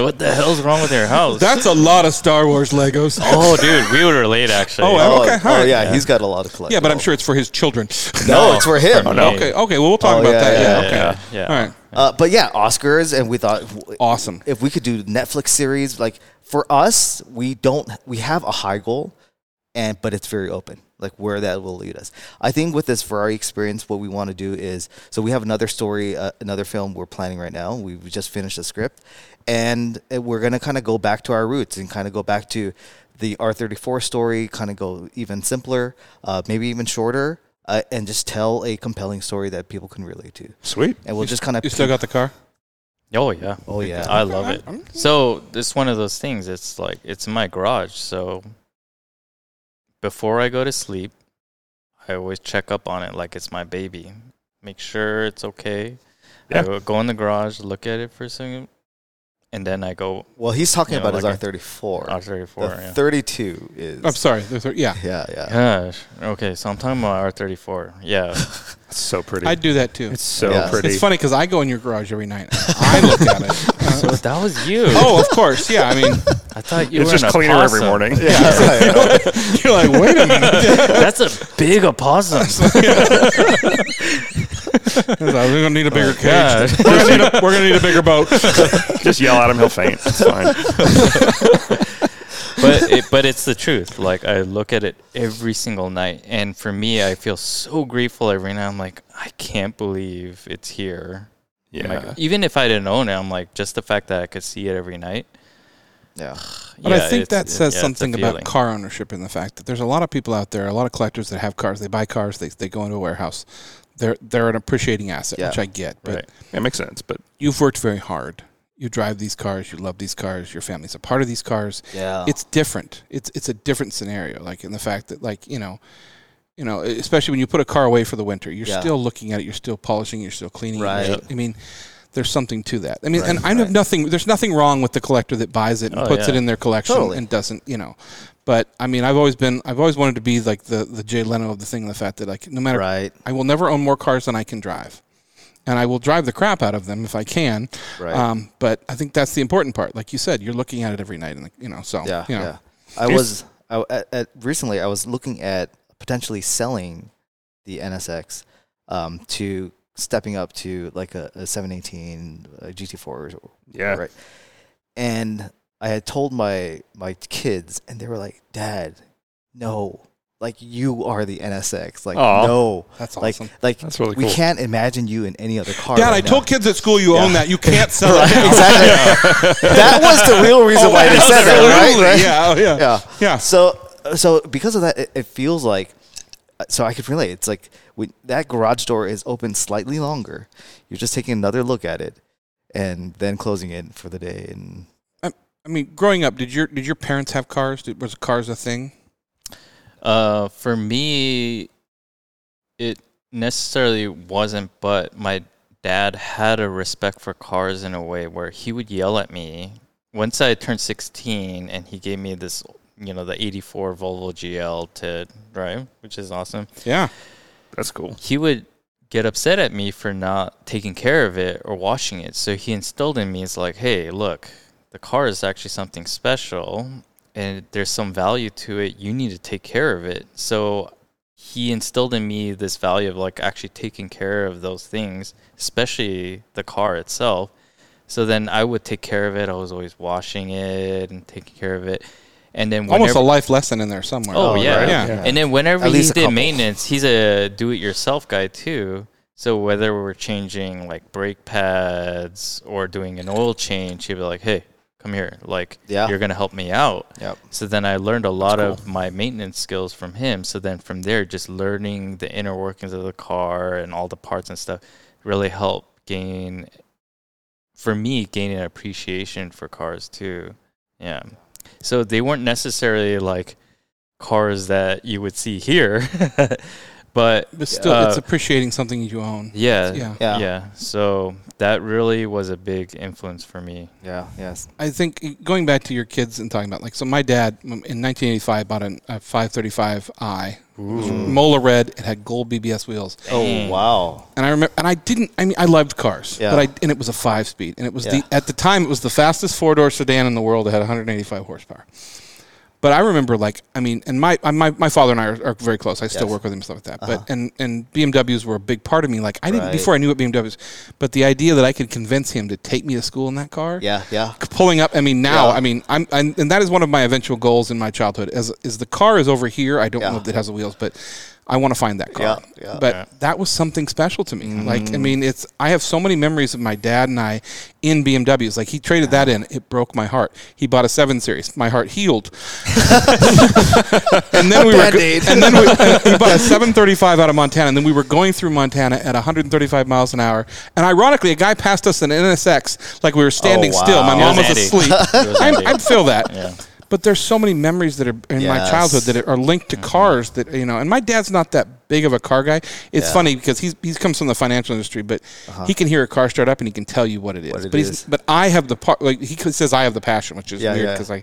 [SPEAKER 3] what the hell's wrong with your house?
[SPEAKER 2] That's a lot of Star Wars Legos.
[SPEAKER 3] oh, dude, we would relate actually.
[SPEAKER 2] Oh, well.
[SPEAKER 4] Oh,
[SPEAKER 2] Okay,
[SPEAKER 4] oh,
[SPEAKER 2] alright.
[SPEAKER 4] yeah, he's got a lot of collectibles.
[SPEAKER 2] yeah, but I'm sure it's for his children.
[SPEAKER 4] No, it's for him.
[SPEAKER 3] Oh,
[SPEAKER 1] no.
[SPEAKER 2] Okay. Okay. Well, we'll talk
[SPEAKER 4] Oh,
[SPEAKER 2] about
[SPEAKER 4] yeah,
[SPEAKER 2] that.
[SPEAKER 4] yeah,
[SPEAKER 2] Yeah.
[SPEAKER 3] yeah,
[SPEAKER 2] okay.
[SPEAKER 3] yeah.
[SPEAKER 2] All right.
[SPEAKER 4] Uh, but yeah, Oscars, and we thought w-
[SPEAKER 2] Awesome.
[SPEAKER 4] if we could do Netflix series, like for us, we don't we have a high goal, and but it's very open, like where that will lead us. I think with this Ferrari experience, what we want to do is so we have another story, uh, another film we're planning right now. We've just finished the script, and uh, we're gonna kind of go back to our roots and kind of go back to the R34 story, kind of go even simpler, uh, maybe even shorter. Uh, and just tell a compelling story that people can relate to,
[SPEAKER 1] Sweet.
[SPEAKER 4] and we'll just kind of
[SPEAKER 2] You still got the car?
[SPEAKER 3] Oh yeah.
[SPEAKER 4] oh yeah,
[SPEAKER 3] I love it. So it's one of those things. It's like it's in my garage. So before I go to sleep, I always check up on it like it's my baby. Make sure it's okay.
[SPEAKER 1] Yeah.
[SPEAKER 3] I go- go in the garage, look at it for a second, and then I go
[SPEAKER 4] Well, he's talking
[SPEAKER 3] You know,
[SPEAKER 4] about his
[SPEAKER 3] like a-
[SPEAKER 4] R34.
[SPEAKER 3] R thirty four.
[SPEAKER 4] the 32 is.
[SPEAKER 2] I'm sorry. there's a- Yeah.
[SPEAKER 4] Yeah, yeah.
[SPEAKER 3] Gosh. Okay, so I'm talking about R thirty four. Yeah.
[SPEAKER 1] It's so pretty.
[SPEAKER 2] I do that too.
[SPEAKER 1] it's so
[SPEAKER 4] Yeah.
[SPEAKER 1] pretty.
[SPEAKER 2] It's funny because I go in your garage every night. I look at it. Uh,
[SPEAKER 3] so that was you.
[SPEAKER 2] oh, of course. Yeah. I mean,
[SPEAKER 3] I thought you
[SPEAKER 1] It's
[SPEAKER 3] were
[SPEAKER 1] just
[SPEAKER 3] an
[SPEAKER 1] cleaner every
[SPEAKER 3] opossum.
[SPEAKER 1] morning.
[SPEAKER 2] you're like, wait a minute.
[SPEAKER 3] That's a big opossum.
[SPEAKER 2] We're gonna need a bigger
[SPEAKER 3] God.
[SPEAKER 2] cage. We're gonna, need a, we're gonna need a bigger boat.
[SPEAKER 1] Just yell at him, he'll faint. It's fine.
[SPEAKER 3] but it, but it's the truth. Like I look at it every single night, and for me, I feel so grateful every night. I'm like, I can't believe it's here.
[SPEAKER 1] Yeah.
[SPEAKER 3] Like, even if I didn't own it, I'm like, just the fact that I could see it every night.
[SPEAKER 4] Yeah.
[SPEAKER 2] But
[SPEAKER 3] yeah,
[SPEAKER 2] I think
[SPEAKER 3] it's-
[SPEAKER 2] that
[SPEAKER 3] it-
[SPEAKER 2] says
[SPEAKER 3] yeah, it's a
[SPEAKER 2] something about
[SPEAKER 3] feeling.
[SPEAKER 2] car ownership and the fact that there's a lot of people out there, a lot of collectors that have cars. They buy cars, they, they go into a warehouse. They're they're an appreciating asset,
[SPEAKER 4] Yeah.
[SPEAKER 2] which I get. But
[SPEAKER 3] Right.
[SPEAKER 1] It makes sense, but
[SPEAKER 2] you've worked very hard. You drive these cars, you love these cars, your family's a part of these cars.
[SPEAKER 4] Yeah.
[SPEAKER 2] It's different. It's it's a different scenario. Like in the fact that like, you know, you know, e, especially when you put a car away for the winter, you're
[SPEAKER 4] Yeah.
[SPEAKER 2] still looking at it, you're still polishing, you're still cleaning. you're
[SPEAKER 4] Right.
[SPEAKER 2] still- I mean, there's something to that. I mean, and
[SPEAKER 4] Right,
[SPEAKER 2] I have
[SPEAKER 4] right.
[SPEAKER 2] nothing there's nothing wrong with the collector that buys it and
[SPEAKER 3] Oh,
[SPEAKER 2] puts it
[SPEAKER 3] yeah.
[SPEAKER 2] in their collection
[SPEAKER 4] Totally.
[SPEAKER 2] and doesn't, you know. But I mean, I've always been I've always wanted to be like the the Jay Leno of the thing, the fact that like no matter
[SPEAKER 4] Right.
[SPEAKER 2] I will never own more cars than I can drive. And I will drive the crap out of them if I can.
[SPEAKER 4] Right.
[SPEAKER 2] Um, but I think that's the important part. Like you said, you're looking at it every night, and you know, so
[SPEAKER 4] Yeah,
[SPEAKER 2] you know.
[SPEAKER 4] yeah. I was I, at, at, recently. I was looking at potentially selling the NSX um, to stepping up to like a, a 718 uh, GT4 or so,
[SPEAKER 1] yeah.
[SPEAKER 4] right. And I had told my my kids, and they were like, "Dad, no." Like you are the NSX. Like
[SPEAKER 1] Aw.
[SPEAKER 4] no,
[SPEAKER 2] That's awesome.
[SPEAKER 4] Like like
[SPEAKER 1] That's really
[SPEAKER 4] we
[SPEAKER 1] cool.
[SPEAKER 4] can't imagine you in any other car.
[SPEAKER 2] Dad,
[SPEAKER 4] right
[SPEAKER 2] I
[SPEAKER 4] now.
[SPEAKER 2] told kids at school you own that. You can't sell
[SPEAKER 4] Right,
[SPEAKER 2] it. now.
[SPEAKER 4] exactly. that was the real reason why
[SPEAKER 2] That
[SPEAKER 4] they
[SPEAKER 2] was
[SPEAKER 4] said
[SPEAKER 2] really-
[SPEAKER 4] that, right? right?
[SPEAKER 2] Yeah, oh, yeah, yeah.
[SPEAKER 4] yeah. So uh, so because of that, it, it feels like uh, so I could relate. It's like when that garage door is open slightly longer, you're just taking another look at it, and then closing it for the day. And
[SPEAKER 2] I, I mean, growing up, did your did your parents have cars? Did, was cars a thing?
[SPEAKER 3] Uh, for me, it necessarily wasn't, but my dad had a respect for cars in a way where he would yell at me once I turned 16 and he gave me this, you know, the 84 Volvo GL to drive, which is awesome.
[SPEAKER 2] Yeah,
[SPEAKER 1] That's cool.
[SPEAKER 3] He would get upset at me for not taking care of it or washing it. So he instilled in me, it's like, hey, look, the car is actually something special and there's some value to it. You need to take care of it. So he instilled in me this value of like actually taking care of those things, especially the car itself. So then I would take care of it. I was always washing it and taking care of it. And then
[SPEAKER 2] almost
[SPEAKER 3] whenever-
[SPEAKER 2] a life lesson in there somewhere.
[SPEAKER 3] Oh,
[SPEAKER 4] Oh,
[SPEAKER 3] yeah.
[SPEAKER 4] right,
[SPEAKER 2] Yeah.
[SPEAKER 1] yeah.
[SPEAKER 3] And then whenever
[SPEAKER 4] At
[SPEAKER 3] he
[SPEAKER 4] least a
[SPEAKER 3] did
[SPEAKER 4] couple.
[SPEAKER 3] maintenance, he's a do-it-yourself guy too. So whether we're changing like brake pads or doing an oil change, he'd be like, "Hey, come here. Like,
[SPEAKER 4] Yeah.
[SPEAKER 3] you're gonna help me out."
[SPEAKER 4] yep,
[SPEAKER 3] So then I learned a lot of my maintenance skills from him. So then from there, just learning the inner workings of the car and all the parts and stuff really helped gain, for me, gain an appreciation for cars too. Yeah. So they weren't necessarily like cars that you would see here, but
[SPEAKER 2] But still,
[SPEAKER 3] uh,
[SPEAKER 2] it's appreciating something you own.
[SPEAKER 3] yeah, yeah,
[SPEAKER 2] Yeah.
[SPEAKER 4] yeah, yeah,
[SPEAKER 3] yeah. So that really was a big influence for me.
[SPEAKER 4] yes,
[SPEAKER 2] I think eh, going back to your kids and talking about like so my dad m- in 1985 bought an, a 535i It was Mola red it had gold BBS wheels
[SPEAKER 4] oh
[SPEAKER 3] Dang.
[SPEAKER 4] wow,
[SPEAKER 2] and I remember and I didn't I mean I loved cars
[SPEAKER 4] Yeah.
[SPEAKER 2] but I and it was a 5 speed and it was
[SPEAKER 4] Yeah.
[SPEAKER 2] the at the time it was the fastest four door sedan in the world it had 185 horsepower but I remember like I mean and my I- my, my father and I are, are very close I still
[SPEAKER 4] Yes. Uh-huh.
[SPEAKER 2] work with him and stuff like that but and and BMWs were a big part of me like I didn't
[SPEAKER 4] Right.
[SPEAKER 2] before I knew what BMWs but the idea that I could convince him to take me to school in that car
[SPEAKER 4] yeah, yeah,
[SPEAKER 2] pulling up. I mean, now
[SPEAKER 4] Yeah.
[SPEAKER 2] I mean, I'm, I'm and that is one of my eventual goals in my childhood. Is is the car is over here? I don't
[SPEAKER 4] Yeah.
[SPEAKER 2] know if it has the wheels, but I want to find that car.
[SPEAKER 4] Yeah, Mm-hmm. yeah.
[SPEAKER 2] But that was something special to me. Like, I mean, it's I have so many memories of my dad and I in BMWs. Like he traded that in, it broke my heart. He bought a seven series, my heart healed. and then we were go-
[SPEAKER 4] Band-Aid.
[SPEAKER 2] and then we, we bought a 735 out of Montana, and then we were going through Montana at 135 miles an hour. And ironically, a guy passed us in an NSX like we were standing
[SPEAKER 4] Oh, wow.
[SPEAKER 2] still. My
[SPEAKER 4] It
[SPEAKER 2] mom
[SPEAKER 3] was
[SPEAKER 2] was
[SPEAKER 3] Andy.
[SPEAKER 2] asleep.
[SPEAKER 3] It was
[SPEAKER 2] I'm,
[SPEAKER 3] Andy.
[SPEAKER 2] I feel that.
[SPEAKER 3] Yeah.
[SPEAKER 2] But there's so many memories that are in my
[SPEAKER 4] Yes. Mm-hmm.
[SPEAKER 2] childhood that are linked to cars that you know. And my dad's not that big of a car guy. It's
[SPEAKER 4] Yeah. Uh-huh.
[SPEAKER 2] funny because he's he comes from the financial industry, but he can hear a car start up and he can tell you what it is.
[SPEAKER 4] What it
[SPEAKER 2] but he's
[SPEAKER 4] is.
[SPEAKER 2] but I have the part like he says I have the passion, which is
[SPEAKER 4] Yeah,
[SPEAKER 2] weird
[SPEAKER 4] yeah.
[SPEAKER 2] because I.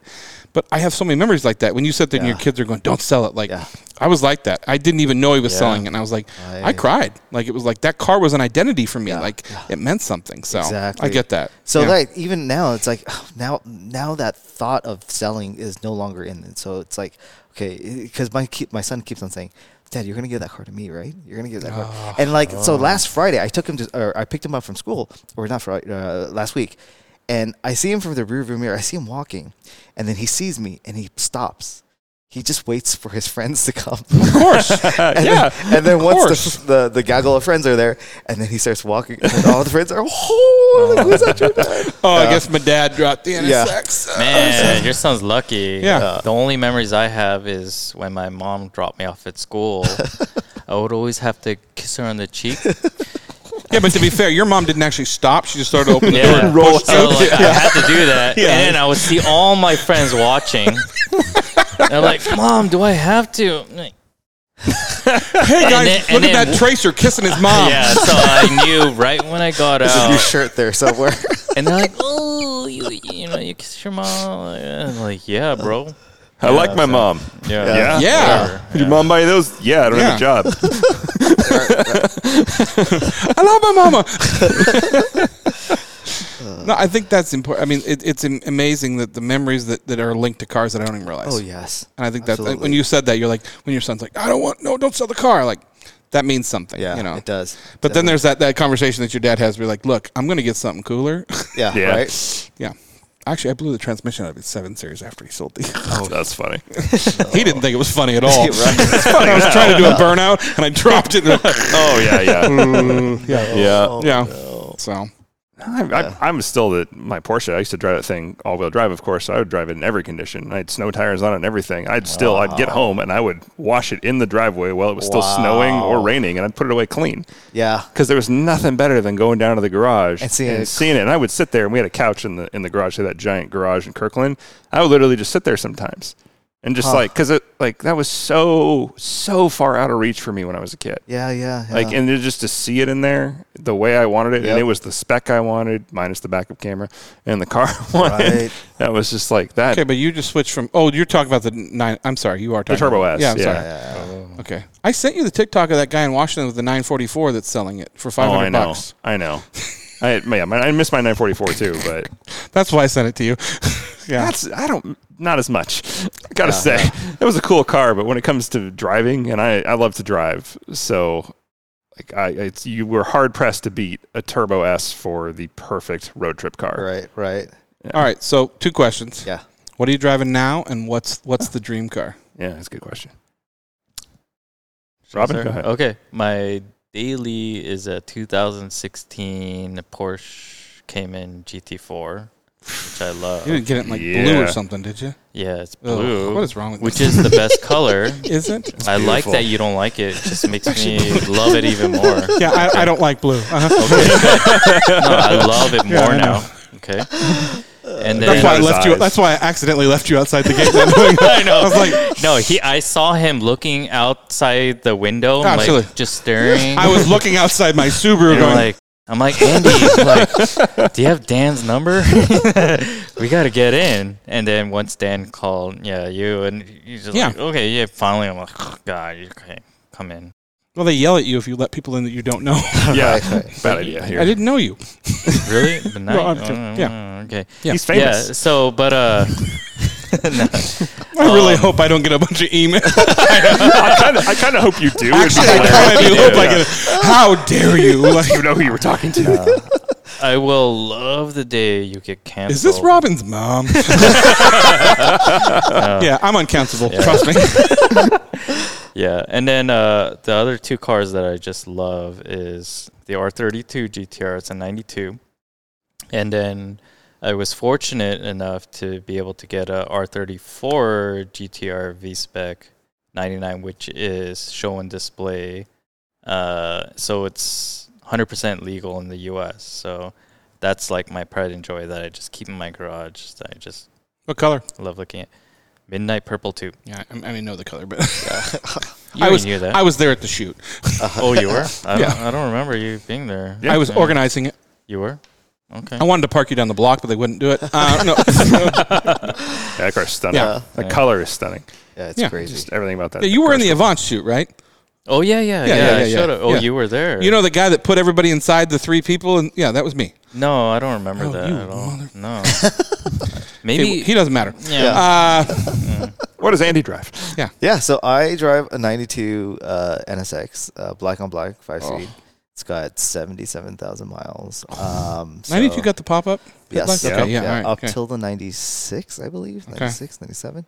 [SPEAKER 2] But I have so many memories like that. When you said that, and your
[SPEAKER 4] Yeah.
[SPEAKER 2] kids are going, "Don't sell it," like
[SPEAKER 4] Yeah.
[SPEAKER 2] I was like that. I didn't even know he was
[SPEAKER 3] Yeah.
[SPEAKER 2] selling it, and I was like, I,
[SPEAKER 4] I-
[SPEAKER 2] cried. Like it was like that car was an identity for me. Like it meant something. So I
[SPEAKER 4] Exactly.
[SPEAKER 2] get that.
[SPEAKER 4] So
[SPEAKER 2] Yeah.
[SPEAKER 4] like even now it's like oh, now now that thought of selling is no longer in it. So it's like okay because my ki- my son keeps on saying Dad, you're gonna give that car to me, right? You're gonna give that
[SPEAKER 2] Ah.
[SPEAKER 4] car. And like, so last Friday, I took him to, or I picked him up from school, or not Friday, uh, last week, and I see him from the rearview mirror. I see him walking, and then he sees me and he stops. He just waits for his friends to come.
[SPEAKER 2] Of course.
[SPEAKER 4] And
[SPEAKER 2] yeah.
[SPEAKER 4] Then, and then
[SPEAKER 2] of
[SPEAKER 4] once
[SPEAKER 2] course.
[SPEAKER 4] the, the the gaggle of friends are there, and then he starts walking, and then all the friends are, oh, look who's at your dad?
[SPEAKER 2] oh, I guess my dad dropped the
[SPEAKER 4] uh, Yeah.
[SPEAKER 2] NSX.
[SPEAKER 3] Man, your son's lucky. Uh,
[SPEAKER 2] Yeah.
[SPEAKER 3] The only memories I have is when my mom dropped me off at school. I would always have to kiss her on the cheek.
[SPEAKER 2] Yeah, but to be fair, your mom didn't actually stop. She just started to open the door
[SPEAKER 3] Yeah.
[SPEAKER 2] and push
[SPEAKER 3] So
[SPEAKER 2] through.
[SPEAKER 3] like, I had to do that. And then I would see all my friends watching. And I'm like, Mom, do I have to?
[SPEAKER 2] Hey guys,
[SPEAKER 3] then-
[SPEAKER 2] look
[SPEAKER 3] and
[SPEAKER 2] at that
[SPEAKER 3] then-
[SPEAKER 2] tracer kissing his mom.
[SPEAKER 3] Yeah, so I knew right when I got
[SPEAKER 4] There's a new
[SPEAKER 3] out.
[SPEAKER 4] shirt there somewhere.
[SPEAKER 3] And they're like, oh, you, you know, you kiss your mom. And I'm like, yeah, bro.
[SPEAKER 1] I like my mom.
[SPEAKER 3] Yeah.
[SPEAKER 1] Yeah.
[SPEAKER 2] Yeah.
[SPEAKER 3] Whatever.
[SPEAKER 1] Did your mom buy those? Yeah, I don't have a job.
[SPEAKER 2] I love my mama. no, I think that's important. I mean, it, it's am- amazing that the memories that, that are linked to cars that I don't even realize.
[SPEAKER 4] oh yes.
[SPEAKER 2] And I think that
[SPEAKER 4] Absolutely.
[SPEAKER 2] when you said that, you're like, when your son's like, I don't want, no, don't sell the car. Like, that means something.
[SPEAKER 4] Yeah,
[SPEAKER 2] you know.
[SPEAKER 4] it does.
[SPEAKER 2] But then there's that, that conversation that your dad has where you're like, look, I'm going to get something cooler.
[SPEAKER 4] Yeah,
[SPEAKER 1] Yeah.
[SPEAKER 4] right.
[SPEAKER 2] yeah. Actually, I blew the transmission out of his 7 Series after he sold the.
[SPEAKER 1] Oh, that's funny.
[SPEAKER 2] he didn't think it was funny at all.
[SPEAKER 4] right.
[SPEAKER 2] It's funny. I was trying to do a burnout and I dropped it.
[SPEAKER 1] Oh yeah, yeah,
[SPEAKER 2] yeah.
[SPEAKER 1] yeah.
[SPEAKER 2] yeah. So.
[SPEAKER 1] I, I, I'm still the my Porsche. I used to drive that thing all wheel drive. Of course, I would drive it in every condition. I had snow tires on it and everything. I'd still I'd get home and I would wash it in the driveway while it was still snowing or raining, and I'd put it away clean
[SPEAKER 4] Yeah.
[SPEAKER 1] because there was nothing better than going down to the garage
[SPEAKER 4] And seeing it.
[SPEAKER 1] seeing it. And I would sit there, and we had a couch in the in the garage, so that giant garage in Kirkland. I would literally just sit there sometimes and just like because it like that was so so far out of reach for me when I was a kid.
[SPEAKER 4] Yeah, yeah.
[SPEAKER 1] Like
[SPEAKER 4] yeah.
[SPEAKER 1] and it- just to see it in there the way I wanted it,
[SPEAKER 4] Yep.
[SPEAKER 1] and it was the spec I wanted, minus the backup camera and the car I wanted.
[SPEAKER 4] Right.
[SPEAKER 1] That was just like that.
[SPEAKER 2] Okay, but you just switched from. Oh, you're talking about the nine. I'm sorry, you are talking
[SPEAKER 1] Turbo S,
[SPEAKER 2] about, Yeah, I'm
[SPEAKER 1] yeah.
[SPEAKER 2] sorry.
[SPEAKER 1] Oh.
[SPEAKER 2] Okay, I sent you the TikTok of that guy in Washington with the 944 that's selling it for
[SPEAKER 1] oh,
[SPEAKER 2] 500
[SPEAKER 1] I know,
[SPEAKER 2] bucks.
[SPEAKER 1] I know. I yeah, my, I missed my 944 too, but
[SPEAKER 2] That's why I sent it to you. yeah,
[SPEAKER 1] that's I don't not as much. I gotta say it was a cool car, but when it comes to driving, and I I love to drive, so. Like I, it's you were hard pressed to beat a Turbo S for the perfect road trip car.
[SPEAKER 4] right, right.
[SPEAKER 2] all right. So two questions.
[SPEAKER 4] Yeah.
[SPEAKER 2] What are you driving now, and what's what's the dream car?
[SPEAKER 1] Yeah, that's a good question. Robin,
[SPEAKER 3] Sir?
[SPEAKER 1] go ahead.
[SPEAKER 3] Okay, my daily is a 2016 Porsche Cayman GT4, which I
[SPEAKER 2] You
[SPEAKER 3] love.
[SPEAKER 2] didn't get it in like blue or
[SPEAKER 1] Yeah.
[SPEAKER 2] something, did you?
[SPEAKER 3] Yeah, it's
[SPEAKER 2] Ugh,
[SPEAKER 3] blue,
[SPEAKER 2] What is wrong with
[SPEAKER 3] which
[SPEAKER 2] this?
[SPEAKER 3] is the best color.
[SPEAKER 2] Isn't?
[SPEAKER 3] I like that you don't like it. It just makes me love it even more.
[SPEAKER 2] Yeah, I, I don't like blue. Uh-huh.
[SPEAKER 3] Okay. no, I love it more
[SPEAKER 2] I know.
[SPEAKER 3] now. Okay. And
[SPEAKER 2] That's
[SPEAKER 3] then
[SPEAKER 2] why I
[SPEAKER 1] his
[SPEAKER 2] left you.
[SPEAKER 1] eyes.
[SPEAKER 2] That's why I accidentally left you outside the gate. I know. I was like,
[SPEAKER 3] no, he. I saw him looking outside the window,
[SPEAKER 2] Ah,
[SPEAKER 3] like
[SPEAKER 2] silly.
[SPEAKER 3] just staring.
[SPEAKER 2] I was looking outside my Subaru,
[SPEAKER 3] And I'm
[SPEAKER 2] going,
[SPEAKER 3] like, I'm like, Andy, like, do you have Dan's number? we got to get in. And then once Dan called, yeah, you, and you just like,
[SPEAKER 2] Yeah.
[SPEAKER 3] okay, yeah, finally, I'm like, "Ugh, God, you can't come in.
[SPEAKER 2] "Well, they yell at you if you let people in that you don't know."
[SPEAKER 1] Yeah, bad idea here.
[SPEAKER 2] I didn't know you.
[SPEAKER 3] Really? The night?
[SPEAKER 2] I'm
[SPEAKER 3] Oh,
[SPEAKER 2] kidding. Yeah.
[SPEAKER 3] Okay.
[SPEAKER 2] Yeah.
[SPEAKER 1] He's famous.
[SPEAKER 3] Yeah, so, but, uh,
[SPEAKER 2] I really
[SPEAKER 3] Um,
[SPEAKER 2] hope I don't get a bunch of emails.
[SPEAKER 1] I kind of, I kind of hope you do.
[SPEAKER 2] Actually, I kind of do hope I get. A, how dare you? Like,
[SPEAKER 1] you know who you were talking to.
[SPEAKER 3] I will love the day you get canceled.
[SPEAKER 2] is this Robin's mom? yeah, I'm uncancelable. Trust me.
[SPEAKER 3] Yeah. And then uh, the other two cars that I just love is the R32 GTR. It's a 92. And then I was fortunate enough to be able to get a R34 GTR V Spec 99, which is show and display. Uh, so it's 100% legal in the US. So that's like my pride and joy that I just keep in my garage. That I just
[SPEAKER 2] What color?
[SPEAKER 3] love looking at. Midnight Purple 2.
[SPEAKER 2] Yeah, I, I mean, know the color, but
[SPEAKER 3] You
[SPEAKER 2] I
[SPEAKER 3] already
[SPEAKER 2] was
[SPEAKER 3] knew that.
[SPEAKER 2] I was there at the shoot.
[SPEAKER 3] Oh, you were? I,
[SPEAKER 2] Yeah.
[SPEAKER 3] don't, I don't remember you being there.
[SPEAKER 2] I was
[SPEAKER 3] Yeah.
[SPEAKER 2] organizing it.
[SPEAKER 3] You were? Okay.
[SPEAKER 2] I wanted to park you down the block, but they wouldn't do it. Uh, no,
[SPEAKER 1] Yeah, that car's stunning.
[SPEAKER 2] Yeah.
[SPEAKER 1] The color is stunning.
[SPEAKER 4] Yeah, it's
[SPEAKER 2] Yeah,
[SPEAKER 4] crazy.
[SPEAKER 1] Just uh, everything about that.
[SPEAKER 2] you were in the
[SPEAKER 1] car's
[SPEAKER 2] Avant shoot, right?
[SPEAKER 3] Oh, yeah,
[SPEAKER 2] Yeah,
[SPEAKER 3] yeah, yeah.
[SPEAKER 2] yeah, yeah,
[SPEAKER 3] I showed
[SPEAKER 2] yeah.
[SPEAKER 3] up. Oh,
[SPEAKER 2] Yeah.
[SPEAKER 3] you were there.
[SPEAKER 2] You know the guy that put everybody inside the three people, and yeah, that was me.
[SPEAKER 3] No, I don't remember
[SPEAKER 2] Oh,
[SPEAKER 3] that
[SPEAKER 2] you
[SPEAKER 3] at all.
[SPEAKER 2] mother-
[SPEAKER 3] No.
[SPEAKER 2] He,
[SPEAKER 3] Maybe.
[SPEAKER 2] he doesn't matter.
[SPEAKER 3] yeah.
[SPEAKER 2] Uh,
[SPEAKER 1] What does Andy drive?
[SPEAKER 2] Yeah.
[SPEAKER 4] Yeah, so I drive a 92 uh, NSX, uh, black on black, five
[SPEAKER 2] Oh.
[SPEAKER 4] speed. It's got 77,000 miles. Um, so,
[SPEAKER 2] 92 got the pop up?
[SPEAKER 4] yes,
[SPEAKER 2] Okay, yeah.
[SPEAKER 4] yeah,
[SPEAKER 2] all right,
[SPEAKER 4] up
[SPEAKER 2] okay.
[SPEAKER 4] till the 96, I believe, 96, 97.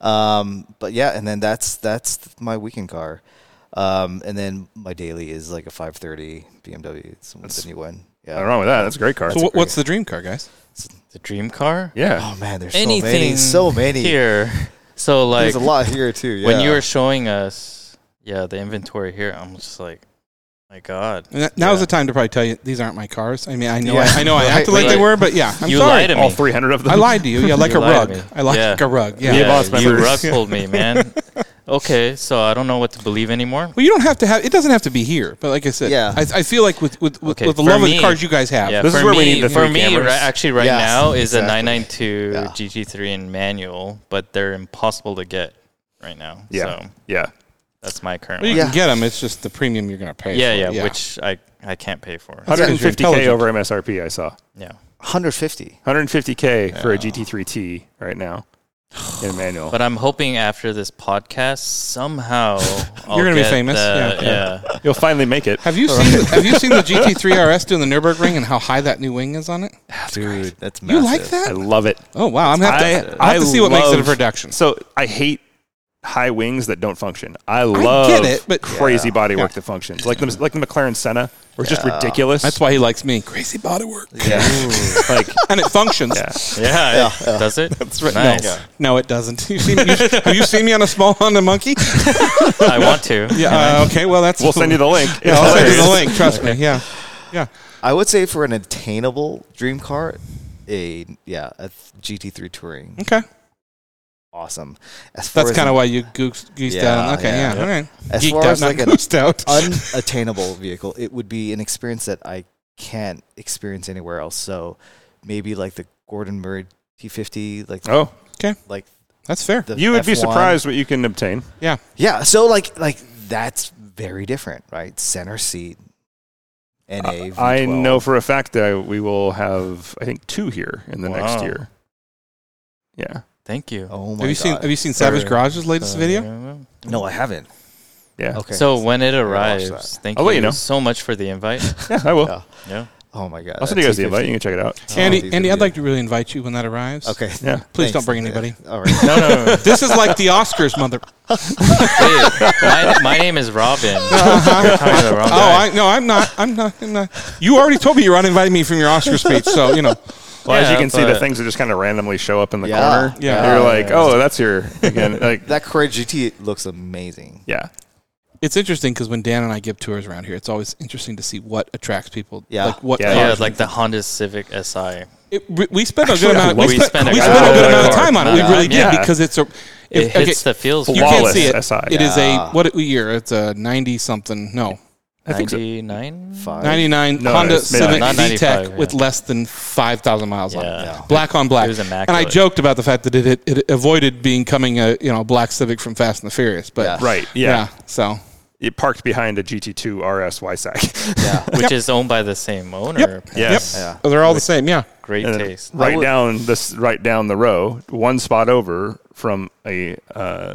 [SPEAKER 4] Um, but yeah, and then that's that's my weekend car. Um, and then my daily is like a 530 BMW. It's
[SPEAKER 1] That's-
[SPEAKER 4] the new one. Yeah.
[SPEAKER 1] Nothing wrong with that. That's a great car.
[SPEAKER 2] so, what, what's the dream car, guys?
[SPEAKER 3] The dream car?
[SPEAKER 1] yeah.
[SPEAKER 4] Oh man, there's
[SPEAKER 3] Anything
[SPEAKER 4] so many, so many.
[SPEAKER 3] here. So like
[SPEAKER 4] there's a lot here too. Yeah.
[SPEAKER 3] when you were showing us yeah, the inventory here, I'm just like my god.
[SPEAKER 2] And that- now's
[SPEAKER 3] Yeah.
[SPEAKER 2] the time to probably tell you these aren't my cars. I mean, I know,
[SPEAKER 4] Yeah.
[SPEAKER 2] I, I know, I acted like
[SPEAKER 3] Right.
[SPEAKER 2] they were, but yeah, I'm
[SPEAKER 3] you
[SPEAKER 2] sorry.
[SPEAKER 3] lied to
[SPEAKER 1] All
[SPEAKER 3] me.
[SPEAKER 1] 300 of them.
[SPEAKER 2] I lied to you. Yeah, like
[SPEAKER 3] You
[SPEAKER 2] a
[SPEAKER 3] lied to
[SPEAKER 2] rug.
[SPEAKER 3] me.
[SPEAKER 2] I like
[SPEAKER 3] Yeah.
[SPEAKER 2] a rug. Yeah.
[SPEAKER 1] Yeah. boss
[SPEAKER 3] you
[SPEAKER 1] members.
[SPEAKER 3] rug pulled me, man. okay, so I don't know what to believe anymore.
[SPEAKER 2] Well, you don't have to have. It doesn't have to be here, but like I said,
[SPEAKER 4] Yeah.
[SPEAKER 2] I, I feel like with with, with,
[SPEAKER 3] Okay,
[SPEAKER 2] with the
[SPEAKER 3] for
[SPEAKER 2] love of the
[SPEAKER 3] me-
[SPEAKER 2] cars you guys have,
[SPEAKER 3] Yeah,
[SPEAKER 1] This
[SPEAKER 3] for
[SPEAKER 1] is where
[SPEAKER 3] me,
[SPEAKER 1] we need the
[SPEAKER 3] for
[SPEAKER 1] three
[SPEAKER 3] me
[SPEAKER 1] cameras.
[SPEAKER 3] right, actually right
[SPEAKER 4] Yeah,
[SPEAKER 3] now is
[SPEAKER 4] exactly.
[SPEAKER 3] a 992
[SPEAKER 4] Yeah.
[SPEAKER 3] GT3 in manual, but they're impossible to get right now.
[SPEAKER 1] Yeah.
[SPEAKER 3] So
[SPEAKER 1] Yeah.
[SPEAKER 3] that's my current
[SPEAKER 2] Well, you
[SPEAKER 3] one.
[SPEAKER 2] can get them. It's just the premium you're going to pay.
[SPEAKER 3] Yeah,
[SPEAKER 2] for
[SPEAKER 3] yeah,
[SPEAKER 2] it.
[SPEAKER 3] which I I can't pay for.
[SPEAKER 2] Huh?
[SPEAKER 1] 150K over MSRP, I saw.
[SPEAKER 3] Yeah.
[SPEAKER 4] 150.
[SPEAKER 1] 150K for a GT3T right now in a manual.
[SPEAKER 3] But I'm hoping after this podcast somehow I'll
[SPEAKER 2] You're gonna be
[SPEAKER 3] get
[SPEAKER 2] famous.
[SPEAKER 3] the-
[SPEAKER 2] Yeah.
[SPEAKER 3] yeah.
[SPEAKER 1] You'll finally make it.
[SPEAKER 2] Have you seen Have you seen the GT3 RS doing the Nürburgring and how high that new wing is on it?
[SPEAKER 4] Dude, that's
[SPEAKER 2] You
[SPEAKER 4] massive.
[SPEAKER 2] like that?
[SPEAKER 1] I love it.
[SPEAKER 2] oh wow, I'm gonna have to. I, will have to see what makes it a production.
[SPEAKER 1] So I hate high wings that don't function. I love
[SPEAKER 2] it, but-
[SPEAKER 1] crazy bodywork
[SPEAKER 2] Yeah.
[SPEAKER 1] that functions. Like the like the McLaren Senna were just ridiculous.
[SPEAKER 2] That's why he likes me. Crazy body work,
[SPEAKER 1] like
[SPEAKER 2] and it functions.
[SPEAKER 3] Yeah. Does it? That's
[SPEAKER 2] Right,
[SPEAKER 3] Nice.
[SPEAKER 2] No, no, it doesn't. You seen, you, have you seen me on a small Honda Monkey?
[SPEAKER 3] I want to.
[SPEAKER 2] Yeah. Uh, okay. Well, that's.
[SPEAKER 1] we'll send you the link.
[SPEAKER 2] Yeah, I'll send you the link. Trust me. Yeah. Yeah.
[SPEAKER 4] I would say for an attainable dream car, a yeah, a GT3 Touring,
[SPEAKER 2] Okay.
[SPEAKER 4] awesome. As far
[SPEAKER 2] That's
[SPEAKER 4] as
[SPEAKER 2] kind
[SPEAKER 4] an
[SPEAKER 2] of why you goose, geeked
[SPEAKER 4] Yeah,
[SPEAKER 2] out. Okay.
[SPEAKER 4] yeah.
[SPEAKER 2] Yeah. All right.
[SPEAKER 4] As
[SPEAKER 2] geeked
[SPEAKER 4] far
[SPEAKER 2] out,
[SPEAKER 4] as
[SPEAKER 2] not
[SPEAKER 4] like an
[SPEAKER 2] goosed out.
[SPEAKER 4] unattainable vehicle, it would be an experience that I can't experience anywhere else. So maybe like the Gordon Murray T50, like
[SPEAKER 1] Oh,
[SPEAKER 4] like
[SPEAKER 2] That's fair.
[SPEAKER 4] the
[SPEAKER 1] you would be
[SPEAKER 4] F1.
[SPEAKER 1] surprised what you can obtain.
[SPEAKER 2] Yeah.
[SPEAKER 4] Yeah, so like like that's very different, right? Center seat, NA. V12.
[SPEAKER 1] Uh, I know for a fact that we will have I think two here in the next
[SPEAKER 3] Wow.
[SPEAKER 1] year. Yeah,
[SPEAKER 3] Thank you.
[SPEAKER 4] Oh my
[SPEAKER 2] have you seen
[SPEAKER 4] God. Oh,
[SPEAKER 2] Have you seen Savage
[SPEAKER 3] Or-
[SPEAKER 2] Garage's latest
[SPEAKER 3] Uh,
[SPEAKER 2] video?
[SPEAKER 4] no, I haven't.
[SPEAKER 1] yeah,
[SPEAKER 4] Okay.
[SPEAKER 3] So when it
[SPEAKER 4] watch
[SPEAKER 3] arrives,
[SPEAKER 4] that.
[SPEAKER 3] thank
[SPEAKER 1] I'll
[SPEAKER 3] you,
[SPEAKER 1] let you know.
[SPEAKER 3] so much for the invite.
[SPEAKER 1] yeah. I will.
[SPEAKER 4] Yeah.
[SPEAKER 3] yeah.
[SPEAKER 4] Oh my god.
[SPEAKER 1] I'll send you
[SPEAKER 4] that
[SPEAKER 1] guys the invite. You can
[SPEAKER 4] T50.
[SPEAKER 1] check it out.
[SPEAKER 2] Andy,
[SPEAKER 4] Oh, these
[SPEAKER 2] Andy,
[SPEAKER 4] are
[SPEAKER 2] I'd
[SPEAKER 4] good.
[SPEAKER 2] like to really invite you when that arrives.
[SPEAKER 4] Okay.
[SPEAKER 1] Yeah.
[SPEAKER 2] Please
[SPEAKER 4] Thanks.
[SPEAKER 2] don't bring
[SPEAKER 4] Yeah.
[SPEAKER 2] anybody.
[SPEAKER 4] All right.
[SPEAKER 3] No, no, no. no.
[SPEAKER 2] This is like the Oscars, mother.
[SPEAKER 3] Wait, my, my name is Robin. You're talking to the wrong
[SPEAKER 2] Oh,
[SPEAKER 3] guy.
[SPEAKER 2] I, no, I'm not. I'm not. I'm not. You already told me you were uninviting me from your Oscar speech, so you know.
[SPEAKER 1] Well, as you
[SPEAKER 3] Yeah,
[SPEAKER 1] can see, the
[SPEAKER 3] but-
[SPEAKER 1] things that just kind of randomly show up in the
[SPEAKER 4] Yeah.
[SPEAKER 1] corner.
[SPEAKER 2] Yeah.
[SPEAKER 1] you're
[SPEAKER 2] Yeah.
[SPEAKER 1] like, oh, that's here again. Like,
[SPEAKER 4] That Courage GT looks amazing.
[SPEAKER 1] yeah,
[SPEAKER 2] It's interesting because when Dan and I give tours around here, it's always interesting to see what attracts people.
[SPEAKER 4] Yeah.
[SPEAKER 2] Like what?
[SPEAKER 1] Yeah,
[SPEAKER 3] Yeah,
[SPEAKER 2] cars-
[SPEAKER 3] like the Honda Civic SI.
[SPEAKER 2] It, we- we spent a
[SPEAKER 1] Actually,
[SPEAKER 2] good amount.
[SPEAKER 1] I
[SPEAKER 2] We
[SPEAKER 1] love-
[SPEAKER 2] spent, we spent a,
[SPEAKER 1] lot
[SPEAKER 2] good
[SPEAKER 1] of
[SPEAKER 2] amount of
[SPEAKER 1] cars.
[SPEAKER 2] time on it. We
[SPEAKER 3] Yeah.
[SPEAKER 2] really did
[SPEAKER 1] Yeah.
[SPEAKER 2] because it's a.
[SPEAKER 3] It
[SPEAKER 2] if- okay,
[SPEAKER 3] hits the field.
[SPEAKER 2] you can't see it.
[SPEAKER 1] Flawless SI.
[SPEAKER 2] It is a
[SPEAKER 4] Yeah.
[SPEAKER 2] what year? It's a ninety something. No,
[SPEAKER 1] I think so.
[SPEAKER 3] 99?
[SPEAKER 4] Five.
[SPEAKER 2] ninety nine
[SPEAKER 1] No,
[SPEAKER 2] Honda
[SPEAKER 1] it's midnight.
[SPEAKER 2] Civic
[SPEAKER 3] Not
[SPEAKER 2] VTEC
[SPEAKER 3] 95, yeah.
[SPEAKER 2] with less than five thousand miles on it.
[SPEAKER 3] Yeah.
[SPEAKER 2] Black on black.
[SPEAKER 3] It was immaculate.
[SPEAKER 2] and I joked about the fact that it, it, it avoided becoming a you know black Civic from Fast and the Furious, but
[SPEAKER 4] Yeah.
[SPEAKER 1] right. Yeah.
[SPEAKER 2] so
[SPEAKER 1] it parked behind a GT2 RS YSAC.
[SPEAKER 4] Yeah.
[SPEAKER 3] Which is owned by the same owner.
[SPEAKER 1] yes.
[SPEAKER 4] Yeah.
[SPEAKER 2] they're all the same. Yeah,
[SPEAKER 3] Great
[SPEAKER 1] And then
[SPEAKER 3] taste.
[SPEAKER 1] right
[SPEAKER 4] would-
[SPEAKER 1] down this, right down the row, one spot over from a uh,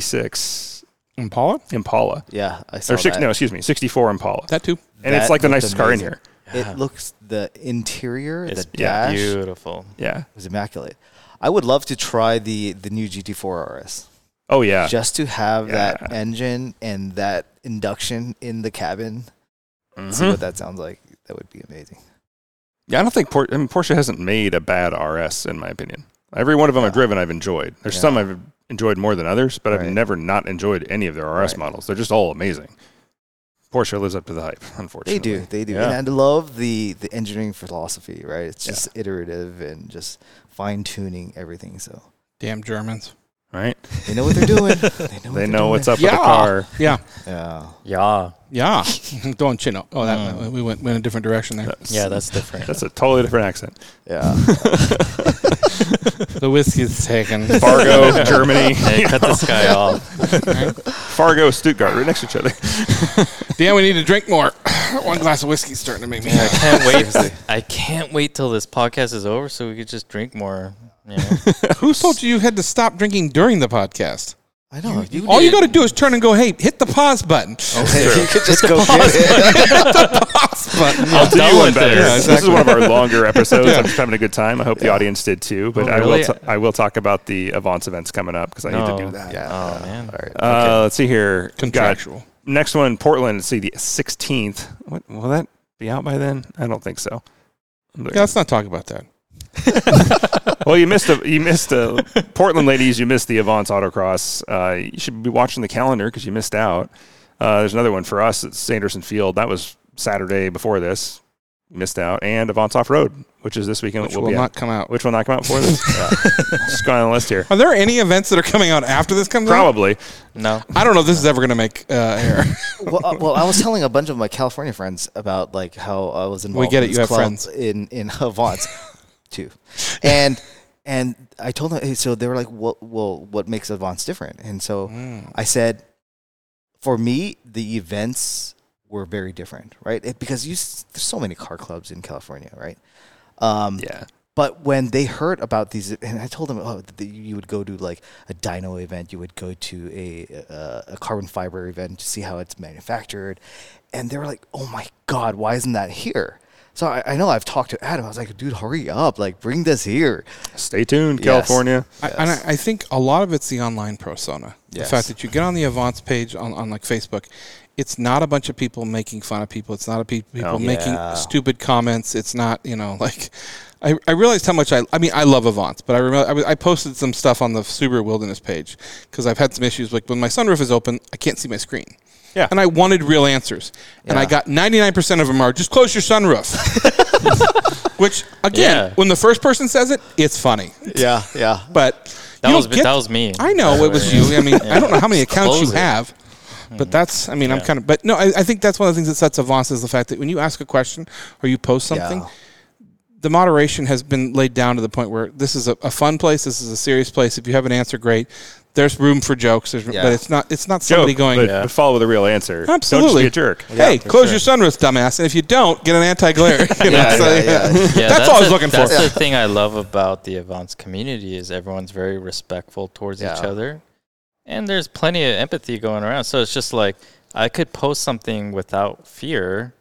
[SPEAKER 1] 66
[SPEAKER 2] Impala
[SPEAKER 1] Impala,
[SPEAKER 4] Yeah. I saw
[SPEAKER 1] or six,
[SPEAKER 4] that.
[SPEAKER 1] no, excuse me, 64 Impala,
[SPEAKER 2] that too.
[SPEAKER 1] and it's
[SPEAKER 4] That
[SPEAKER 1] like the
[SPEAKER 4] looked
[SPEAKER 1] nicest car in
[SPEAKER 4] amazing.
[SPEAKER 1] here.
[SPEAKER 3] Yeah.
[SPEAKER 4] It looks the interior,
[SPEAKER 3] It's
[SPEAKER 4] the dash
[SPEAKER 3] beautiful.
[SPEAKER 1] Yeah.
[SPEAKER 4] was immaculate. I would love to try the the new GT4 RS
[SPEAKER 1] Oh yeah.
[SPEAKER 4] just to have that
[SPEAKER 1] Yeah.
[SPEAKER 4] engine and that induction in the cabin.
[SPEAKER 1] Mm-hmm.
[SPEAKER 4] See what that sounds like. That would be amazing.
[SPEAKER 1] Yeah, I don't think Por- I mean, Porsche hasn't made a bad RS in my opinion. Every one of them I've driven, I've enjoyed. There's
[SPEAKER 4] Yeah.
[SPEAKER 1] some I've enjoyed more than others, but I've
[SPEAKER 4] Right.
[SPEAKER 1] never not enjoyed any of their RS
[SPEAKER 4] Right.
[SPEAKER 1] models. They're just all amazing. Porsche lives up to the hype, unfortunately.
[SPEAKER 4] They do, they do,
[SPEAKER 1] Yeah.
[SPEAKER 4] and I love the the engineering philosophy. Right, it's just iterative and just fine tuning everything. So
[SPEAKER 2] Damn Germans.
[SPEAKER 1] right?
[SPEAKER 4] they know what they're doing. They know, what
[SPEAKER 1] they
[SPEAKER 4] they're
[SPEAKER 1] know what's up with
[SPEAKER 2] Yeah.
[SPEAKER 1] the car.
[SPEAKER 2] Yeah,
[SPEAKER 4] Yeah.
[SPEAKER 3] Yeah.
[SPEAKER 2] yeah. Don't you know? Oh, that we went went a different direction there.
[SPEAKER 3] Yeah, that's different.
[SPEAKER 1] That's a totally different accent.
[SPEAKER 4] Yeah.
[SPEAKER 2] the whiskey's taken.
[SPEAKER 1] Fargo, Germany.
[SPEAKER 3] Hey, cut this guy off.
[SPEAKER 1] Fargo, Stuttgart, right next to each other.
[SPEAKER 2] Dan, we need to drink more. One glass of whiskey's starting to make me.
[SPEAKER 3] I can't wait. I can't wait till this podcast is over so we could just drink more. Yeah.
[SPEAKER 2] Who told you you had to stop drinking during the podcast?
[SPEAKER 4] I know. You,
[SPEAKER 2] All you got to do is turn and go, hey, hit the pause button.
[SPEAKER 4] you could just go get it.
[SPEAKER 2] Pause button.
[SPEAKER 1] I'll do
[SPEAKER 3] done
[SPEAKER 1] you one
[SPEAKER 3] with
[SPEAKER 1] better.
[SPEAKER 3] this.
[SPEAKER 2] Yeah,
[SPEAKER 1] This is one of our longer episodes. I'm just having a good time. I hope the audience did too. But
[SPEAKER 3] Oh,
[SPEAKER 1] I will.
[SPEAKER 3] really?
[SPEAKER 1] T- I will talk about the Avance events coming up because I need to do
[SPEAKER 3] No.
[SPEAKER 1] that.
[SPEAKER 4] Yeah.
[SPEAKER 3] Oh, man.
[SPEAKER 4] All right.
[SPEAKER 1] Uh, Let's see here. Got
[SPEAKER 2] Contractual.
[SPEAKER 1] next one, Portland. Let's see the 16th. What, will that be out by then? I don't think so.
[SPEAKER 2] Yeah, let's not talk about that.
[SPEAKER 1] well, you missed a, you missed a, Portland ladies. You missed the Avance Autocross. Uh, you should be watching the calendar because you missed out. Uh, there's another one for us at Sanderson Field. That was Saturday before this. You missed out. And Avance Off Road, which is this weekend.
[SPEAKER 2] Which
[SPEAKER 1] will
[SPEAKER 2] will
[SPEAKER 1] be out.
[SPEAKER 2] not come out.
[SPEAKER 1] Which will not come out before this. uh, just going on the list here.
[SPEAKER 2] Are there any events that are coming out after this comes out?
[SPEAKER 1] Probably.
[SPEAKER 3] No.
[SPEAKER 2] I don't know if this is ever going to make uh, air.
[SPEAKER 4] well, uh, well, I was telling a bunch of my California friends about like how I was involved.
[SPEAKER 2] get
[SPEAKER 4] in
[SPEAKER 2] it,
[SPEAKER 4] this
[SPEAKER 2] you have
[SPEAKER 4] club
[SPEAKER 2] friends.
[SPEAKER 4] in in Havant, too, and and I told them. hey, So they were like, "Well, well what makes Avance different?" And so
[SPEAKER 2] Mm-hmm. Mm.
[SPEAKER 4] I said, "For me, the events were very different, right? It, because you s- there's so many car clubs in California, right? Um,
[SPEAKER 1] Yeah.
[SPEAKER 4] but when they heard about these, and I told them, oh, th- you would go to like a dyno event, you would go to a, a, a carbon fiber event to see how it's manufactured. And they were like, oh my God, why isn't that here? So I, I know I've talked to Adam. I was like, dude, hurry up. Like, bring this here.
[SPEAKER 1] Stay tuned,
[SPEAKER 4] Yes.
[SPEAKER 1] California.
[SPEAKER 2] I, and I, I think a lot of it's the online persona.
[SPEAKER 4] Yes.
[SPEAKER 2] The fact that you get on the Avance page on, on like Facebook, it's not a bunch of people making fun of people. It's not a pe- people
[SPEAKER 1] No.
[SPEAKER 2] making
[SPEAKER 4] Oh, Yeah.
[SPEAKER 2] stupid comments. It's not you know like. I, I realized how much I I mean I love Avance, but I remember I, was- I posted some stuff on the Subaru Wilderness page because I've had some issues like when my sunroof is open I can't see my screen.
[SPEAKER 1] Yeah.
[SPEAKER 2] And I wanted real answers, and I
[SPEAKER 4] Yeah.
[SPEAKER 2] got ninety nine percent of them are just close your sunroof. Which again,
[SPEAKER 3] Yeah.
[SPEAKER 2] when the first person says it, it's funny.
[SPEAKER 4] Yeah, yeah.
[SPEAKER 2] But
[SPEAKER 3] That
[SPEAKER 2] you
[SPEAKER 3] was
[SPEAKER 2] don't get-
[SPEAKER 3] that was me.
[SPEAKER 2] I know it was you. I mean, I don't know how many accounts you
[SPEAKER 3] Close it. Mm-hmm.
[SPEAKER 2] have, but that's. I mean, I'm kind of. But no, I, I think that's one of the things that sets Avance is the fact that when you ask a question or you post something,
[SPEAKER 4] Yeah.
[SPEAKER 2] the moderation has been laid down to the point where this is a, a fun place. This is a serious place. If you have an answer, great. There's room for jokes. There's,
[SPEAKER 4] Yeah.
[SPEAKER 2] but it's not. It's not
[SPEAKER 1] Joke,
[SPEAKER 2] somebody going.
[SPEAKER 1] but, but follow with a real answer. Don't just
[SPEAKER 2] Absolutely.
[SPEAKER 1] be a jerk.
[SPEAKER 2] Hey, close your sunroof, dumbass! And if you don't, get an anti-glare. You know, so,
[SPEAKER 4] yeah,
[SPEAKER 2] yeah.
[SPEAKER 4] yeah.
[SPEAKER 2] That's,
[SPEAKER 3] Yeah,
[SPEAKER 2] all I was
[SPEAKER 3] the-
[SPEAKER 2] looking for.
[SPEAKER 3] That's the thing I love about the Avance community is everyone's very respectful towards each
[SPEAKER 4] Yeah.
[SPEAKER 3] other, and there's plenty of empathy going around. So it's just like I could post something without fear,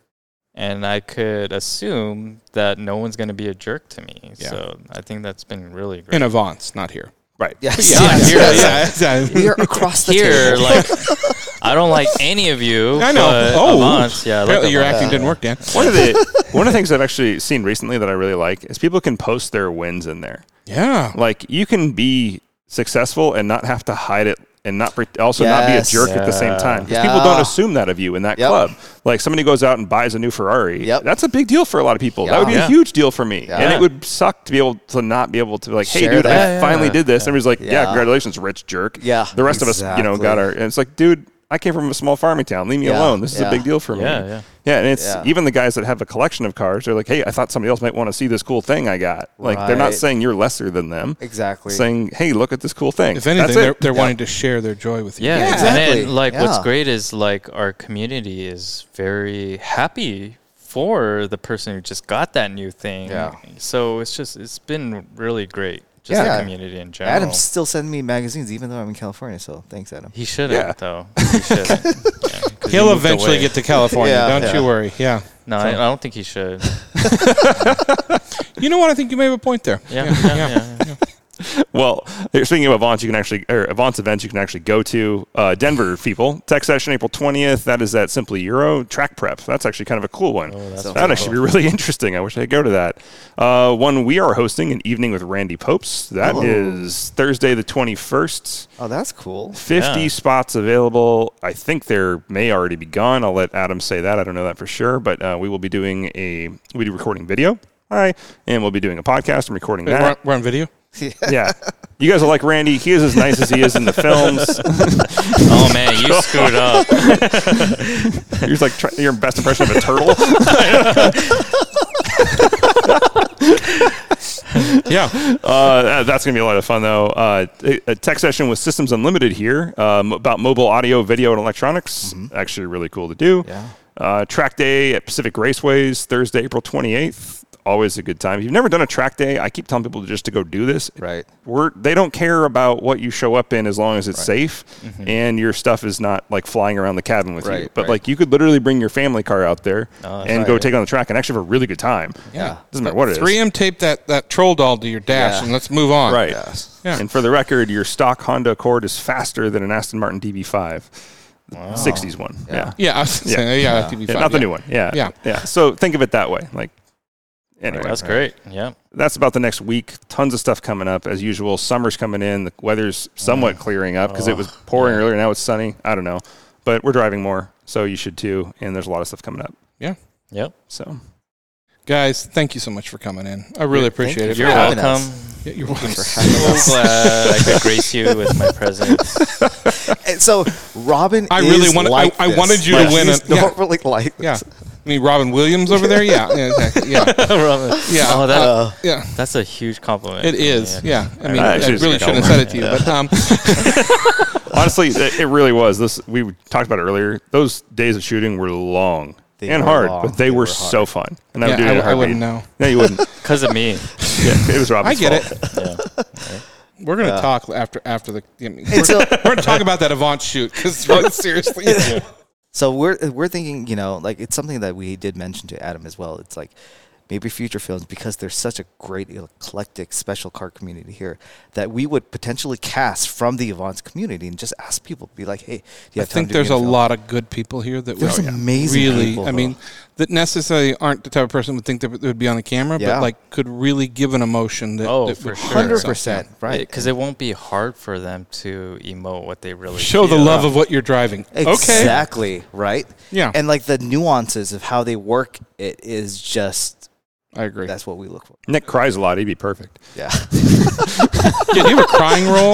[SPEAKER 3] and I could assume that no one's going to be a jerk to me.
[SPEAKER 2] Yeah.
[SPEAKER 3] So I think that's been really great.
[SPEAKER 2] In Avance, not here.
[SPEAKER 1] Right.
[SPEAKER 4] Yes,
[SPEAKER 2] Yeah,
[SPEAKER 4] yes,
[SPEAKER 2] here,
[SPEAKER 4] yes.
[SPEAKER 2] yeah, yeah.
[SPEAKER 4] We are across the
[SPEAKER 3] Here,
[SPEAKER 4] table.
[SPEAKER 3] like I don't like any of you.
[SPEAKER 2] I know.
[SPEAKER 3] but
[SPEAKER 2] oh,
[SPEAKER 3] Avance, yeah. I like
[SPEAKER 2] apparently your
[SPEAKER 3] Avance.
[SPEAKER 2] acting didn't work, Dan.
[SPEAKER 1] One of the one of the things I've actually seen recently that I really like is people can post their wins in there.
[SPEAKER 2] Yeah,
[SPEAKER 1] Like you can be successful and not have to hide it and not pre- also not be a
[SPEAKER 4] Yes.
[SPEAKER 1] jerk at the same time because people
[SPEAKER 4] Yeah.
[SPEAKER 1] don't assume that of you in that
[SPEAKER 4] Yep.
[SPEAKER 1] club. Like somebody goes out and buys a new Ferrari.
[SPEAKER 4] Yep.
[SPEAKER 1] That's a big deal for a lot of people. That would be
[SPEAKER 3] Yeah.
[SPEAKER 1] a huge deal for me. And
[SPEAKER 3] Yeah.
[SPEAKER 1] it would suck to be able to not be able to like, hey
[SPEAKER 4] Share
[SPEAKER 1] dude,
[SPEAKER 4] that.
[SPEAKER 1] I
[SPEAKER 3] Yeah,
[SPEAKER 1] finally
[SPEAKER 3] yeah.
[SPEAKER 1] did this. Everybody's like, yeah,
[SPEAKER 4] Yeah.
[SPEAKER 1] congratulations, rich jerk.
[SPEAKER 4] Yeah,
[SPEAKER 1] The rest of us, you know, got
[SPEAKER 4] exactly.
[SPEAKER 1] our and it's like, dude, I came from a small farming town. Leave me
[SPEAKER 4] Yeah,
[SPEAKER 1] alone. This is a
[SPEAKER 4] yeah.
[SPEAKER 1] big deal for me.
[SPEAKER 3] Yeah, yeah.
[SPEAKER 1] Yeah, and it's
[SPEAKER 4] Yeah.
[SPEAKER 1] even the guys that have a collection of cars. They're like, "Hey, I thought somebody else might want to see this cool thing I got." Like, they're not
[SPEAKER 4] Right.
[SPEAKER 1] saying you're lesser than them.
[SPEAKER 4] Exactly.
[SPEAKER 1] Saying, "Hey, look at this cool thing."
[SPEAKER 2] If anything,
[SPEAKER 1] That's it.
[SPEAKER 2] they're, they're wanting to share their joy with you.
[SPEAKER 3] Yeah,
[SPEAKER 4] Yeah.
[SPEAKER 3] And
[SPEAKER 4] Exactly.
[SPEAKER 3] then, like, what's
[SPEAKER 4] Yeah.
[SPEAKER 3] great is like our community is very happy for the person who just got that new thing.
[SPEAKER 4] Yeah.
[SPEAKER 3] So it's just it's been really great. Just
[SPEAKER 4] Yeah.
[SPEAKER 3] the community in general.
[SPEAKER 4] Adam's still sending me magazines, even though I'm in California. So thanks, Adam.
[SPEAKER 3] he shouldn't
[SPEAKER 1] Yeah.
[SPEAKER 3] though. He shouldn't. Yeah, 'cause he
[SPEAKER 2] He'll
[SPEAKER 3] moved
[SPEAKER 2] eventually
[SPEAKER 3] away.
[SPEAKER 2] get to California.
[SPEAKER 4] Yeah,
[SPEAKER 2] don't
[SPEAKER 4] yeah.
[SPEAKER 2] you worry. Yeah.
[SPEAKER 3] No, I, I don't think he should.
[SPEAKER 2] You know what? I think you may have a point there.
[SPEAKER 3] Yeah, yeah, yeah. yeah.
[SPEAKER 1] Well, here, speaking of Avance, you can actually or Avance events you can actually go to uh, Denver people tech session April twentieth. That is at Simply Euro Track Prep. That's actually kind of a cool one.
[SPEAKER 3] that's
[SPEAKER 1] that
[SPEAKER 3] pretty
[SPEAKER 1] actually be really interesting. I wish I could go to that. Uh, one we are hosting an evening with Randy Popes. That is Thursday the twenty first.
[SPEAKER 4] Oh, that's cool.
[SPEAKER 1] 50
[SPEAKER 3] Yeah.
[SPEAKER 1] spots available. I think there may already be gone. I'll let Adam say that. I don't know that for sure, but uh, we will be doing a we do recording video. Hi, and we'll be doing a podcast and recording
[SPEAKER 2] We're, on,
[SPEAKER 1] that.
[SPEAKER 2] we're on video.
[SPEAKER 1] yeah, you guys will like Randy. He is as nice as he is in the films.
[SPEAKER 3] Oh man, you screwed up.
[SPEAKER 1] You're just like try, your best impression of a turtle.
[SPEAKER 2] Yeah.
[SPEAKER 1] Uh, that's going to be a lot of fun, though. Uh, a a tech session with Systems Unlimited here um, about mobile audio, video, and electronics. Actually, really cool to do.
[SPEAKER 4] Mm-hmm. Yeah.
[SPEAKER 1] Uh, track day at Pacific Raceways, Thursday, April 28th. always a good time. If you've never done a track day, I keep telling people just to go do this.
[SPEAKER 4] Right.
[SPEAKER 1] We're, they don't care about what you show up in as long as it's safe and your stuff is not like flying around the cabin with you.
[SPEAKER 4] Mm-hmm. Right,
[SPEAKER 1] But
[SPEAKER 4] right. Oh,
[SPEAKER 1] like you could literally bring your family car out there
[SPEAKER 3] that's
[SPEAKER 1] and
[SPEAKER 4] right.
[SPEAKER 1] go take on the track and actually have a really good time.
[SPEAKER 4] Yeah.
[SPEAKER 1] Doesn't matter what it is.
[SPEAKER 2] 3M tape that, that troll doll to your dash
[SPEAKER 4] Yeah.
[SPEAKER 2] and let's move on.
[SPEAKER 1] Right.
[SPEAKER 4] Yes.
[SPEAKER 2] Yeah.
[SPEAKER 1] And for the record, your stock Honda Accord is faster than an Aston Martin DB5, the 60s one. Yeah. Yeah.
[SPEAKER 2] Yeah, I was
[SPEAKER 1] Yeah.
[SPEAKER 2] saying, yeah, that'd be fun,
[SPEAKER 1] not the
[SPEAKER 2] yeah.
[SPEAKER 1] new one. Yeah.
[SPEAKER 2] Yeah.
[SPEAKER 1] Yeah. So think of it that way. Like, anyway,
[SPEAKER 3] That's great. Yeah.
[SPEAKER 1] that's about the next week. Tons of stuff coming up as usual. Summer's coming in. The weather's somewhat clearing up because it was pouring earlier. Now it's sunny. I don't know, but we're driving more, so you should too. And there's a lot of stuff coming up.
[SPEAKER 2] Yeah.
[SPEAKER 3] Yep.
[SPEAKER 1] So
[SPEAKER 2] Guys, thank you so much for coming in. I really appreciate it.
[SPEAKER 4] you.
[SPEAKER 3] You're
[SPEAKER 4] for having
[SPEAKER 3] welcome.
[SPEAKER 2] Yeah, You're welcome.
[SPEAKER 3] So glad I could grace you with my presence.
[SPEAKER 4] And so Robin,
[SPEAKER 2] I really
[SPEAKER 4] is
[SPEAKER 2] wanted- I-
[SPEAKER 4] like
[SPEAKER 2] I
[SPEAKER 4] this.
[SPEAKER 2] wanted you to
[SPEAKER 4] Like,
[SPEAKER 2] win
[SPEAKER 4] He's
[SPEAKER 2] it. Yeah.
[SPEAKER 4] normally like
[SPEAKER 2] Yeah.
[SPEAKER 4] this.
[SPEAKER 2] I mean, Robin Williams over there? Yeah. Yeah. Exactly. Yeah.
[SPEAKER 3] Robin.
[SPEAKER 2] Yeah.
[SPEAKER 3] Oh, that,
[SPEAKER 4] Uh,
[SPEAKER 2] yeah.
[SPEAKER 3] that's a huge compliment.
[SPEAKER 2] It is. Yeah. I mean,
[SPEAKER 1] That
[SPEAKER 2] I,
[SPEAKER 1] actually is a
[SPEAKER 2] really
[SPEAKER 1] good
[SPEAKER 2] shouldn't have said it to you, but um,
[SPEAKER 1] honestly, it it really was. This we talked about it earlier. Those days of shooting were long
[SPEAKER 4] They
[SPEAKER 1] and
[SPEAKER 4] were
[SPEAKER 1] hard,
[SPEAKER 4] long.
[SPEAKER 1] but they,
[SPEAKER 4] They
[SPEAKER 1] were,
[SPEAKER 4] were hard.
[SPEAKER 1] so fun. And I
[SPEAKER 2] Yeah,
[SPEAKER 1] would do it.
[SPEAKER 2] I
[SPEAKER 1] in a
[SPEAKER 2] w- I wouldn't
[SPEAKER 1] heartbeat.
[SPEAKER 2] know.
[SPEAKER 1] No, you wouldn't.
[SPEAKER 3] Because of me.
[SPEAKER 1] yeah, it was Robin's
[SPEAKER 2] I get
[SPEAKER 1] fault.
[SPEAKER 2] it.
[SPEAKER 3] Yeah.
[SPEAKER 2] We're gonna talk after after the. I mean, we're,
[SPEAKER 4] so-
[SPEAKER 2] we're gonna talk about that Avant shoot because seriously,
[SPEAKER 4] So we're we're thinking, you know, like it's something that we did mention to Adam as well. It's like maybe future films because there's such a great eclectic special car community here that we would potentially cast from the Avance community and just ask people, be like, hey, do you
[SPEAKER 2] I
[SPEAKER 4] have time
[SPEAKER 2] think
[SPEAKER 4] to
[SPEAKER 2] there's
[SPEAKER 4] be
[SPEAKER 2] a
[SPEAKER 4] in film?
[SPEAKER 2] lot of good people here that
[SPEAKER 4] There's
[SPEAKER 2] would
[SPEAKER 4] amazing
[SPEAKER 2] really.
[SPEAKER 4] people.
[SPEAKER 2] I mean, that necessarily aren't the type of person would think that would be on the camera,
[SPEAKER 4] Yeah.
[SPEAKER 2] but like could really give an emotion that.
[SPEAKER 3] Oh,
[SPEAKER 2] that
[SPEAKER 3] for
[SPEAKER 2] would-
[SPEAKER 3] sure.
[SPEAKER 4] hundred percent, right?
[SPEAKER 3] Because it won't be hard for them to emote what they really
[SPEAKER 2] Show the
[SPEAKER 3] feel.
[SPEAKER 2] love of what you're driving. Okay.
[SPEAKER 4] Exactly, right?
[SPEAKER 2] Yeah.
[SPEAKER 4] And like the nuances of how they work, it is just
[SPEAKER 2] I agree.
[SPEAKER 4] that's what we look for.
[SPEAKER 1] Nick cries a lot. He'd be perfect.
[SPEAKER 4] Yeah.
[SPEAKER 2] Yeah, do you have a crying roll?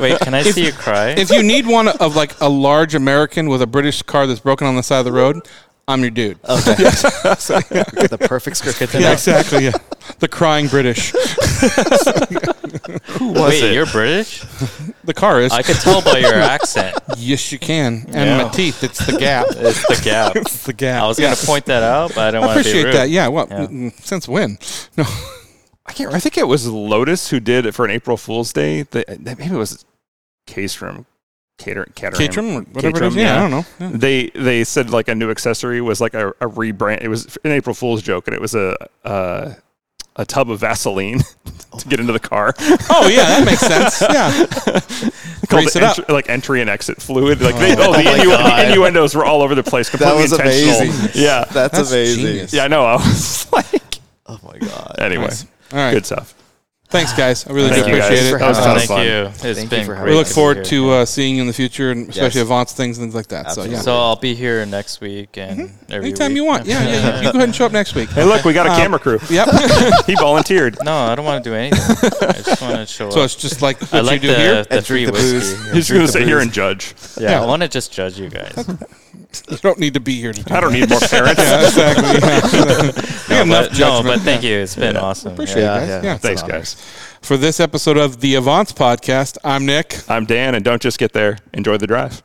[SPEAKER 3] Wait, can I see you cry?
[SPEAKER 2] if you need one of like a large American with a British car that's broken on the side of the road, I'm your dude.
[SPEAKER 4] Okay. the perfect script.
[SPEAKER 2] yeah, exactly. Yeah, the crying British.
[SPEAKER 3] Wait, you're British?
[SPEAKER 2] The car is.
[SPEAKER 3] I could tell by your accent.
[SPEAKER 2] yes, you can. And
[SPEAKER 3] Yeah.
[SPEAKER 2] my teeth. It's the gap.
[SPEAKER 3] It's the gap.
[SPEAKER 2] It's the gap.
[SPEAKER 3] I was
[SPEAKER 2] Yeah.
[SPEAKER 3] going to point that out, but I don't
[SPEAKER 2] I
[SPEAKER 3] want to be
[SPEAKER 2] appreciate
[SPEAKER 3] rude.
[SPEAKER 2] that. Yeah. Well,
[SPEAKER 3] Yeah.
[SPEAKER 2] mm, since when? No.
[SPEAKER 1] I can't. I think it was Lotus who did it for an April Fool's Day. They, that maybe it was Caterham, Cater, Caterham,
[SPEAKER 2] Catrum, or whatever it
[SPEAKER 1] Caterham,
[SPEAKER 2] is. Yeah, I don't know. Yeah.
[SPEAKER 1] They they said like a new accessory was like a, a rebrand. It was an April Fool's joke, and it was a a, a tub of Vaseline to get into the car.
[SPEAKER 2] Oh, yeah, that makes sense. Yeah.
[SPEAKER 1] Called
[SPEAKER 2] Grease it
[SPEAKER 1] entr-
[SPEAKER 2] up.
[SPEAKER 1] like entry and exit fluid. Like they, oh, the,
[SPEAKER 4] my
[SPEAKER 1] innu-
[SPEAKER 4] God.
[SPEAKER 1] the innuendos were all over the place. Completely
[SPEAKER 4] was
[SPEAKER 1] intentional.
[SPEAKER 4] amazing.
[SPEAKER 1] Yeah,
[SPEAKER 4] That's,
[SPEAKER 2] That's
[SPEAKER 4] amazing.
[SPEAKER 2] genius.
[SPEAKER 1] yeah. I know. I was like,
[SPEAKER 4] Oh my god.
[SPEAKER 1] anyway,
[SPEAKER 2] Nice. All right.
[SPEAKER 1] good stuff.
[SPEAKER 2] Thanks, guys. I really
[SPEAKER 1] Thank
[SPEAKER 2] do
[SPEAKER 1] you guys.
[SPEAKER 2] appreciate it.
[SPEAKER 1] That was a ton of
[SPEAKER 3] Thank
[SPEAKER 1] fun.
[SPEAKER 3] you. It's
[SPEAKER 4] you
[SPEAKER 3] been
[SPEAKER 4] for
[SPEAKER 3] great.
[SPEAKER 4] having
[SPEAKER 2] We look
[SPEAKER 3] to be
[SPEAKER 2] forward
[SPEAKER 3] here.
[SPEAKER 2] to uh, seeing you in the future, and especially
[SPEAKER 4] Yes.
[SPEAKER 2] advanced things and things like that. So, yeah.
[SPEAKER 4] Absolutely.
[SPEAKER 3] So I'll be here next week and every
[SPEAKER 2] Mm-hmm. Anytime
[SPEAKER 3] week.
[SPEAKER 2] you want. Yeah, yeah. You, you go ahead and show up next week.
[SPEAKER 1] Hey, look, we got a camera crew.
[SPEAKER 2] Yep.
[SPEAKER 1] Um, He volunteered.
[SPEAKER 3] No, I don't want to do anything. I just want to show
[SPEAKER 2] so
[SPEAKER 3] up.
[SPEAKER 2] it's just like what
[SPEAKER 3] I like
[SPEAKER 2] you
[SPEAKER 3] the,
[SPEAKER 2] do here.
[SPEAKER 3] the
[SPEAKER 4] And
[SPEAKER 3] free
[SPEAKER 4] drink the booze.
[SPEAKER 3] whiskey.
[SPEAKER 1] He's going to sit here and judge.
[SPEAKER 3] Yeah,
[SPEAKER 2] Yeah.
[SPEAKER 3] I want to just judge you guys.
[SPEAKER 2] You don't need to be here to do
[SPEAKER 1] I don't need more parents.
[SPEAKER 2] Yeah, exactly. Yeah. We have enough
[SPEAKER 3] But, no,
[SPEAKER 2] judgment.
[SPEAKER 3] but thank you. It's been awesome.
[SPEAKER 2] Appreciate
[SPEAKER 4] Yeah,
[SPEAKER 2] it, guys.
[SPEAKER 4] yeah.
[SPEAKER 2] yeah.
[SPEAKER 1] Thanks,
[SPEAKER 4] That's an honor.
[SPEAKER 1] guys.
[SPEAKER 2] For this episode of the Avance Podcast, I'm Nick.
[SPEAKER 1] I'm Dan, and don't just get there. Enjoy the drive.